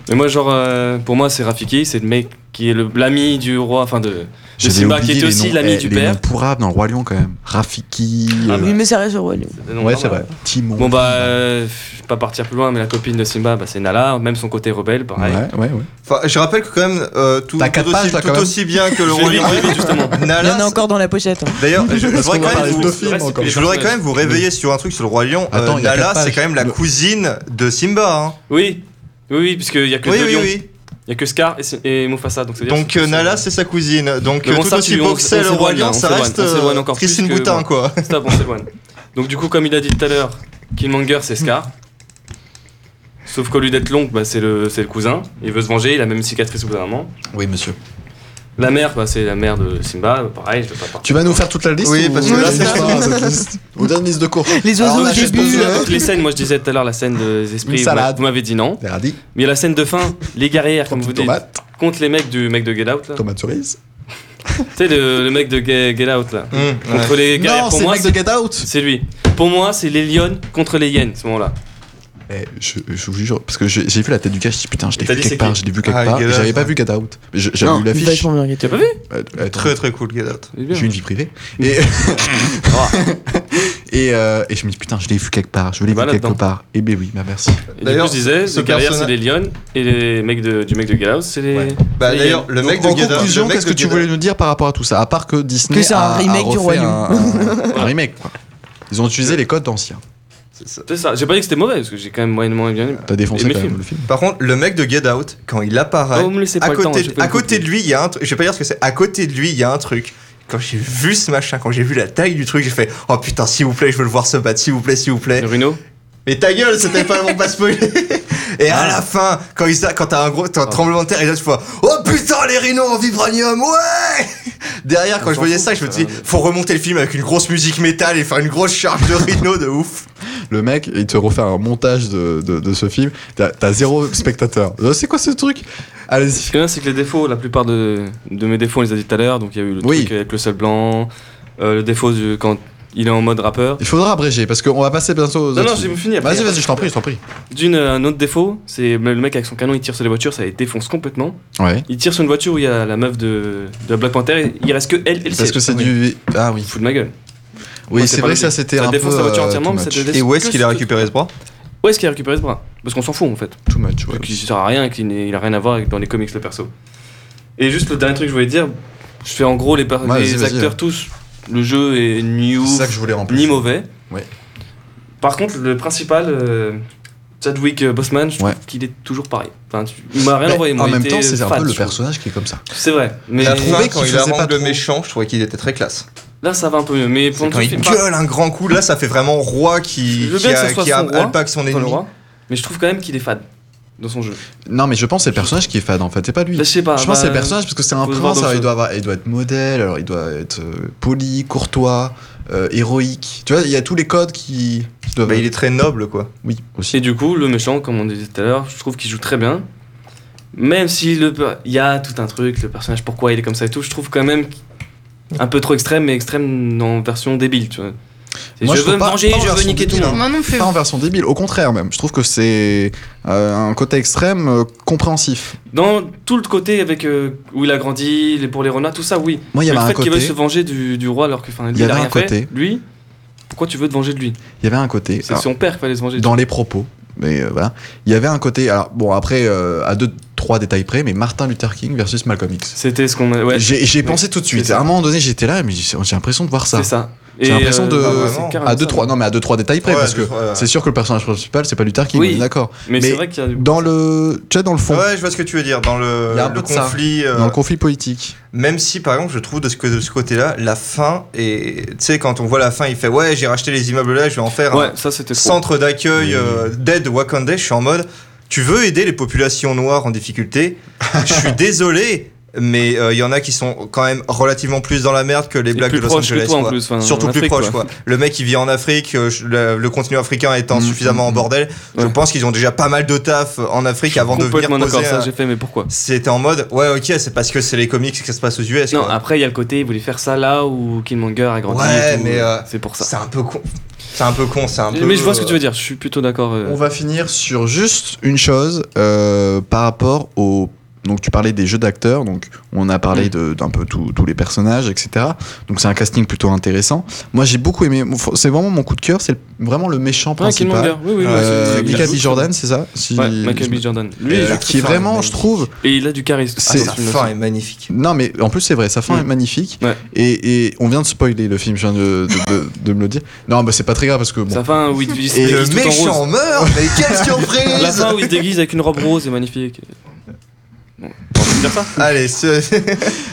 [SPEAKER 6] Mais moi, genre, euh, pour moi, c'est Rafiki, c'est le mec qui est le- l'ami du roi, enfin de.
[SPEAKER 3] J'avais
[SPEAKER 6] Simba, qui
[SPEAKER 3] oublié
[SPEAKER 6] était
[SPEAKER 3] les
[SPEAKER 6] aussi
[SPEAKER 3] noms-
[SPEAKER 6] l'ami
[SPEAKER 3] eh,
[SPEAKER 6] du
[SPEAKER 3] les
[SPEAKER 6] père. Ah
[SPEAKER 3] noms pourrables dans le Roi Lion quand même. Rafiki. euh,
[SPEAKER 7] Oui, mais ça reste le Roi Lion.
[SPEAKER 6] non,
[SPEAKER 3] ouais,
[SPEAKER 6] non,
[SPEAKER 3] c'est
[SPEAKER 6] non.
[SPEAKER 3] vrai. Timon.
[SPEAKER 6] Bon, bah, euh, je vais pas partir plus loin, mais la copine de Simba, bah, c'est Nala, même son côté rebelle,
[SPEAKER 3] Ouais,
[SPEAKER 6] pareil.
[SPEAKER 3] ouais, ouais.
[SPEAKER 9] Enfin, je rappelle que quand même, euh, tout,
[SPEAKER 3] T'as
[SPEAKER 9] tout
[SPEAKER 3] quatre
[SPEAKER 9] aussi,
[SPEAKER 3] pages, là, quand
[SPEAKER 9] tout
[SPEAKER 3] même.
[SPEAKER 9] aussi bien que le
[SPEAKER 6] Je
[SPEAKER 9] roi
[SPEAKER 6] vais lire
[SPEAKER 9] lion.
[SPEAKER 6] en livre, justement.
[SPEAKER 7] Il y
[SPEAKER 9] Nala,
[SPEAKER 7] en a encore dans la pochette. hein.
[SPEAKER 3] *laughs*
[SPEAKER 9] D'ailleurs, je, je
[SPEAKER 3] Parce
[SPEAKER 9] voudrais
[SPEAKER 3] qu'on va
[SPEAKER 9] quand
[SPEAKER 3] parler
[SPEAKER 9] même
[SPEAKER 3] de
[SPEAKER 9] vous-
[SPEAKER 3] deux films
[SPEAKER 6] Ouais, c'est
[SPEAKER 3] encore.
[SPEAKER 6] les
[SPEAKER 9] Je voudrais quand
[SPEAKER 6] personnages.
[SPEAKER 9] même vous réveiller sur un truc sur le roi lion. Euh,
[SPEAKER 3] Attends, il y a
[SPEAKER 9] Nala,
[SPEAKER 3] quatre pages.
[SPEAKER 9] c'est quand même la
[SPEAKER 3] Le-
[SPEAKER 9] cousine de Simba. hein.
[SPEAKER 6] Oui, oui, oui, puisque il y a que
[SPEAKER 9] Oui,
[SPEAKER 6] deux
[SPEAKER 9] oui,
[SPEAKER 6] lions.
[SPEAKER 9] oui.
[SPEAKER 6] Il y a que Scar et, c'est- et Mufasa, donc ça veut dire
[SPEAKER 9] Donc
[SPEAKER 6] que
[SPEAKER 9] euh,
[SPEAKER 6] c'est-
[SPEAKER 9] Nala, c'est sa cousine. Donc
[SPEAKER 6] Mais
[SPEAKER 9] euh,
[SPEAKER 6] bon,
[SPEAKER 9] tout
[SPEAKER 6] ça,
[SPEAKER 9] aussi
[SPEAKER 6] tu- on-
[SPEAKER 9] beau que c'est
[SPEAKER 6] on
[SPEAKER 9] le
[SPEAKER 6] s'éloigne,
[SPEAKER 9] roi
[SPEAKER 6] on
[SPEAKER 9] lion, ça
[SPEAKER 6] s'éloigne,
[SPEAKER 9] reste
[SPEAKER 6] on s'éloigne
[SPEAKER 9] euh,
[SPEAKER 6] encore plus
[SPEAKER 9] Christine
[SPEAKER 6] que-
[SPEAKER 9] Boutin, quoi.
[SPEAKER 6] Stop, on s'éloigne. Donc du coup, comme il a dit tout à l'heure, Killmonger, c'est Scar. Sauf qu'au lieu d'être l'oncle, bah, c'est le, c'est le cousin. Il veut se venger, il a même une cicatrice au bout d'un moment.
[SPEAKER 3] Oui, monsieur.
[SPEAKER 6] La mère, bah, c'est la mère de Simba, bah, pareil, je veux pas partir.
[SPEAKER 3] Tu vas nous faire toute la liste
[SPEAKER 9] Oui,
[SPEAKER 3] ou-
[SPEAKER 9] parce que là,
[SPEAKER 3] je sais
[SPEAKER 9] c'est ça.
[SPEAKER 3] pas, *laughs* cette liste. On donne une liste de cours.
[SPEAKER 7] Les
[SPEAKER 3] Alors
[SPEAKER 7] oiseaux
[SPEAKER 3] là,
[SPEAKER 7] au
[SPEAKER 3] je sais pas
[SPEAKER 7] début.
[SPEAKER 3] si-
[SPEAKER 7] euh,
[SPEAKER 6] Donc, les scènes, moi je disais tout à l'heure la scène des esprits,
[SPEAKER 3] Une
[SPEAKER 6] vous
[SPEAKER 3] salade.
[SPEAKER 6] m'a- vous m'avez dit non.
[SPEAKER 3] Les radis,
[SPEAKER 6] Mais il y a la scène de fin, les guerrières, comme vous dites,
[SPEAKER 3] tomates,
[SPEAKER 6] contre les mecs du mec de Get Out là.
[SPEAKER 3] tomates cerises.
[SPEAKER 6] Tu sais, le, le mec de Get, Get Out là.
[SPEAKER 9] Hum, ouais.
[SPEAKER 6] Contre les guerrières,
[SPEAKER 3] Non,
[SPEAKER 6] pour
[SPEAKER 3] c'est le
[SPEAKER 6] moi,
[SPEAKER 3] mec de Get Out.
[SPEAKER 6] c'est lui. Pour moi, c'est les lions contre les hyènes, ce moment-là.
[SPEAKER 3] Eh, je, je vous jure, parce que j'ai j'ai vu la tête du gars, je dis putain, je l'ai
[SPEAKER 6] Et t'as
[SPEAKER 3] vu
[SPEAKER 6] dit,
[SPEAKER 3] quelque
[SPEAKER 6] c'est
[SPEAKER 3] part,
[SPEAKER 6] qui
[SPEAKER 3] je l'ai vu quelque
[SPEAKER 9] Ah,
[SPEAKER 3] part, et
[SPEAKER 9] Get
[SPEAKER 3] j'avais
[SPEAKER 9] Out,
[SPEAKER 3] pas
[SPEAKER 9] ouais.
[SPEAKER 3] vu Get Out. Mais je- J'avais
[SPEAKER 7] non,
[SPEAKER 3] vu l'affiche.
[SPEAKER 7] vachement bien, Get
[SPEAKER 6] T'as
[SPEAKER 7] Out.
[SPEAKER 6] pas vu
[SPEAKER 3] Euh, attends,
[SPEAKER 9] Très très cool, Get Out.
[SPEAKER 6] C'est bien.
[SPEAKER 3] J'ai une vie privée.
[SPEAKER 6] Mmh. *laughs*
[SPEAKER 3] Et,
[SPEAKER 6] Oh.
[SPEAKER 3] *laughs* et, euh, et je me dis putain, je l'ai vu quelque part, je l'ai vu
[SPEAKER 6] Bah,
[SPEAKER 3] quelque
[SPEAKER 6] là-dedans.
[SPEAKER 3] part. Et ben oui, bah merci.
[SPEAKER 6] Et du
[SPEAKER 9] D'ailleurs,
[SPEAKER 6] coup, je disais,
[SPEAKER 9] ce
[SPEAKER 6] les guerrières, c'est
[SPEAKER 9] personnage-
[SPEAKER 6] les lions, et les mecs de- du mec de Get Out, c'est les.
[SPEAKER 3] Ouais.
[SPEAKER 9] Bah
[SPEAKER 6] les
[SPEAKER 9] d'ailleurs,
[SPEAKER 6] hyènes.
[SPEAKER 9] le mec de
[SPEAKER 3] en
[SPEAKER 9] Get Out. le
[SPEAKER 3] conclusion,
[SPEAKER 9] mec
[SPEAKER 3] qu'est-ce
[SPEAKER 9] de
[SPEAKER 3] que tu
[SPEAKER 9] Get
[SPEAKER 3] voulais
[SPEAKER 9] Out.
[SPEAKER 3] nous dire par rapport à tout ça À part que Disney
[SPEAKER 7] Que c'est un
[SPEAKER 3] a- a
[SPEAKER 7] remake du
[SPEAKER 3] refait
[SPEAKER 7] Royaume.
[SPEAKER 3] un- un remake, quoi. Ils ont utilisé les codes anciens.
[SPEAKER 9] C'est ça.
[SPEAKER 6] C'est ça, j'ai pas dit que c'était mauvais, parce que j'ai quand même moyennement bien aimé.
[SPEAKER 3] T'as défoncé
[SPEAKER 6] Et
[SPEAKER 3] quand
[SPEAKER 6] mes
[SPEAKER 3] même
[SPEAKER 6] films.
[SPEAKER 3] le film.
[SPEAKER 9] Par contre, le mec de Get Out, quand il apparaît,
[SPEAKER 6] Oh, vous me laissez pas
[SPEAKER 9] à
[SPEAKER 6] le temps,
[SPEAKER 9] côté,
[SPEAKER 6] je peux
[SPEAKER 9] à
[SPEAKER 6] le
[SPEAKER 9] côté de lui, il y a un truc. Je vais pas dire ce que c'est. À côté de lui, il y a un truc. Quand j'ai vu ce machin, quand j'ai vu la taille du truc, j'ai fait Oh putain, s'il vous plaît, je veux le voir se battre, s'il vous plaît, s'il vous plaît.
[SPEAKER 6] Le Runo
[SPEAKER 9] Mais ta gueule, c'était pas mon passeport. Et à la fin, quand, il s'a- quand t'as un gros t'as un tremblement de terre, et là tu vois Oh putain, les rhinos en vibranium, ouais Derrière, quand
[SPEAKER 6] On
[SPEAKER 9] je voyais
[SPEAKER 6] s'en
[SPEAKER 9] ça,
[SPEAKER 6] fout,
[SPEAKER 9] je me
[SPEAKER 6] ça.
[SPEAKER 9] dis Faut remonter le film avec une grosse musique métal et faire une grosse charge de rhinos de ouf.
[SPEAKER 3] Le mec, il te refait un montage de, de, de ce film. T'as t'as zéro spectateur. Euh, C'est quoi ce truc
[SPEAKER 6] Ce
[SPEAKER 3] Allez-y.
[SPEAKER 6] que là, c'est que les défauts, la plupart de, de mes défauts, on les a dit tout à l'heure. Donc il y a eu le
[SPEAKER 3] Oui.
[SPEAKER 6] truc avec le seul blanc, euh, le défaut du- quand il est en mode rappeur.
[SPEAKER 3] Il faudra abréger parce qu'on va passer bientôt aux
[SPEAKER 6] Non,
[SPEAKER 3] autres
[SPEAKER 6] non,
[SPEAKER 3] films.
[SPEAKER 6] j'ai fini après.
[SPEAKER 3] Vas-y, vas-y, je t'en prie, je t'en prie.
[SPEAKER 6] D'une, euh, un autre défaut, c'est le mec avec son canon, il tire sur les voitures, ça les défonce complètement.
[SPEAKER 3] Ouais.
[SPEAKER 6] Il tire sur une voiture où il y a la meuf de, de Black Panther, et il reste que elle et le
[SPEAKER 3] Parce que c'est du. Ah oui.
[SPEAKER 6] Fou de ma gueule.
[SPEAKER 3] Oui,
[SPEAKER 6] Moi, c'est
[SPEAKER 3] c'est
[SPEAKER 6] pas
[SPEAKER 3] vrai
[SPEAKER 6] le
[SPEAKER 3] que ça
[SPEAKER 6] dé-
[SPEAKER 3] c'était
[SPEAKER 6] ça
[SPEAKER 3] un peu.
[SPEAKER 6] défonce la voiture
[SPEAKER 3] euh,
[SPEAKER 6] entièrement,
[SPEAKER 3] too
[SPEAKER 6] mais ça
[SPEAKER 3] much.
[SPEAKER 6] te
[SPEAKER 9] Et où est-ce qu'il a récupéré ce bras
[SPEAKER 6] Où est-ce qu'il a récupéré ce bras Parce qu'on s'en fout en fait.
[SPEAKER 3] Too much, ouais.
[SPEAKER 6] qui sert à rien et qui n'a rien à voir avec dans les comics le perso. Et juste le dernier truc que je voulais dire, je fais en gros les, per-
[SPEAKER 3] Ouais,
[SPEAKER 6] les
[SPEAKER 3] vas-y, vas-y,
[SPEAKER 6] acteurs
[SPEAKER 3] ouais.
[SPEAKER 6] tous, le jeu est ni
[SPEAKER 3] C'est
[SPEAKER 6] ouf,
[SPEAKER 3] ça que je voulais remplir.
[SPEAKER 6] ni mauvais.
[SPEAKER 3] Ouais.
[SPEAKER 6] Par contre, le principal, euh, Chadwick euh, Boseman, je trouve
[SPEAKER 3] Ouais.
[SPEAKER 6] qu'il est toujours pareil. Enfin, tu- il m'a rien
[SPEAKER 3] Mais
[SPEAKER 6] envoyé. moi,
[SPEAKER 3] en
[SPEAKER 6] il
[SPEAKER 3] même
[SPEAKER 6] était
[SPEAKER 3] temps, c'est un
[SPEAKER 6] fat,
[SPEAKER 3] peu le
[SPEAKER 6] je trouve.
[SPEAKER 3] personnage qui est comme ça.
[SPEAKER 6] C'est vrai, mais
[SPEAKER 9] La
[SPEAKER 3] trouvais
[SPEAKER 9] fin,
[SPEAKER 3] qu'il
[SPEAKER 9] quand il
[SPEAKER 3] faisait pas
[SPEAKER 9] arrange le
[SPEAKER 3] trop.
[SPEAKER 9] méchant, je trouvais qu'il était très classe.
[SPEAKER 6] là ça va un peu mieux. Mais pendant tout
[SPEAKER 9] Quand
[SPEAKER 6] le
[SPEAKER 9] il
[SPEAKER 6] film,
[SPEAKER 9] gueule
[SPEAKER 3] hein,
[SPEAKER 9] un grand coup, là ça fait vraiment roi qui,
[SPEAKER 6] Je veux
[SPEAKER 9] qui,
[SPEAKER 6] bien que
[SPEAKER 9] a-
[SPEAKER 6] ce soit
[SPEAKER 9] qui
[SPEAKER 6] son
[SPEAKER 9] a-
[SPEAKER 6] roi,
[SPEAKER 9] alpague son
[SPEAKER 6] pas dans le
[SPEAKER 9] ennemi.
[SPEAKER 6] roi, mais je trouve quand même qu'il est fade dans son jeu.
[SPEAKER 3] Non, mais je pense que c'est le personnage qui est fade en fait, c'est pas lui.
[SPEAKER 6] Là, je sais pas.
[SPEAKER 3] je pense que c'est le
[SPEAKER 6] bah,
[SPEAKER 3] personnage parce que c'est un
[SPEAKER 6] faut voir
[SPEAKER 3] prince,
[SPEAKER 6] d'autres
[SPEAKER 3] alors il
[SPEAKER 6] choses.
[SPEAKER 3] doit, avoir- il doit être modèle, alors il doit être euh, poli, courtois, euh, héroïque. Tu vois, il y a tous les codes qui, qui doivent.
[SPEAKER 9] Bah, il est très noble quoi.
[SPEAKER 3] Oui, aussi.
[SPEAKER 6] Et du coup, le méchant, comme on disait tout à l'heure, je trouve qu'il joue très bien. Même si le per- il y a tout un truc, le personnage, pourquoi il est comme ça et tout, je trouve quand même qu'il- un peu trop extrême, mais extrême en version débile, tu vois. C'est,
[SPEAKER 3] Moi,
[SPEAKER 6] je,
[SPEAKER 3] je
[SPEAKER 6] veux
[SPEAKER 3] trouve
[SPEAKER 6] me
[SPEAKER 3] pas-
[SPEAKER 6] venger,
[SPEAKER 3] pas en
[SPEAKER 6] je veux
[SPEAKER 3] version
[SPEAKER 6] niquer tout le
[SPEAKER 3] débile, hein.
[SPEAKER 6] monde.
[SPEAKER 8] Moi Oh, non plus.
[SPEAKER 3] Pas en version débile, au contraire même. Je trouve que c'est euh, un côté extrême euh, compréhensif.
[SPEAKER 6] Dans tout le côté avec euh, où il a grandi, les- pour les renards, tout ça, oui.
[SPEAKER 3] Moi, il y
[SPEAKER 6] Mais
[SPEAKER 3] avait
[SPEAKER 6] le
[SPEAKER 3] un
[SPEAKER 6] fait qu'il veuille
[SPEAKER 3] côté.
[SPEAKER 6] se venger du, du roi alors que enfin, lui,
[SPEAKER 3] Il y
[SPEAKER 6] il,
[SPEAKER 3] avait
[SPEAKER 6] a
[SPEAKER 3] un
[SPEAKER 6] rien fait.
[SPEAKER 3] côté.
[SPEAKER 6] Lui, pourquoi tu veux te venger de lui
[SPEAKER 3] Il y avait un côté.
[SPEAKER 6] C'est
[SPEAKER 3] alors,
[SPEAKER 6] son père qu'il fallait se venger.
[SPEAKER 3] dans les propos. Mais euh, voilà, il y avait un côté. Alors bon, après euh, à deux, trois détails près, mais Martin Luther King versus Malcolm X.
[SPEAKER 6] C'était ce qu'on a. Ouais,
[SPEAKER 3] J'ai j'ai
[SPEAKER 6] Ouais.
[SPEAKER 3] pensé tout de suite.
[SPEAKER 6] C'est ça.
[SPEAKER 3] À un moment donné, j'étais là, mais j'ai j'ai l'impression de voir ça.
[SPEAKER 6] c'est ça.
[SPEAKER 3] J'ai
[SPEAKER 6] Et, euh,
[SPEAKER 3] l'impression de-
[SPEAKER 9] Ah,
[SPEAKER 6] c'est
[SPEAKER 9] vraiment.
[SPEAKER 6] carrément
[SPEAKER 3] À deux
[SPEAKER 6] ça.
[SPEAKER 3] trois, non mais à deux trois détails près,
[SPEAKER 9] Ouais,
[SPEAKER 3] parce
[SPEAKER 9] deux,
[SPEAKER 3] que
[SPEAKER 9] trois, ouais.
[SPEAKER 3] c'est sûr que le personnage principal, c'est pas Luther King.
[SPEAKER 6] Oui.
[SPEAKER 3] on est D'accord.
[SPEAKER 6] Mais,
[SPEAKER 3] Mais
[SPEAKER 6] c'est vrai qu'il y a du-
[SPEAKER 3] Dans le, tu sais, dans le fond,
[SPEAKER 9] Ouais, je vois ce que tu veux dire. Dans le,
[SPEAKER 3] Il y a un
[SPEAKER 9] le
[SPEAKER 3] peu de ça.
[SPEAKER 9] conflit. euh,
[SPEAKER 3] dans le conflit politique.
[SPEAKER 9] Même si, par exemple, je trouve de ce, que- de ce côté-là, la fin est. Tu sais, quand on voit la fin, il fait Ouais, j'ai racheté les immeubles là, je vais en faire
[SPEAKER 6] Ouais, ça c'était
[SPEAKER 9] un
[SPEAKER 6] trop.
[SPEAKER 9] centre d'accueil
[SPEAKER 3] Oui.
[SPEAKER 9] euh, d'aide Wakandais. Je suis en mode Tu veux aider les populations noires en difficulté
[SPEAKER 6] *laughs*
[SPEAKER 9] Je suis désolé, mais euh, il y en a qui sont quand même relativement plus dans la merde que les
[SPEAKER 6] Et
[SPEAKER 9] blagues de
[SPEAKER 6] plus
[SPEAKER 9] Los
[SPEAKER 6] proche que
[SPEAKER 9] Angeles.
[SPEAKER 6] toi en
[SPEAKER 9] quoi.
[SPEAKER 6] plus. enfin,
[SPEAKER 9] Surtout
[SPEAKER 6] en
[SPEAKER 9] plus
[SPEAKER 6] Afrique,
[SPEAKER 9] proche, quoi. Le mec, il vit en Afrique, euh, je- le, le continent africain étant
[SPEAKER 3] Mm,
[SPEAKER 9] suffisamment
[SPEAKER 3] mm,
[SPEAKER 9] en bordel, je
[SPEAKER 6] Ouais.
[SPEAKER 9] pense qu'ils ont déjà pas mal de taf en Afrique avant de venir
[SPEAKER 6] Complètement
[SPEAKER 9] poser.
[SPEAKER 6] d'accord, ça
[SPEAKER 9] un-
[SPEAKER 6] j'ai fait, mais pourquoi
[SPEAKER 9] C'était en mode, ouais, ok, c'est parce que c'est les comics que ça se passe aux US.
[SPEAKER 6] Non,
[SPEAKER 9] quoi.
[SPEAKER 6] après il y a le côté, il voulait faire ça là où Killmonger a grandi.
[SPEAKER 9] Ouais,
[SPEAKER 6] et tout,
[SPEAKER 9] mais, euh,
[SPEAKER 6] c'est pour ça.
[SPEAKER 9] c'est un peu con. C'est un peu con, c'est un peu.
[SPEAKER 6] mais je vois ce que tu veux dire, je suis plutôt d'accord. euh,
[SPEAKER 3] On va finir sur juste une chose euh, par rapport au. Donc tu parlais des jeux d'acteurs, donc on a parlé
[SPEAKER 6] Mm.
[SPEAKER 3] de- d'un peu tous tous les personnages, etc. Donc c'est un casting plutôt intéressant. Moi j'ai beaucoup aimé, c'est vraiment mon coup de cœur, c'est le- vraiment le méchant
[SPEAKER 6] Ouais,
[SPEAKER 3] principal.
[SPEAKER 6] Killmonger, oui, oui, oui.
[SPEAKER 3] Euh,
[SPEAKER 6] c'est-
[SPEAKER 3] Michael B.
[SPEAKER 6] il a-
[SPEAKER 3] Jordan, c'est ça Si-
[SPEAKER 6] Ouais, Michael B. Jordan. Lui,
[SPEAKER 3] Euh,
[SPEAKER 6] il a-
[SPEAKER 3] qui est
[SPEAKER 9] Sa fin
[SPEAKER 3] vraiment,
[SPEAKER 9] est
[SPEAKER 3] je trouve.
[SPEAKER 6] et il a du charisme.
[SPEAKER 3] c'est-
[SPEAKER 6] Ah,
[SPEAKER 9] La
[SPEAKER 6] c'est une
[SPEAKER 9] fin
[SPEAKER 6] leçon.
[SPEAKER 9] est magnifique.
[SPEAKER 3] Non, mais en plus, c'est vrai, sa fin
[SPEAKER 6] Mm.
[SPEAKER 3] est magnifique.
[SPEAKER 6] Ouais.
[SPEAKER 3] Et, et on vient de spoiler le film, je viens de, de- de- de me le dire. Non, bah c'est pas très grave parce que bon.
[SPEAKER 6] Sa fin où il il se
[SPEAKER 3] Et
[SPEAKER 9] Et le
[SPEAKER 6] déguise tout en
[SPEAKER 9] méchant
[SPEAKER 6] rose. *laughs*
[SPEAKER 9] meurt, mais quelle
[SPEAKER 6] La
[SPEAKER 9] surprise
[SPEAKER 6] fin où il se déguise avec une robe rose est magnifique. Bon. de dire ça
[SPEAKER 9] Allez, ce-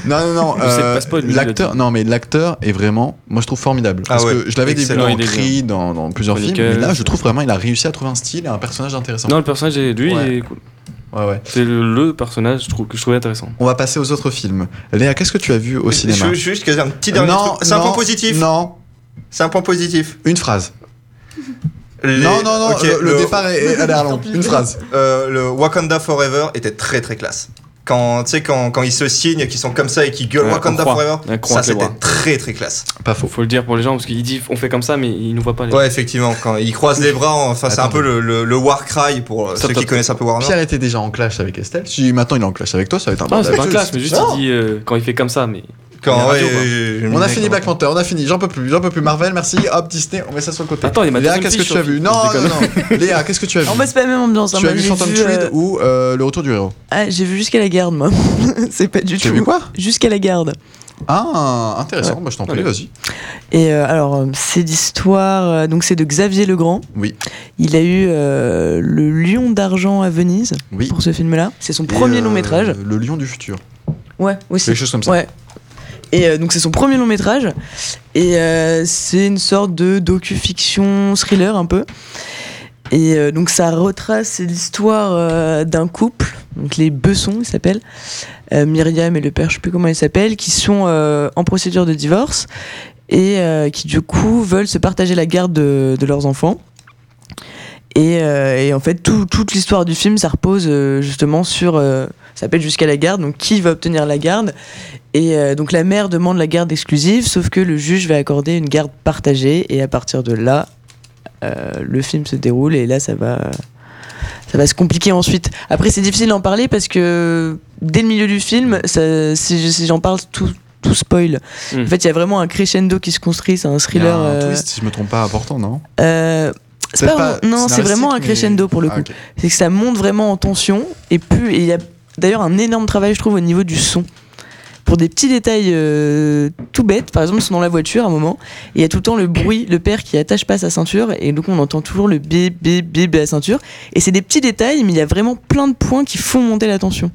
[SPEAKER 3] Non, non, non.
[SPEAKER 6] Je sais
[SPEAKER 3] euh,
[SPEAKER 6] pas spoil, mais je
[SPEAKER 3] l'acteur, non, mais l'acteur est vraiment, moi je trouve formidable.
[SPEAKER 9] Ah
[SPEAKER 3] parce
[SPEAKER 9] ouais,
[SPEAKER 3] que je l'avais découvert
[SPEAKER 6] excellent.
[SPEAKER 3] en
[SPEAKER 6] Il est
[SPEAKER 3] Cri, dans, dans plusieurs films,
[SPEAKER 6] Chronicle.
[SPEAKER 3] mais là je trouve vraiment il a réussi à trouver un style et un personnage intéressant.
[SPEAKER 6] Non, le personnage, est- lui,
[SPEAKER 3] Ouais.
[SPEAKER 6] il est cool.
[SPEAKER 3] Ouais, ouais.
[SPEAKER 6] C'est le, le personnage je trouve, que je trouvais intéressant.
[SPEAKER 3] On va passer aux autres films. Léa, qu'est-ce que tu as vu au
[SPEAKER 9] je,
[SPEAKER 3] cinéma
[SPEAKER 9] je- juste que un petit dernier
[SPEAKER 3] Non,
[SPEAKER 9] truc. C'est un
[SPEAKER 3] non,
[SPEAKER 9] point positif.
[SPEAKER 3] Non,
[SPEAKER 9] C'est un point positif.
[SPEAKER 3] une phrase.
[SPEAKER 9] Les-
[SPEAKER 3] Non, non, non, euh,
[SPEAKER 9] ok,
[SPEAKER 3] le, le départ est, est- a l'air
[SPEAKER 7] *laughs*
[SPEAKER 3] long. Une phrase.
[SPEAKER 9] euh, le Wakanda Forever était très très classe. Quand, tu sais, quand, quand ils se signent, qu'ils sont comme ça et qu'ils gueulent
[SPEAKER 6] Ouais,
[SPEAKER 9] Wakanda
[SPEAKER 6] on croit.
[SPEAKER 9] Forever,
[SPEAKER 6] Ouais, croit
[SPEAKER 9] ça
[SPEAKER 6] avec les
[SPEAKER 9] c'était
[SPEAKER 6] bras.
[SPEAKER 9] très très classe.
[SPEAKER 3] Pas faux.
[SPEAKER 6] Faut le dire pour les gens, parce qu'il dit on fait comme ça, mais il nous voit pas. Les...
[SPEAKER 9] Ouais, effectivement, quand ils croisent les bras, enfin c'est un
[SPEAKER 3] Attends.
[SPEAKER 9] peu le, le, le war cry pour euh,
[SPEAKER 6] Stop,
[SPEAKER 9] ceux
[SPEAKER 6] stop,
[SPEAKER 9] qui connaissent un peu Warner.
[SPEAKER 3] Pierre était déjà en clash avec Estelle. Si maintenant il est en clash avec toi, ça va être un
[SPEAKER 6] Non, c'est
[SPEAKER 3] bordel.
[SPEAKER 6] Ah bah, pas un clash, mais juste
[SPEAKER 3] Non.
[SPEAKER 6] il dit euh, quand il fait comme ça, mais.
[SPEAKER 9] Quand,
[SPEAKER 6] la radio,
[SPEAKER 9] ouais,
[SPEAKER 6] quoi.
[SPEAKER 9] j'ai- j'ai mis
[SPEAKER 3] On a
[SPEAKER 9] les
[SPEAKER 3] fini
[SPEAKER 9] commentaires.
[SPEAKER 3] Black Panther, on a fini, j'en peux plus, j'en peux plus. Marvel, merci, hop, Disney, on met ça sur le côté.
[SPEAKER 6] Attends, il y a ma
[SPEAKER 3] Léa,
[SPEAKER 6] deuxième
[SPEAKER 3] qu'est-ce que
[SPEAKER 6] fiche
[SPEAKER 3] tu as
[SPEAKER 6] sur-
[SPEAKER 3] vu Non,
[SPEAKER 6] Je
[SPEAKER 3] non,
[SPEAKER 6] déconne.
[SPEAKER 3] non. Léa, qu'est-ce que tu as vu
[SPEAKER 7] En fait, c'est pas la même ambiance. hein.
[SPEAKER 3] Tu as
[SPEAKER 7] Moi,
[SPEAKER 3] vu
[SPEAKER 7] j'ai
[SPEAKER 3] Phantom
[SPEAKER 7] vu,
[SPEAKER 3] Thread
[SPEAKER 7] euh,
[SPEAKER 3] ou euh, Le Retour du Héros
[SPEAKER 7] ah, J'ai vu jusqu'à la garde, moi. *laughs* c'est pas du
[SPEAKER 3] Tu as
[SPEAKER 7] tout.
[SPEAKER 3] vu quoi
[SPEAKER 7] Jusqu'à la garde.
[SPEAKER 3] Ah, intéressant, bah, je t'en prie,
[SPEAKER 6] Allez.
[SPEAKER 3] vas-y.
[SPEAKER 7] Et euh, alors, euh, c'est l'histoire. euh, donc, c'est de Xavier Legrand.
[SPEAKER 3] Oui.
[SPEAKER 7] Il a eu euh, le Lion d'argent à Venise
[SPEAKER 3] Oui.
[SPEAKER 7] pour ce film-là. C'est son
[SPEAKER 3] Et,
[SPEAKER 7] premier
[SPEAKER 3] euh,
[SPEAKER 7] long métrage.
[SPEAKER 3] Le Lion du Futur.
[SPEAKER 7] Ouais, aussi.
[SPEAKER 3] Quelque chose comme ça.
[SPEAKER 7] Ouais. Et euh, donc, c'est son premier long métrage. Et euh, c'est une sorte de docu-fiction thriller un peu. Et euh, donc, ça retrace l'histoire euh, d'un couple, donc les Besson, ils s'appellent, euh, Myriam et le père, je sais plus comment ils s'appellent, qui sont euh, en procédure de divorce et euh, qui, du coup, veulent se partager la garde de, de leurs enfants. Et, euh, et en fait, tout- toute l'histoire du film, ça repose euh, justement sur. euh, ça s'appelle Jusqu'à la garde, donc qui va obtenir la garde et euh, donc la mère demande la garde exclusive, sauf que le juge va accorder une garde partagée, et à partir de là, euh, le film se déroule, et là ça va, ça va se compliquer ensuite. Après c'est difficile d'en parler parce que dès le milieu du film, ça- si je- si j'en parle, tout, tout spoil.
[SPEAKER 6] Mm.
[SPEAKER 7] En fait il y a vraiment un crescendo qui se construit, c'est un
[SPEAKER 3] Hmm. Il y a
[SPEAKER 7] thriller...
[SPEAKER 3] un
[SPEAKER 7] euh,
[SPEAKER 3] twist, si je me trompe pas, important, non
[SPEAKER 7] euh, c'est
[SPEAKER 3] Peut-être
[SPEAKER 7] pas,
[SPEAKER 3] pas
[SPEAKER 7] non, c'est
[SPEAKER 3] scénaristique,
[SPEAKER 7] vraiment un
[SPEAKER 3] mais-
[SPEAKER 7] crescendo pour le coup
[SPEAKER 3] Ah, ok.
[SPEAKER 7] c'est que ça monte vraiment en tension et plus et il y a d'ailleurs un énorme travail je trouve au niveau du son pour des petits détails euh, tout bêtes par exemple ils sont dans la voiture à un moment et il y a tout le temps le bruit le père qui attache pas sa ceinture et donc on entend toujours le bip bip bip à la ceinture et c'est des petits détails mais il y a vraiment plein de points qui font monter la tension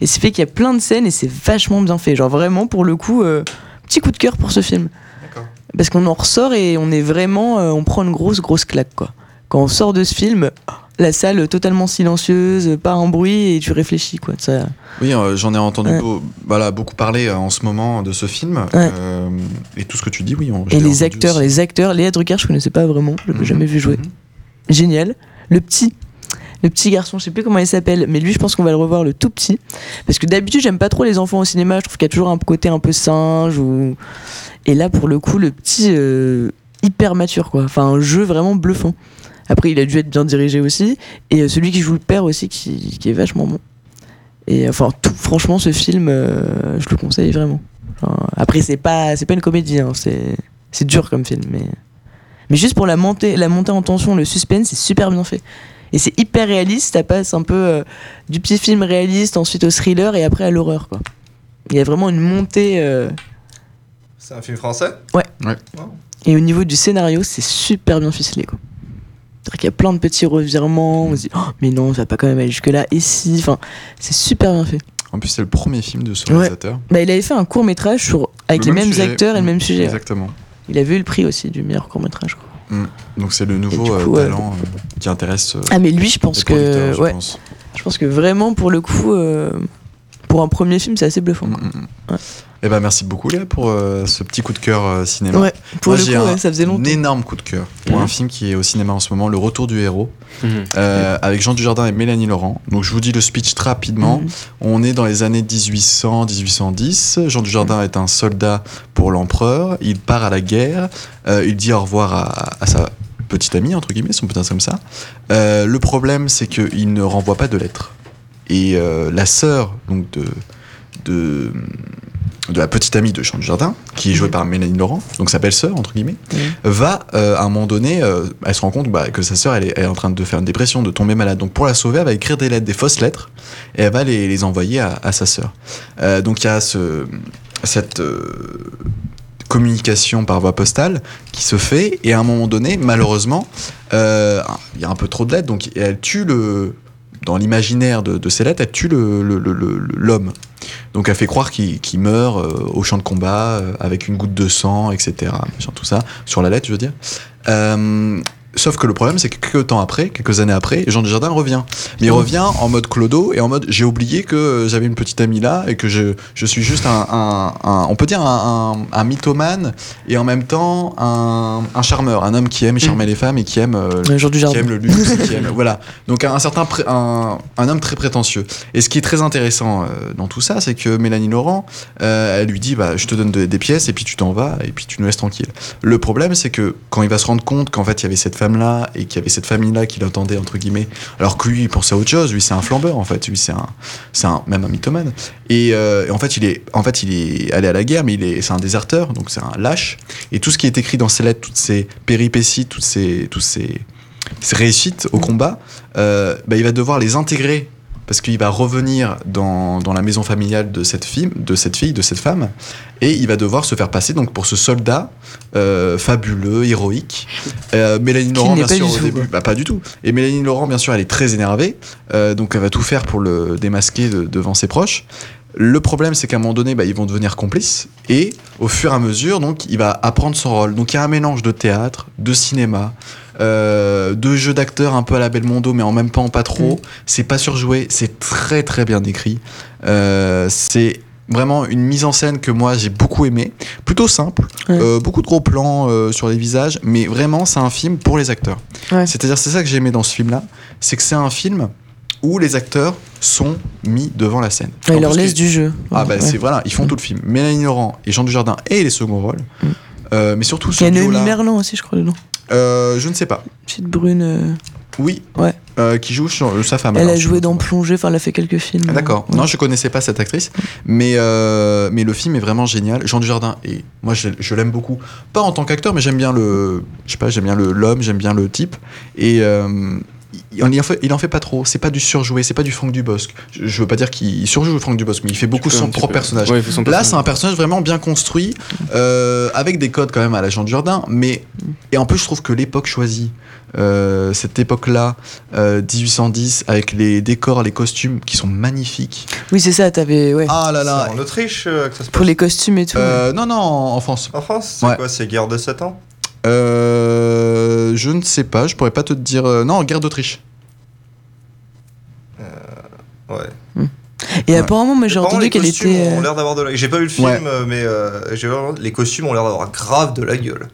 [SPEAKER 7] et c'est fait qu'il y a plein de scènes et c'est vachement bien fait genre vraiment pour le coup euh, petit coup de cœur pour ce film
[SPEAKER 9] D'accord.
[SPEAKER 7] parce qu'on en ressort et on est vraiment euh, on prend une grosse grosse claque quoi quand on sort de ce film la salle totalement silencieuse, pas un bruit, et tu réfléchis, quoi. Ça...
[SPEAKER 3] Oui, euh, j'en ai entendu
[SPEAKER 7] Ouais.
[SPEAKER 3] beau- voilà, beaucoup parler euh, en ce moment de ce film. Euh, et tout ce que tu dis, oui. on- je
[SPEAKER 7] Et
[SPEAKER 3] l'ai
[SPEAKER 7] les
[SPEAKER 3] entendu
[SPEAKER 7] acteurs,
[SPEAKER 3] aussi.
[SPEAKER 7] les acteurs, Léa Drucker, je connaissais pas vraiment, je l'ai
[SPEAKER 3] Mhm.
[SPEAKER 7] jamais vu jouer.
[SPEAKER 3] Mhm.
[SPEAKER 7] Génial. Le petit, le petit garçon, je sais plus comment il s'appelle, mais lui, je pense qu'on va le revoir, le tout petit. Parce que d'habitude, j'aime pas trop les enfants au cinéma, je trouve qu'il y a toujours un côté un peu singe, ou... Et là, pour le coup, le petit, euh, hyper mature, quoi. Enfin, un jeu vraiment bluffant. Après, il a dû être bien dirigé aussi. Et euh, celui qui joue le père aussi, qui, qui est vachement bon. Et enfin, tout, franchement, ce film, euh, je le conseille vraiment. Genre, après, c'est pas, c'est pas une comédie, hein, c'est, c'est dur comme film, mais, mais juste pour la montée, la montée en tension, le suspense, c'est super bien fait. Et c'est hyper réaliste, ça passe un peu euh, du petit film réaliste, ensuite au thriller et après à l'horreur, quoi. Il y a vraiment une montée. euh,
[SPEAKER 9] C'est un film français
[SPEAKER 7] et au niveau du scénario, c'est super bien ficelé, quoi. C'est-à-dire qu'il y a plein de petits revirements, on se dit, Oh, mais non, ça va pas quand même aller jusque-là, et si, enfin, c'est super bien fait.
[SPEAKER 3] En plus, c'est le premier film de ce
[SPEAKER 7] Ouais.
[SPEAKER 3] réalisateur.
[SPEAKER 7] Bah, il avait fait un court métrage sur, avec
[SPEAKER 3] Le
[SPEAKER 7] les
[SPEAKER 3] même
[SPEAKER 7] mêmes
[SPEAKER 3] sujet. Mmh.
[SPEAKER 7] acteurs et le même sujet. ouais.
[SPEAKER 3] Exactement.
[SPEAKER 7] Il avait eu le prix aussi du meilleur court métrage. Quoi.
[SPEAKER 3] Donc c'est le
[SPEAKER 7] Et
[SPEAKER 3] nouveau
[SPEAKER 7] du
[SPEAKER 3] euh,
[SPEAKER 7] coup, ouais.
[SPEAKER 3] talent euh, qui intéresse euh,
[SPEAKER 7] Ah mais lui, je pense
[SPEAKER 3] les producteurs,
[SPEAKER 7] que,
[SPEAKER 3] je
[SPEAKER 7] ouais,
[SPEAKER 3] pense.
[SPEAKER 7] je pense que vraiment pour le coup, euh, pour un premier film, c'est assez bluffant.
[SPEAKER 3] Mm,
[SPEAKER 7] quoi.
[SPEAKER 3] mm, mm.
[SPEAKER 7] Ouais.
[SPEAKER 3] Eh ben merci beaucoup Léa pour euh, ce petit coup de cœur euh, cinéma.
[SPEAKER 7] Ouais, pour
[SPEAKER 3] Moi,
[SPEAKER 7] le
[SPEAKER 3] j'ai
[SPEAKER 7] coup,
[SPEAKER 3] un,
[SPEAKER 7] ouais, ça faisait longtemps.
[SPEAKER 3] énorme coup de cœur pour un film qui est au cinéma en ce moment, Le Retour du héros,
[SPEAKER 6] Mhm.
[SPEAKER 3] euh, avec Jean Dujardin et Mélanie Laurent. Donc je vous dis le speech très rapidement.
[SPEAKER 7] Mhm.
[SPEAKER 3] On est dans les années 1800-1810. Jean Dujardin est un soldat pour l'empereur. Il part à la guerre. Euh, il dit au revoir à, à sa petite amie, entre guillemets, son putain comme ça. Euh, le problème, c'est qu'il ne renvoie pas de lettres. Et euh, la sœur donc de, de, de la petite amie de Jean Dujardin, qui est jouée
[SPEAKER 7] Mhm.
[SPEAKER 3] par Mélanie Laurent, donc sa belle-sœur, entre guillemets,
[SPEAKER 7] Mhm.
[SPEAKER 3] va euh, à un moment donné, euh, elle se rend compte bah, que sa sœur, elle est, elle est en train de faire une dépression, de tomber malade. Donc pour la sauver, elle va écrire des lettres, des fausses lettres et elle va les, les envoyer à, à sa sœur. Euh, donc il y a ce, cette euh, communication par voie postale qui se fait, et à un moment donné, malheureusement, euh, il y a un peu trop de lettres, donc elle tue le, dans l'imaginaire de, de Celat, elle tue le- le- le- le- l'homme. Donc elle fait croire qu'il qu'il meurt euh, au champ de combat euh, avec une goutte de sang, etc. machin, tout ça, sur la lettre, je veux dire. Euh, sauf que le problème, c'est que quelques temps après, quelques années après, Jean Dujardin revient. Mais il revient en mode clodo et en mode j'ai oublié que euh, j'avais une petite amie là et que je, je suis juste un, un- un- on peut dire un, un, un mythomane et en même temps un, un charmeur, un homme qui aime charmer les femmes et qui aime euh,
[SPEAKER 7] Le jour du
[SPEAKER 3] qui
[SPEAKER 7] jardin.
[SPEAKER 3] aime le luxe, qui aime- *laughs* voilà. Donc un certain pré- un, un homme très prétentieux. Et ce qui est très intéressant euh, dans tout ça, c'est que Mélanie Laurent, euh, elle lui dit, bah, je te donne de- des pièces et puis tu t'en vas et puis tu nous laisses tranquille. Le problème, c'est que quand il va se rendre compte qu'en fait il y avait cette femme là et qu'il y avait cette famille là qui l'attendait entre guillemets, alors que lui il pensait à autre chose. Lui c'est un flambeur en fait. Lui c'est un, c'est un même un mythomane. Et, euh, et en fait il est, en fait il est allé à la guerre, mais il est, c'est un déserteur, donc c'est un lâche. Et tout ce qui est écrit dans ses lettres, toutes ces péripéties, toutes ces, tous ces ses réussites au combat, euh, bah, il va devoir les intégrer parce qu'il va revenir dans, dans la maison familiale de cette, fille, de cette fille, de cette femme, et il va devoir se faire passer donc pour ce soldat euh, fabuleux, héroïque. Euh, Mélanie Laurent,
[SPEAKER 7] n'est
[SPEAKER 3] bien
[SPEAKER 7] pas
[SPEAKER 3] sûr,
[SPEAKER 7] du
[SPEAKER 3] au
[SPEAKER 7] tout,
[SPEAKER 3] début,
[SPEAKER 7] quoi.
[SPEAKER 3] bah, pas du tout. Et Mélanie Laurent, bien sûr, elle est très énervée, euh, donc elle va tout faire pour le démasquer de- devant ses proches. Le problème, c'est qu'à un moment donné, bah, ils vont devenir complices, et au fur et à mesure, donc, il va apprendre son rôle. Donc il y a un mélange de théâtre, de cinéma, euh, deux jeux d'acteurs un peu à la Belmondo, mais en même temps pas
[SPEAKER 7] Mm.
[SPEAKER 3] trop. C'est pas surjoué, c'est très très bien écrit. Euh, c'est vraiment une mise en scène que moi j'ai beaucoup aimé, plutôt simple,
[SPEAKER 7] Ouais.
[SPEAKER 3] Euh, beaucoup de gros plans euh, sur les visages, mais vraiment c'est un film pour les acteurs.
[SPEAKER 7] Ouais.
[SPEAKER 3] C'est-à-dire c'est ça que j'ai aimé dans ce film-là, c'est que c'est un film où les acteurs sont mis devant la scène.
[SPEAKER 7] Ouais,
[SPEAKER 3] En
[SPEAKER 7] il leur
[SPEAKER 3] plus,
[SPEAKER 7] laisse
[SPEAKER 3] les-
[SPEAKER 7] du jeu.
[SPEAKER 3] Ah
[SPEAKER 7] Ouais.
[SPEAKER 3] bah c'est voilà, ils font
[SPEAKER 7] Mm.
[SPEAKER 3] tout le film. Mélanie Laurent et Jean Dujardin et les seconds rôles.
[SPEAKER 7] Mm.
[SPEAKER 3] Euh, mais surtout
[SPEAKER 7] Il y
[SPEAKER 3] ce
[SPEAKER 7] a Noémie
[SPEAKER 3] duo-là,
[SPEAKER 7] Merlan aussi, je crois, dedans.
[SPEAKER 3] euh, je ne sais pas.
[SPEAKER 7] Petite brune. euh,
[SPEAKER 3] Oui.
[SPEAKER 7] Ouais.
[SPEAKER 3] Euh, qui joue sur euh, sa femme.
[SPEAKER 7] Elle
[SPEAKER 3] alors,
[SPEAKER 7] a
[SPEAKER 3] je
[SPEAKER 7] joué
[SPEAKER 3] me
[SPEAKER 7] dans
[SPEAKER 3] trompe.
[SPEAKER 7] Plongée, enfin, elle a fait quelques films.
[SPEAKER 3] Ah, D'accord.
[SPEAKER 7] Ouais.
[SPEAKER 3] Non, je connaissais pas cette actrice,
[SPEAKER 7] Mm.
[SPEAKER 3] mais euh, mais le film est vraiment génial. Jean Dujardin et moi je, je l'aime beaucoup. Pas en tant qu'acteur, mais j'aime bien le, je sais pas, j'aime bien le l'homme, j'aime bien le type. Et euh, il, il en fait, il en fait pas trop. C'est pas du surjoué, c'est pas du Franck Dubosc. Je, je veux pas dire qu'il surjoue Franck Dubosc, mais il fait beaucoup
[SPEAKER 6] Tu peux un
[SPEAKER 3] son
[SPEAKER 6] petit
[SPEAKER 3] propre
[SPEAKER 6] peu-
[SPEAKER 3] personnage.
[SPEAKER 6] Ouais, il fait son
[SPEAKER 3] Là,
[SPEAKER 6] personnage.
[SPEAKER 3] c'est un personnage vraiment bien construit, euh, avec des codes quand même à la Jean Dujardin, mais et en plus, je trouve que l'époque choisie, euh, cette époque-là, euh, 1810, avec les décors, les costumes qui sont magnifiques.
[SPEAKER 7] Oui, c'est ça, t'avais. Ouais.
[SPEAKER 3] Ah là
[SPEAKER 9] C'est
[SPEAKER 3] là.
[SPEAKER 9] en Autriche euh, que ça se passe.
[SPEAKER 7] Pour les costumes et tout. ouais.
[SPEAKER 3] Euh, non, non, en France.
[SPEAKER 9] En France, c'est
[SPEAKER 3] Ouais.
[SPEAKER 9] quoi C'est guerre de 7 ans
[SPEAKER 3] Euh, je ne sais pas, je pourrais pas te dire. euh, non, guerre d'Autriche.
[SPEAKER 9] Ouais.
[SPEAKER 7] Et
[SPEAKER 3] ouais.
[SPEAKER 7] apparemment, moi, j'ai
[SPEAKER 9] Par contre,
[SPEAKER 7] entendu
[SPEAKER 9] les
[SPEAKER 7] qu'elle
[SPEAKER 9] costumes
[SPEAKER 7] était.
[SPEAKER 9] ont
[SPEAKER 7] euh,
[SPEAKER 9] l'air d'avoir de la... J'ai pas vu le film,
[SPEAKER 3] Ouais.
[SPEAKER 9] euh, mais euh, j'ai vraiment- les costumes ont l'air d'avoir grave de la gueule.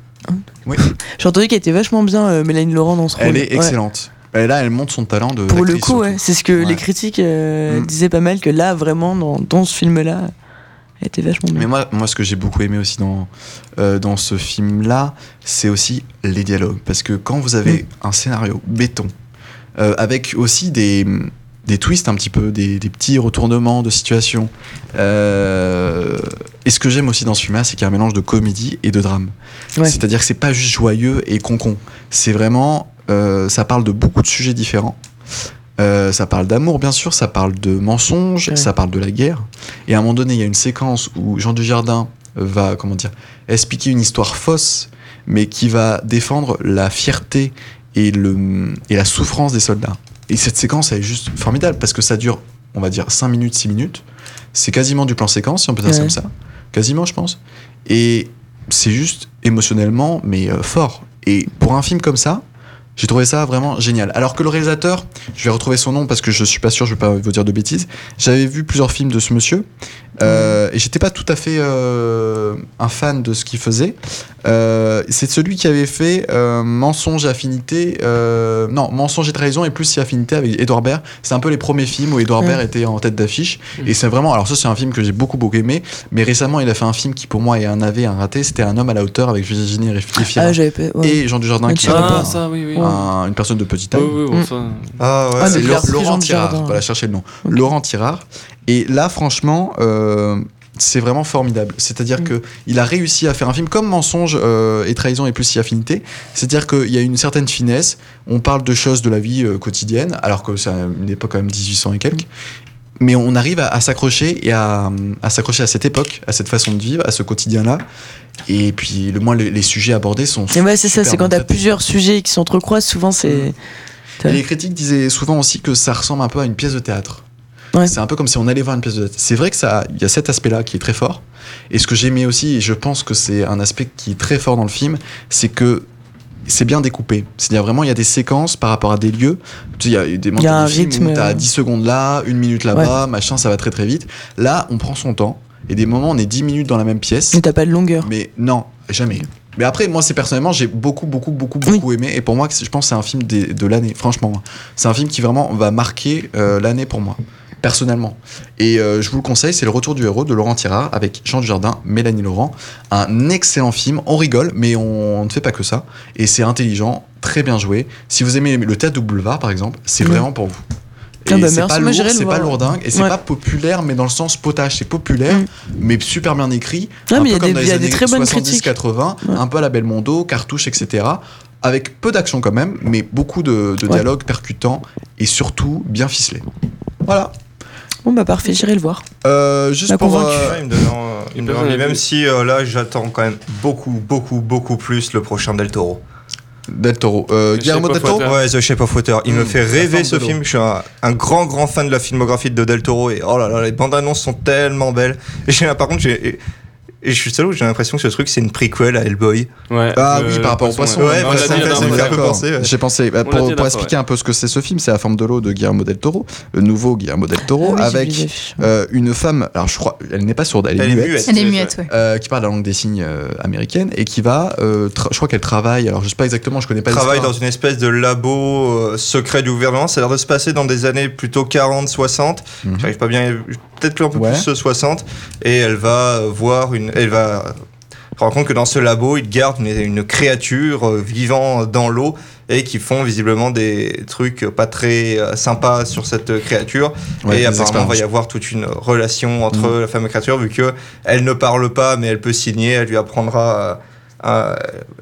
[SPEAKER 7] J'ai entendu qu'elle était vachement bien, euh, Mélanie Laurent, dans ce rôle.
[SPEAKER 3] Elle est
[SPEAKER 7] Ouais.
[SPEAKER 3] excellente. Et là, elle montre son talent de.
[SPEAKER 7] Pour le
[SPEAKER 3] d'actrice,
[SPEAKER 7] coup,
[SPEAKER 3] surtout.
[SPEAKER 7] ouais. c'est ce que
[SPEAKER 3] Ouais.
[SPEAKER 7] les critiques euh,
[SPEAKER 3] Mm.
[SPEAKER 7] disaient pas mal, que là, vraiment, dans, dans ce film-là, elle était vachement bien.
[SPEAKER 3] Mais moi, moi, ce que j'ai beaucoup aimé aussi dans, euh, dans ce film-là, c'est aussi les dialogues. Parce que quand vous avez un scénario béton, euh, avec aussi des, des twists un petit peu, des, des petits retournements de situation, euh, et ce que j'aime aussi dans ce film-là, c'est qu'il y a un mélange de comédie et de drame.
[SPEAKER 7] Ouais.
[SPEAKER 3] C'est-à-dire que c'est pas juste joyeux et concon. C'est vraiment. euh, ça parle de beaucoup de sujets différents. Euh, ça parle d'amour, bien sûr, ça parle de mensonges,
[SPEAKER 7] Ouais.
[SPEAKER 3] ça parle de la guerre. Et à un moment donné, il y a une séquence où Jean Dujardin va, comment dire, expliquer une histoire fausse, mais qui va défendre la fierté et, le, et la souffrance des soldats. Et cette séquence, elle est juste formidable parce que ça dure, on va dire, 5 minutes, 6 minutes. C'est quasiment du plan séquence, si on peut dire ça
[SPEAKER 7] Ouais.
[SPEAKER 3] comme ça. Quasiment, je pense. Et c'est juste émotionnellement, mais euh, fort. Et pour un film comme ça, j'ai trouvé ça vraiment génial. Alors que le réalisateur, je vais retrouver son nom parce que je suis pas sûr, je vais pas vous dire de bêtises. J'avais vu plusieurs films de ce monsieur euh, et j'étais pas tout à fait euh, un fan de ce qu'il faisait. Euh, c'est celui qui avait fait euh, Mensonge et Affinité, euh, non, Mensonge et Trahison et plus si Affinité avec Edouard Baird. C'est un peu les premiers films où Edouard
[SPEAKER 7] Ouais.
[SPEAKER 3] Baird était en tête d'affiche.
[SPEAKER 6] Mm.
[SPEAKER 3] Et c'est vraiment, alors ça c'est un film que j'ai beaucoup beaucoup aimé, mais récemment il a fait un film qui pour moi est un AV, un raté, c'était Un homme à la hauteur avec Virginie Efira
[SPEAKER 7] Ah, j'avais pas. ouais.
[SPEAKER 3] et Jean Dujardin qui
[SPEAKER 7] Ah,
[SPEAKER 3] est
[SPEAKER 6] Ah,
[SPEAKER 3] un-
[SPEAKER 6] ça, oui, oui.
[SPEAKER 3] un- une personne de petite taille.
[SPEAKER 6] Oui, oui, bon,
[SPEAKER 7] Mm.
[SPEAKER 6] ça.
[SPEAKER 9] Ah ouais.
[SPEAKER 7] Ah,
[SPEAKER 3] C'est
[SPEAKER 7] mais
[SPEAKER 3] Laure-
[SPEAKER 7] Pierre
[SPEAKER 3] Laurent
[SPEAKER 7] Jean
[SPEAKER 3] Tirard,
[SPEAKER 7] Dujardin.
[SPEAKER 3] voilà, chercher le nom.
[SPEAKER 7] Ok.
[SPEAKER 3] Laurent Tirard. Et là, franchement, euh, c'est vraiment formidable. C'est-à-dire
[SPEAKER 7] Mm.
[SPEAKER 3] que qu'il a réussi à faire un film comme Mensonge euh, et Trahison et plus si affinité. C'est-à-dire qu'il y a une certaine finesse. On parle de choses de la vie euh, quotidienne, alors que c'est une époque quand même 1800 et quelques. Mais on arrive à, à s'accrocher et à, à s'accrocher à cette époque, à cette façon de vivre, à ce quotidien-là. Et puis, le moins les, les sujets abordés sont.
[SPEAKER 7] Mais ouais, c'est
[SPEAKER 3] super
[SPEAKER 7] ça,
[SPEAKER 3] Mm.
[SPEAKER 7] c'est
[SPEAKER 3] bien
[SPEAKER 7] quand t'as
[SPEAKER 3] traités.
[SPEAKER 7] plusieurs sujets qui s'entrecroisent, souvent c'est.
[SPEAKER 3] Et
[SPEAKER 7] C'est vrai.
[SPEAKER 3] les critiques disaient souvent aussi que ça ressemble un peu à une pièce de théâtre.
[SPEAKER 7] Ouais.
[SPEAKER 3] C'est un peu comme si on allait voir une pièce de théâtre. C'est vrai que ça, il y a cet aspect-là qui est très fort. Et ce que j'aimais aussi, et je pense que c'est un aspect qui est très fort dans le film, c'est que c'est bien découpé. C'est-à-dire vraiment, il y a des séquences par rapport à des lieux. Tu sais, Il y a des moments
[SPEAKER 7] Il y a
[SPEAKER 3] dans
[SPEAKER 7] un
[SPEAKER 3] des films
[SPEAKER 7] rythme,
[SPEAKER 3] où t'as
[SPEAKER 7] euh,
[SPEAKER 3] 10 secondes là, une minute là-bas, machin, ça va très très vite. Là, on prend son temps. Et des moments, on est 10 minutes dans la même pièce.
[SPEAKER 7] Mais t'as pas de longueur.
[SPEAKER 3] Mais non, jamais. Mais après, moi, c'est personnellement, j'ai beaucoup, beaucoup, beaucoup, beaucoup aimé. Et pour moi, c'est- je pense que c'est un film des- de l'année. Franchement, c'est un film qui vraiment va marquer euh, l'année pour moi, personnellement. Et euh, je vous le conseille, c'est Le Retour du héros de Laurent Tirard avec Jean Dujardin, Mélanie Laurent. Un excellent film. On rigole, mais on, ne fait pas que ça. Et c'est intelligent, très bien joué. Si vous aimez le théâtre du boulevard, par exemple, c'est
[SPEAKER 7] Ouais.
[SPEAKER 3] vraiment pour vous. Et
[SPEAKER 7] Ah bah
[SPEAKER 3] c'est
[SPEAKER 7] merci,
[SPEAKER 3] pas
[SPEAKER 7] moi,
[SPEAKER 3] lourd,
[SPEAKER 7] j'irai le
[SPEAKER 3] c'est pas
[SPEAKER 7] voir.
[SPEAKER 3] lourdingue, et c'est
[SPEAKER 7] Ouais.
[SPEAKER 3] pas populaire, mais dans le sens potage, c'est populaire,
[SPEAKER 7] Mm.
[SPEAKER 3] mais super bien écrit,
[SPEAKER 7] Non,
[SPEAKER 3] un
[SPEAKER 7] mais il y
[SPEAKER 3] peu
[SPEAKER 7] a
[SPEAKER 3] comme
[SPEAKER 7] des-
[SPEAKER 3] dans
[SPEAKER 7] il y
[SPEAKER 3] les
[SPEAKER 7] a des
[SPEAKER 3] années
[SPEAKER 7] très bonnes
[SPEAKER 3] 70,
[SPEAKER 7] critiques.
[SPEAKER 3] 80, un peu à la Belmondo, cartouche, etc. Avec peu d'action quand même, mais beaucoup de, de
[SPEAKER 7] Ouais.
[SPEAKER 3] dialogues percutants et surtout bien ficelés. Voilà.
[SPEAKER 7] Bon bah parfait, j'irai le voir.
[SPEAKER 3] Euh, juste
[SPEAKER 7] M'a
[SPEAKER 3] pour.
[SPEAKER 7] convaincu.
[SPEAKER 3] euh,
[SPEAKER 9] Ouais, il me donne en- il me donne
[SPEAKER 6] Personne
[SPEAKER 9] envie,
[SPEAKER 6] n'a
[SPEAKER 9] même
[SPEAKER 6] vu.
[SPEAKER 9] si euh, là j'attends quand même beaucoup, beaucoup, beaucoup plus le prochain Del Toro.
[SPEAKER 3] Del Toro. Euh,
[SPEAKER 6] Je sais
[SPEAKER 3] Guillermo
[SPEAKER 6] pas,
[SPEAKER 3] Del
[SPEAKER 6] faut
[SPEAKER 3] Toro
[SPEAKER 6] Ouais.
[SPEAKER 9] Ouais, The Shape of Water. Il
[SPEAKER 3] Mm,
[SPEAKER 9] me fait
[SPEAKER 3] la
[SPEAKER 9] rêver
[SPEAKER 3] forme
[SPEAKER 9] ce
[SPEAKER 3] de l'eau.
[SPEAKER 9] film. Je suis un, un grand, grand fan de la filmographie de Del Toro et oh là là, les bandes annonces sont tellement belles. *laughs* Et j'ai- par contre, j'ai. et- Et je suis seul où j'ai l'impression que ce truc c'est une prequel à Hellboy.
[SPEAKER 6] Ouais,
[SPEAKER 3] Ah
[SPEAKER 6] euh,
[SPEAKER 3] oui, par rapport au poisson.
[SPEAKER 6] poisson,
[SPEAKER 9] ouais,
[SPEAKER 6] on
[SPEAKER 9] bah,
[SPEAKER 6] l'a
[SPEAKER 9] ça
[SPEAKER 6] dit,
[SPEAKER 9] fait-
[SPEAKER 6] on
[SPEAKER 9] ça
[SPEAKER 6] l'a
[SPEAKER 9] me
[SPEAKER 6] dit.
[SPEAKER 9] fait un peu
[SPEAKER 3] D'accord.
[SPEAKER 9] penser, ouais.
[SPEAKER 3] J'ai pensé, bah,
[SPEAKER 6] On l'a dit,
[SPEAKER 3] pour, pour
[SPEAKER 6] d'accord,
[SPEAKER 3] expliquer un peu ce que c'est ce film, c'est La forme de l'eau de Guillermo Del Toro, le nouveau Guillermo Del Toro,
[SPEAKER 7] Ah oui, j'ai vu, j'ai
[SPEAKER 3] Oh, avec
[SPEAKER 7] vu.
[SPEAKER 3] euh, une femme, alors je crois, elle n'est pas sourde, elle,
[SPEAKER 9] Elle
[SPEAKER 3] est
[SPEAKER 9] est
[SPEAKER 3] muette.
[SPEAKER 9] muette.
[SPEAKER 8] Elle est muette, ouais.
[SPEAKER 3] euh, qui parle la langue des signes euh, américaine et qui va, euh, tra- je crois qu'elle travaille, alors je sais pas exactement, je connais pas
[SPEAKER 9] travaille dans
[SPEAKER 3] l'histoire.
[SPEAKER 9] une espèce de labo euh, secret du gouvernement. Ça a l'air de se passer dans des années plutôt 40, 60.
[SPEAKER 3] Mhm.
[SPEAKER 9] J'arrive pas bien, peut-être un peu
[SPEAKER 3] Ouais.
[SPEAKER 9] plus euh, 60. Et elle va euh, voir une, elle va se rendre compte que dans ce labo, ils gardent une, une créature euh, vivant dans l'eau et qui font visiblement des trucs pas très euh, sympas sur cette créature.
[SPEAKER 3] Ouais,
[SPEAKER 9] et
[SPEAKER 3] des
[SPEAKER 9] apparemment, il va y
[SPEAKER 3] expériences. Mm.
[SPEAKER 9] avoir toute une relation entre la femme et la créature, vu que elle ne parle pas, mais elle peut signer, elle lui apprendra à, à-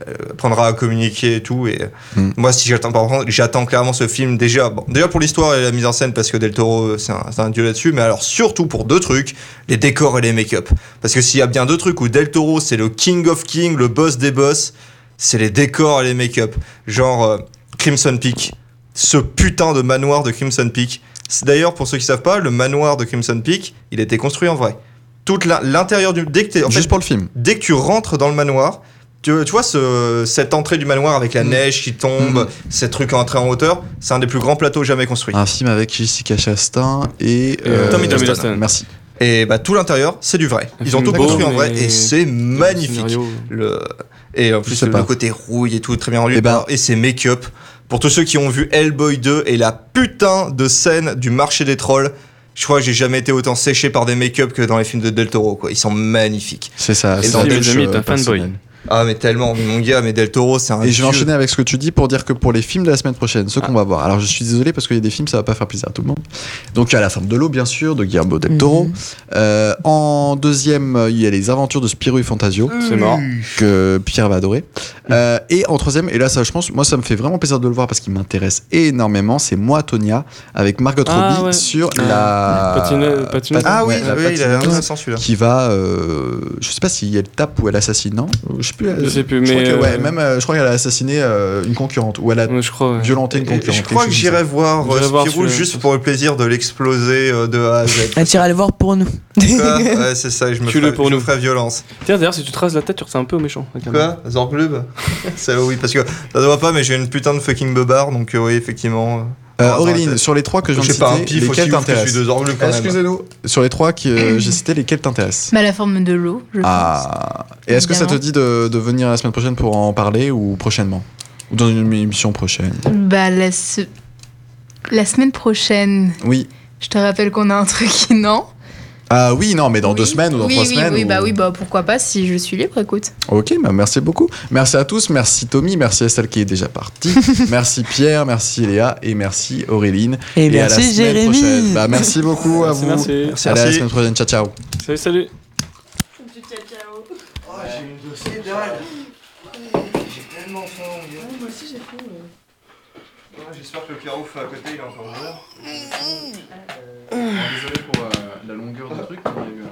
[SPEAKER 9] elle apprendra à communiquer et tout. Et
[SPEAKER 3] Mm.
[SPEAKER 9] moi, si j'attends, par contre, j'attends clairement ce film déjà. Bon, déjà pour l'histoire et la mise en scène, parce que Del Toro, c'est un, c'est un dieu là-dessus, mais alors surtout pour deux trucs, les décors et les make-up. Parce que s'il y a bien deux trucs où Del Toro, c'est le king of king, le boss des boss, c'est les décors et les make-up. Genre euh, Crimson Peak, ce putain de manoir de Crimson Peak. C'est D'ailleurs, pour ceux qui savent pas, le manoir de Crimson Peak, il était construit en vrai. Toute la- l'intérieur du. Dès que t'es- en fait,
[SPEAKER 3] Juste pour le film.
[SPEAKER 9] dès que tu rentres dans le manoir, tu, tu vois ce- cette entrée du manoir avec la
[SPEAKER 3] Mm. Ah.
[SPEAKER 9] neige qui tombe, ces trucs en entrée en hauteur, c'est un des plus grands plateaux jamais construits.
[SPEAKER 3] Un film avec Jessica Chastain et
[SPEAKER 6] euh,
[SPEAKER 9] Tommy Tommy
[SPEAKER 6] Hiddleston. Hiddleston.
[SPEAKER 3] Merci.
[SPEAKER 9] Et bah tout l'intérieur, c'est du vrai.
[SPEAKER 6] Un
[SPEAKER 9] Ils ont
[SPEAKER 6] film
[SPEAKER 9] tout
[SPEAKER 6] beau,
[SPEAKER 9] construit en vrai
[SPEAKER 6] mais-
[SPEAKER 9] et c'est magnifique.
[SPEAKER 6] Scénario.
[SPEAKER 9] Le... Et en
[SPEAKER 3] Je
[SPEAKER 9] plus
[SPEAKER 3] sais
[SPEAKER 9] le,
[SPEAKER 3] pas.
[SPEAKER 9] le côté rouille et tout très bien rendu
[SPEAKER 3] Eh ben-
[SPEAKER 9] et c'est make-up. Pour tous ceux qui ont vu Hellboy 2 et la putain de scène du marché des trolls, je crois que j'ai jamais été autant séché par des make-up que dans les films de Del Toro quoi. Ils sont magnifiques.
[SPEAKER 3] C'est ça.
[SPEAKER 9] Et
[SPEAKER 3] c'est
[SPEAKER 9] dans
[SPEAKER 3] un
[SPEAKER 9] Film
[SPEAKER 3] touch,
[SPEAKER 6] et Demi,
[SPEAKER 3] euh,
[SPEAKER 6] t'es un fanboy.
[SPEAKER 3] personnel.
[SPEAKER 9] Ah mais tellement mon gars, mais Del Toro c'est un Ah.
[SPEAKER 3] Et je vais
[SPEAKER 9] dieu.
[SPEAKER 3] enchaîner avec ce que tu dis pour dire que pour les films de la semaine prochaine, ceux qu'on va voir. Alors je suis désolé parce qu'il y a des films, ça va pas faire plaisir à tout le monde. Donc il y a La forme de l'eau, bien sûr, de Guillermo
[SPEAKER 7] Mhm.
[SPEAKER 3] del Toro.
[SPEAKER 7] Mm.
[SPEAKER 3] Euh, en deuxième, euh, il y a Les aventures de Spirou et Fantasio.
[SPEAKER 6] C'est mort.
[SPEAKER 9] Mmh.
[SPEAKER 6] Mmh.
[SPEAKER 3] que Pierre va adorer. Euh, et en troisième, et là, ça, je pense, moi, ça me fait vraiment plaisir de le voir parce qu'il m'intéresse énormément. C'est moi, Tonia, avec Margot
[SPEAKER 6] Ah,
[SPEAKER 3] Robbie
[SPEAKER 6] ouais.
[SPEAKER 3] sur
[SPEAKER 6] Ouais.
[SPEAKER 3] la
[SPEAKER 6] Patine- patineuse.
[SPEAKER 3] Pat-
[SPEAKER 9] Ah oui,
[SPEAKER 3] ouais, la
[SPEAKER 9] oui, il a
[SPEAKER 3] patineuse
[SPEAKER 9] l'air hein. intéressant celui-là.
[SPEAKER 3] Qui va, euh, je sais pas si elle tape ou elle assassine, non
[SPEAKER 9] Euh,
[SPEAKER 3] Je sais plus.
[SPEAKER 6] Je sais plus,
[SPEAKER 3] je crois
[SPEAKER 6] mais.
[SPEAKER 3] que- ouais,
[SPEAKER 6] euh,
[SPEAKER 3] même, euh, je crois qu'elle a assassiné euh, une concurrente ou elle a
[SPEAKER 6] ouais, Je crois. ouais.
[SPEAKER 3] violenté une
[SPEAKER 9] Et- et
[SPEAKER 3] concurrente.
[SPEAKER 9] Je
[SPEAKER 3] quelque
[SPEAKER 9] crois que
[SPEAKER 3] chose
[SPEAKER 9] j'irai voir euh,
[SPEAKER 6] J'irai voir
[SPEAKER 9] Spirou
[SPEAKER 6] celui-là.
[SPEAKER 9] juste pour le plaisir de l'exploser euh, de A
[SPEAKER 6] *laughs*
[SPEAKER 9] à Z.
[SPEAKER 7] Ah, t'iras le voir pour nous. *laughs*
[SPEAKER 9] Quoi ouais, c'est ça, je me
[SPEAKER 6] Tue-le
[SPEAKER 9] ferai,
[SPEAKER 6] pour
[SPEAKER 9] je me
[SPEAKER 6] nous.
[SPEAKER 9] ferai violence.
[SPEAKER 6] Tiens, d'ailleurs, si tu te rases la tête, tu restes un peu au méchant. avec la main.
[SPEAKER 9] Quoi Zorglub C'est oui, parce que ça se voit pas, mais j'ai une putain de fucking beubard, donc euh, oui, effectivement.
[SPEAKER 3] comme ça.
[SPEAKER 9] Ah,
[SPEAKER 3] Euh, Auréline,
[SPEAKER 9] attends,
[SPEAKER 3] sur les trois que
[SPEAKER 9] Je
[SPEAKER 3] j'ai
[SPEAKER 9] sais pas, un
[SPEAKER 3] cités,
[SPEAKER 9] pif aussi
[SPEAKER 3] lesquels
[SPEAKER 9] ouf que celui
[SPEAKER 3] t'intéressent
[SPEAKER 9] de Zorglub quand même.
[SPEAKER 3] Excusez-nous. Sur les trois que
[SPEAKER 8] *laughs*
[SPEAKER 3] euh, j'ai cités, lesquels t'intéressent
[SPEAKER 8] Mais à la forme de l'eau, Bah, je pense.
[SPEAKER 3] Ah. Et est-ce que ça te
[SPEAKER 8] Évidemment.
[SPEAKER 3] dit de, de venir la semaine prochaine pour en parler ou prochainement Ou dans une émission prochaine
[SPEAKER 8] Bah, la, se- la semaine prochaine,
[SPEAKER 3] Oui.
[SPEAKER 8] je te rappelle qu'on a un truc, *laughs* non
[SPEAKER 3] Ah oui, non, mais dans
[SPEAKER 8] Oui.
[SPEAKER 3] deux semaines ou dans
[SPEAKER 8] oui,
[SPEAKER 3] trois
[SPEAKER 8] oui,
[SPEAKER 3] semaines
[SPEAKER 8] Oui,
[SPEAKER 3] ou-
[SPEAKER 8] bah oui, bah pourquoi pas si je suis libre, écoute.
[SPEAKER 3] Ok, bah merci beaucoup. Merci à tous, merci Tommy, merci à celle qui est déjà
[SPEAKER 8] *laughs*
[SPEAKER 3] partie, merci Pierre, merci Léa et merci Auréline.
[SPEAKER 7] Et,
[SPEAKER 3] à la
[SPEAKER 7] merci
[SPEAKER 3] semaine prochaine.
[SPEAKER 7] Eh Jérémy.
[SPEAKER 3] Bah,
[SPEAKER 8] *laughs*
[SPEAKER 3] merci beaucoup à
[SPEAKER 6] Merci,
[SPEAKER 3] vous.
[SPEAKER 6] merci.
[SPEAKER 3] Allez, à la
[SPEAKER 9] Merci.
[SPEAKER 3] semaine prochaine, ciao ciao.
[SPEAKER 6] Salut, salut.
[SPEAKER 9] J'espère que le carouf à côté, il est encore
[SPEAKER 3] Désolé pour la euh, longueur du truc, euh, il y a eu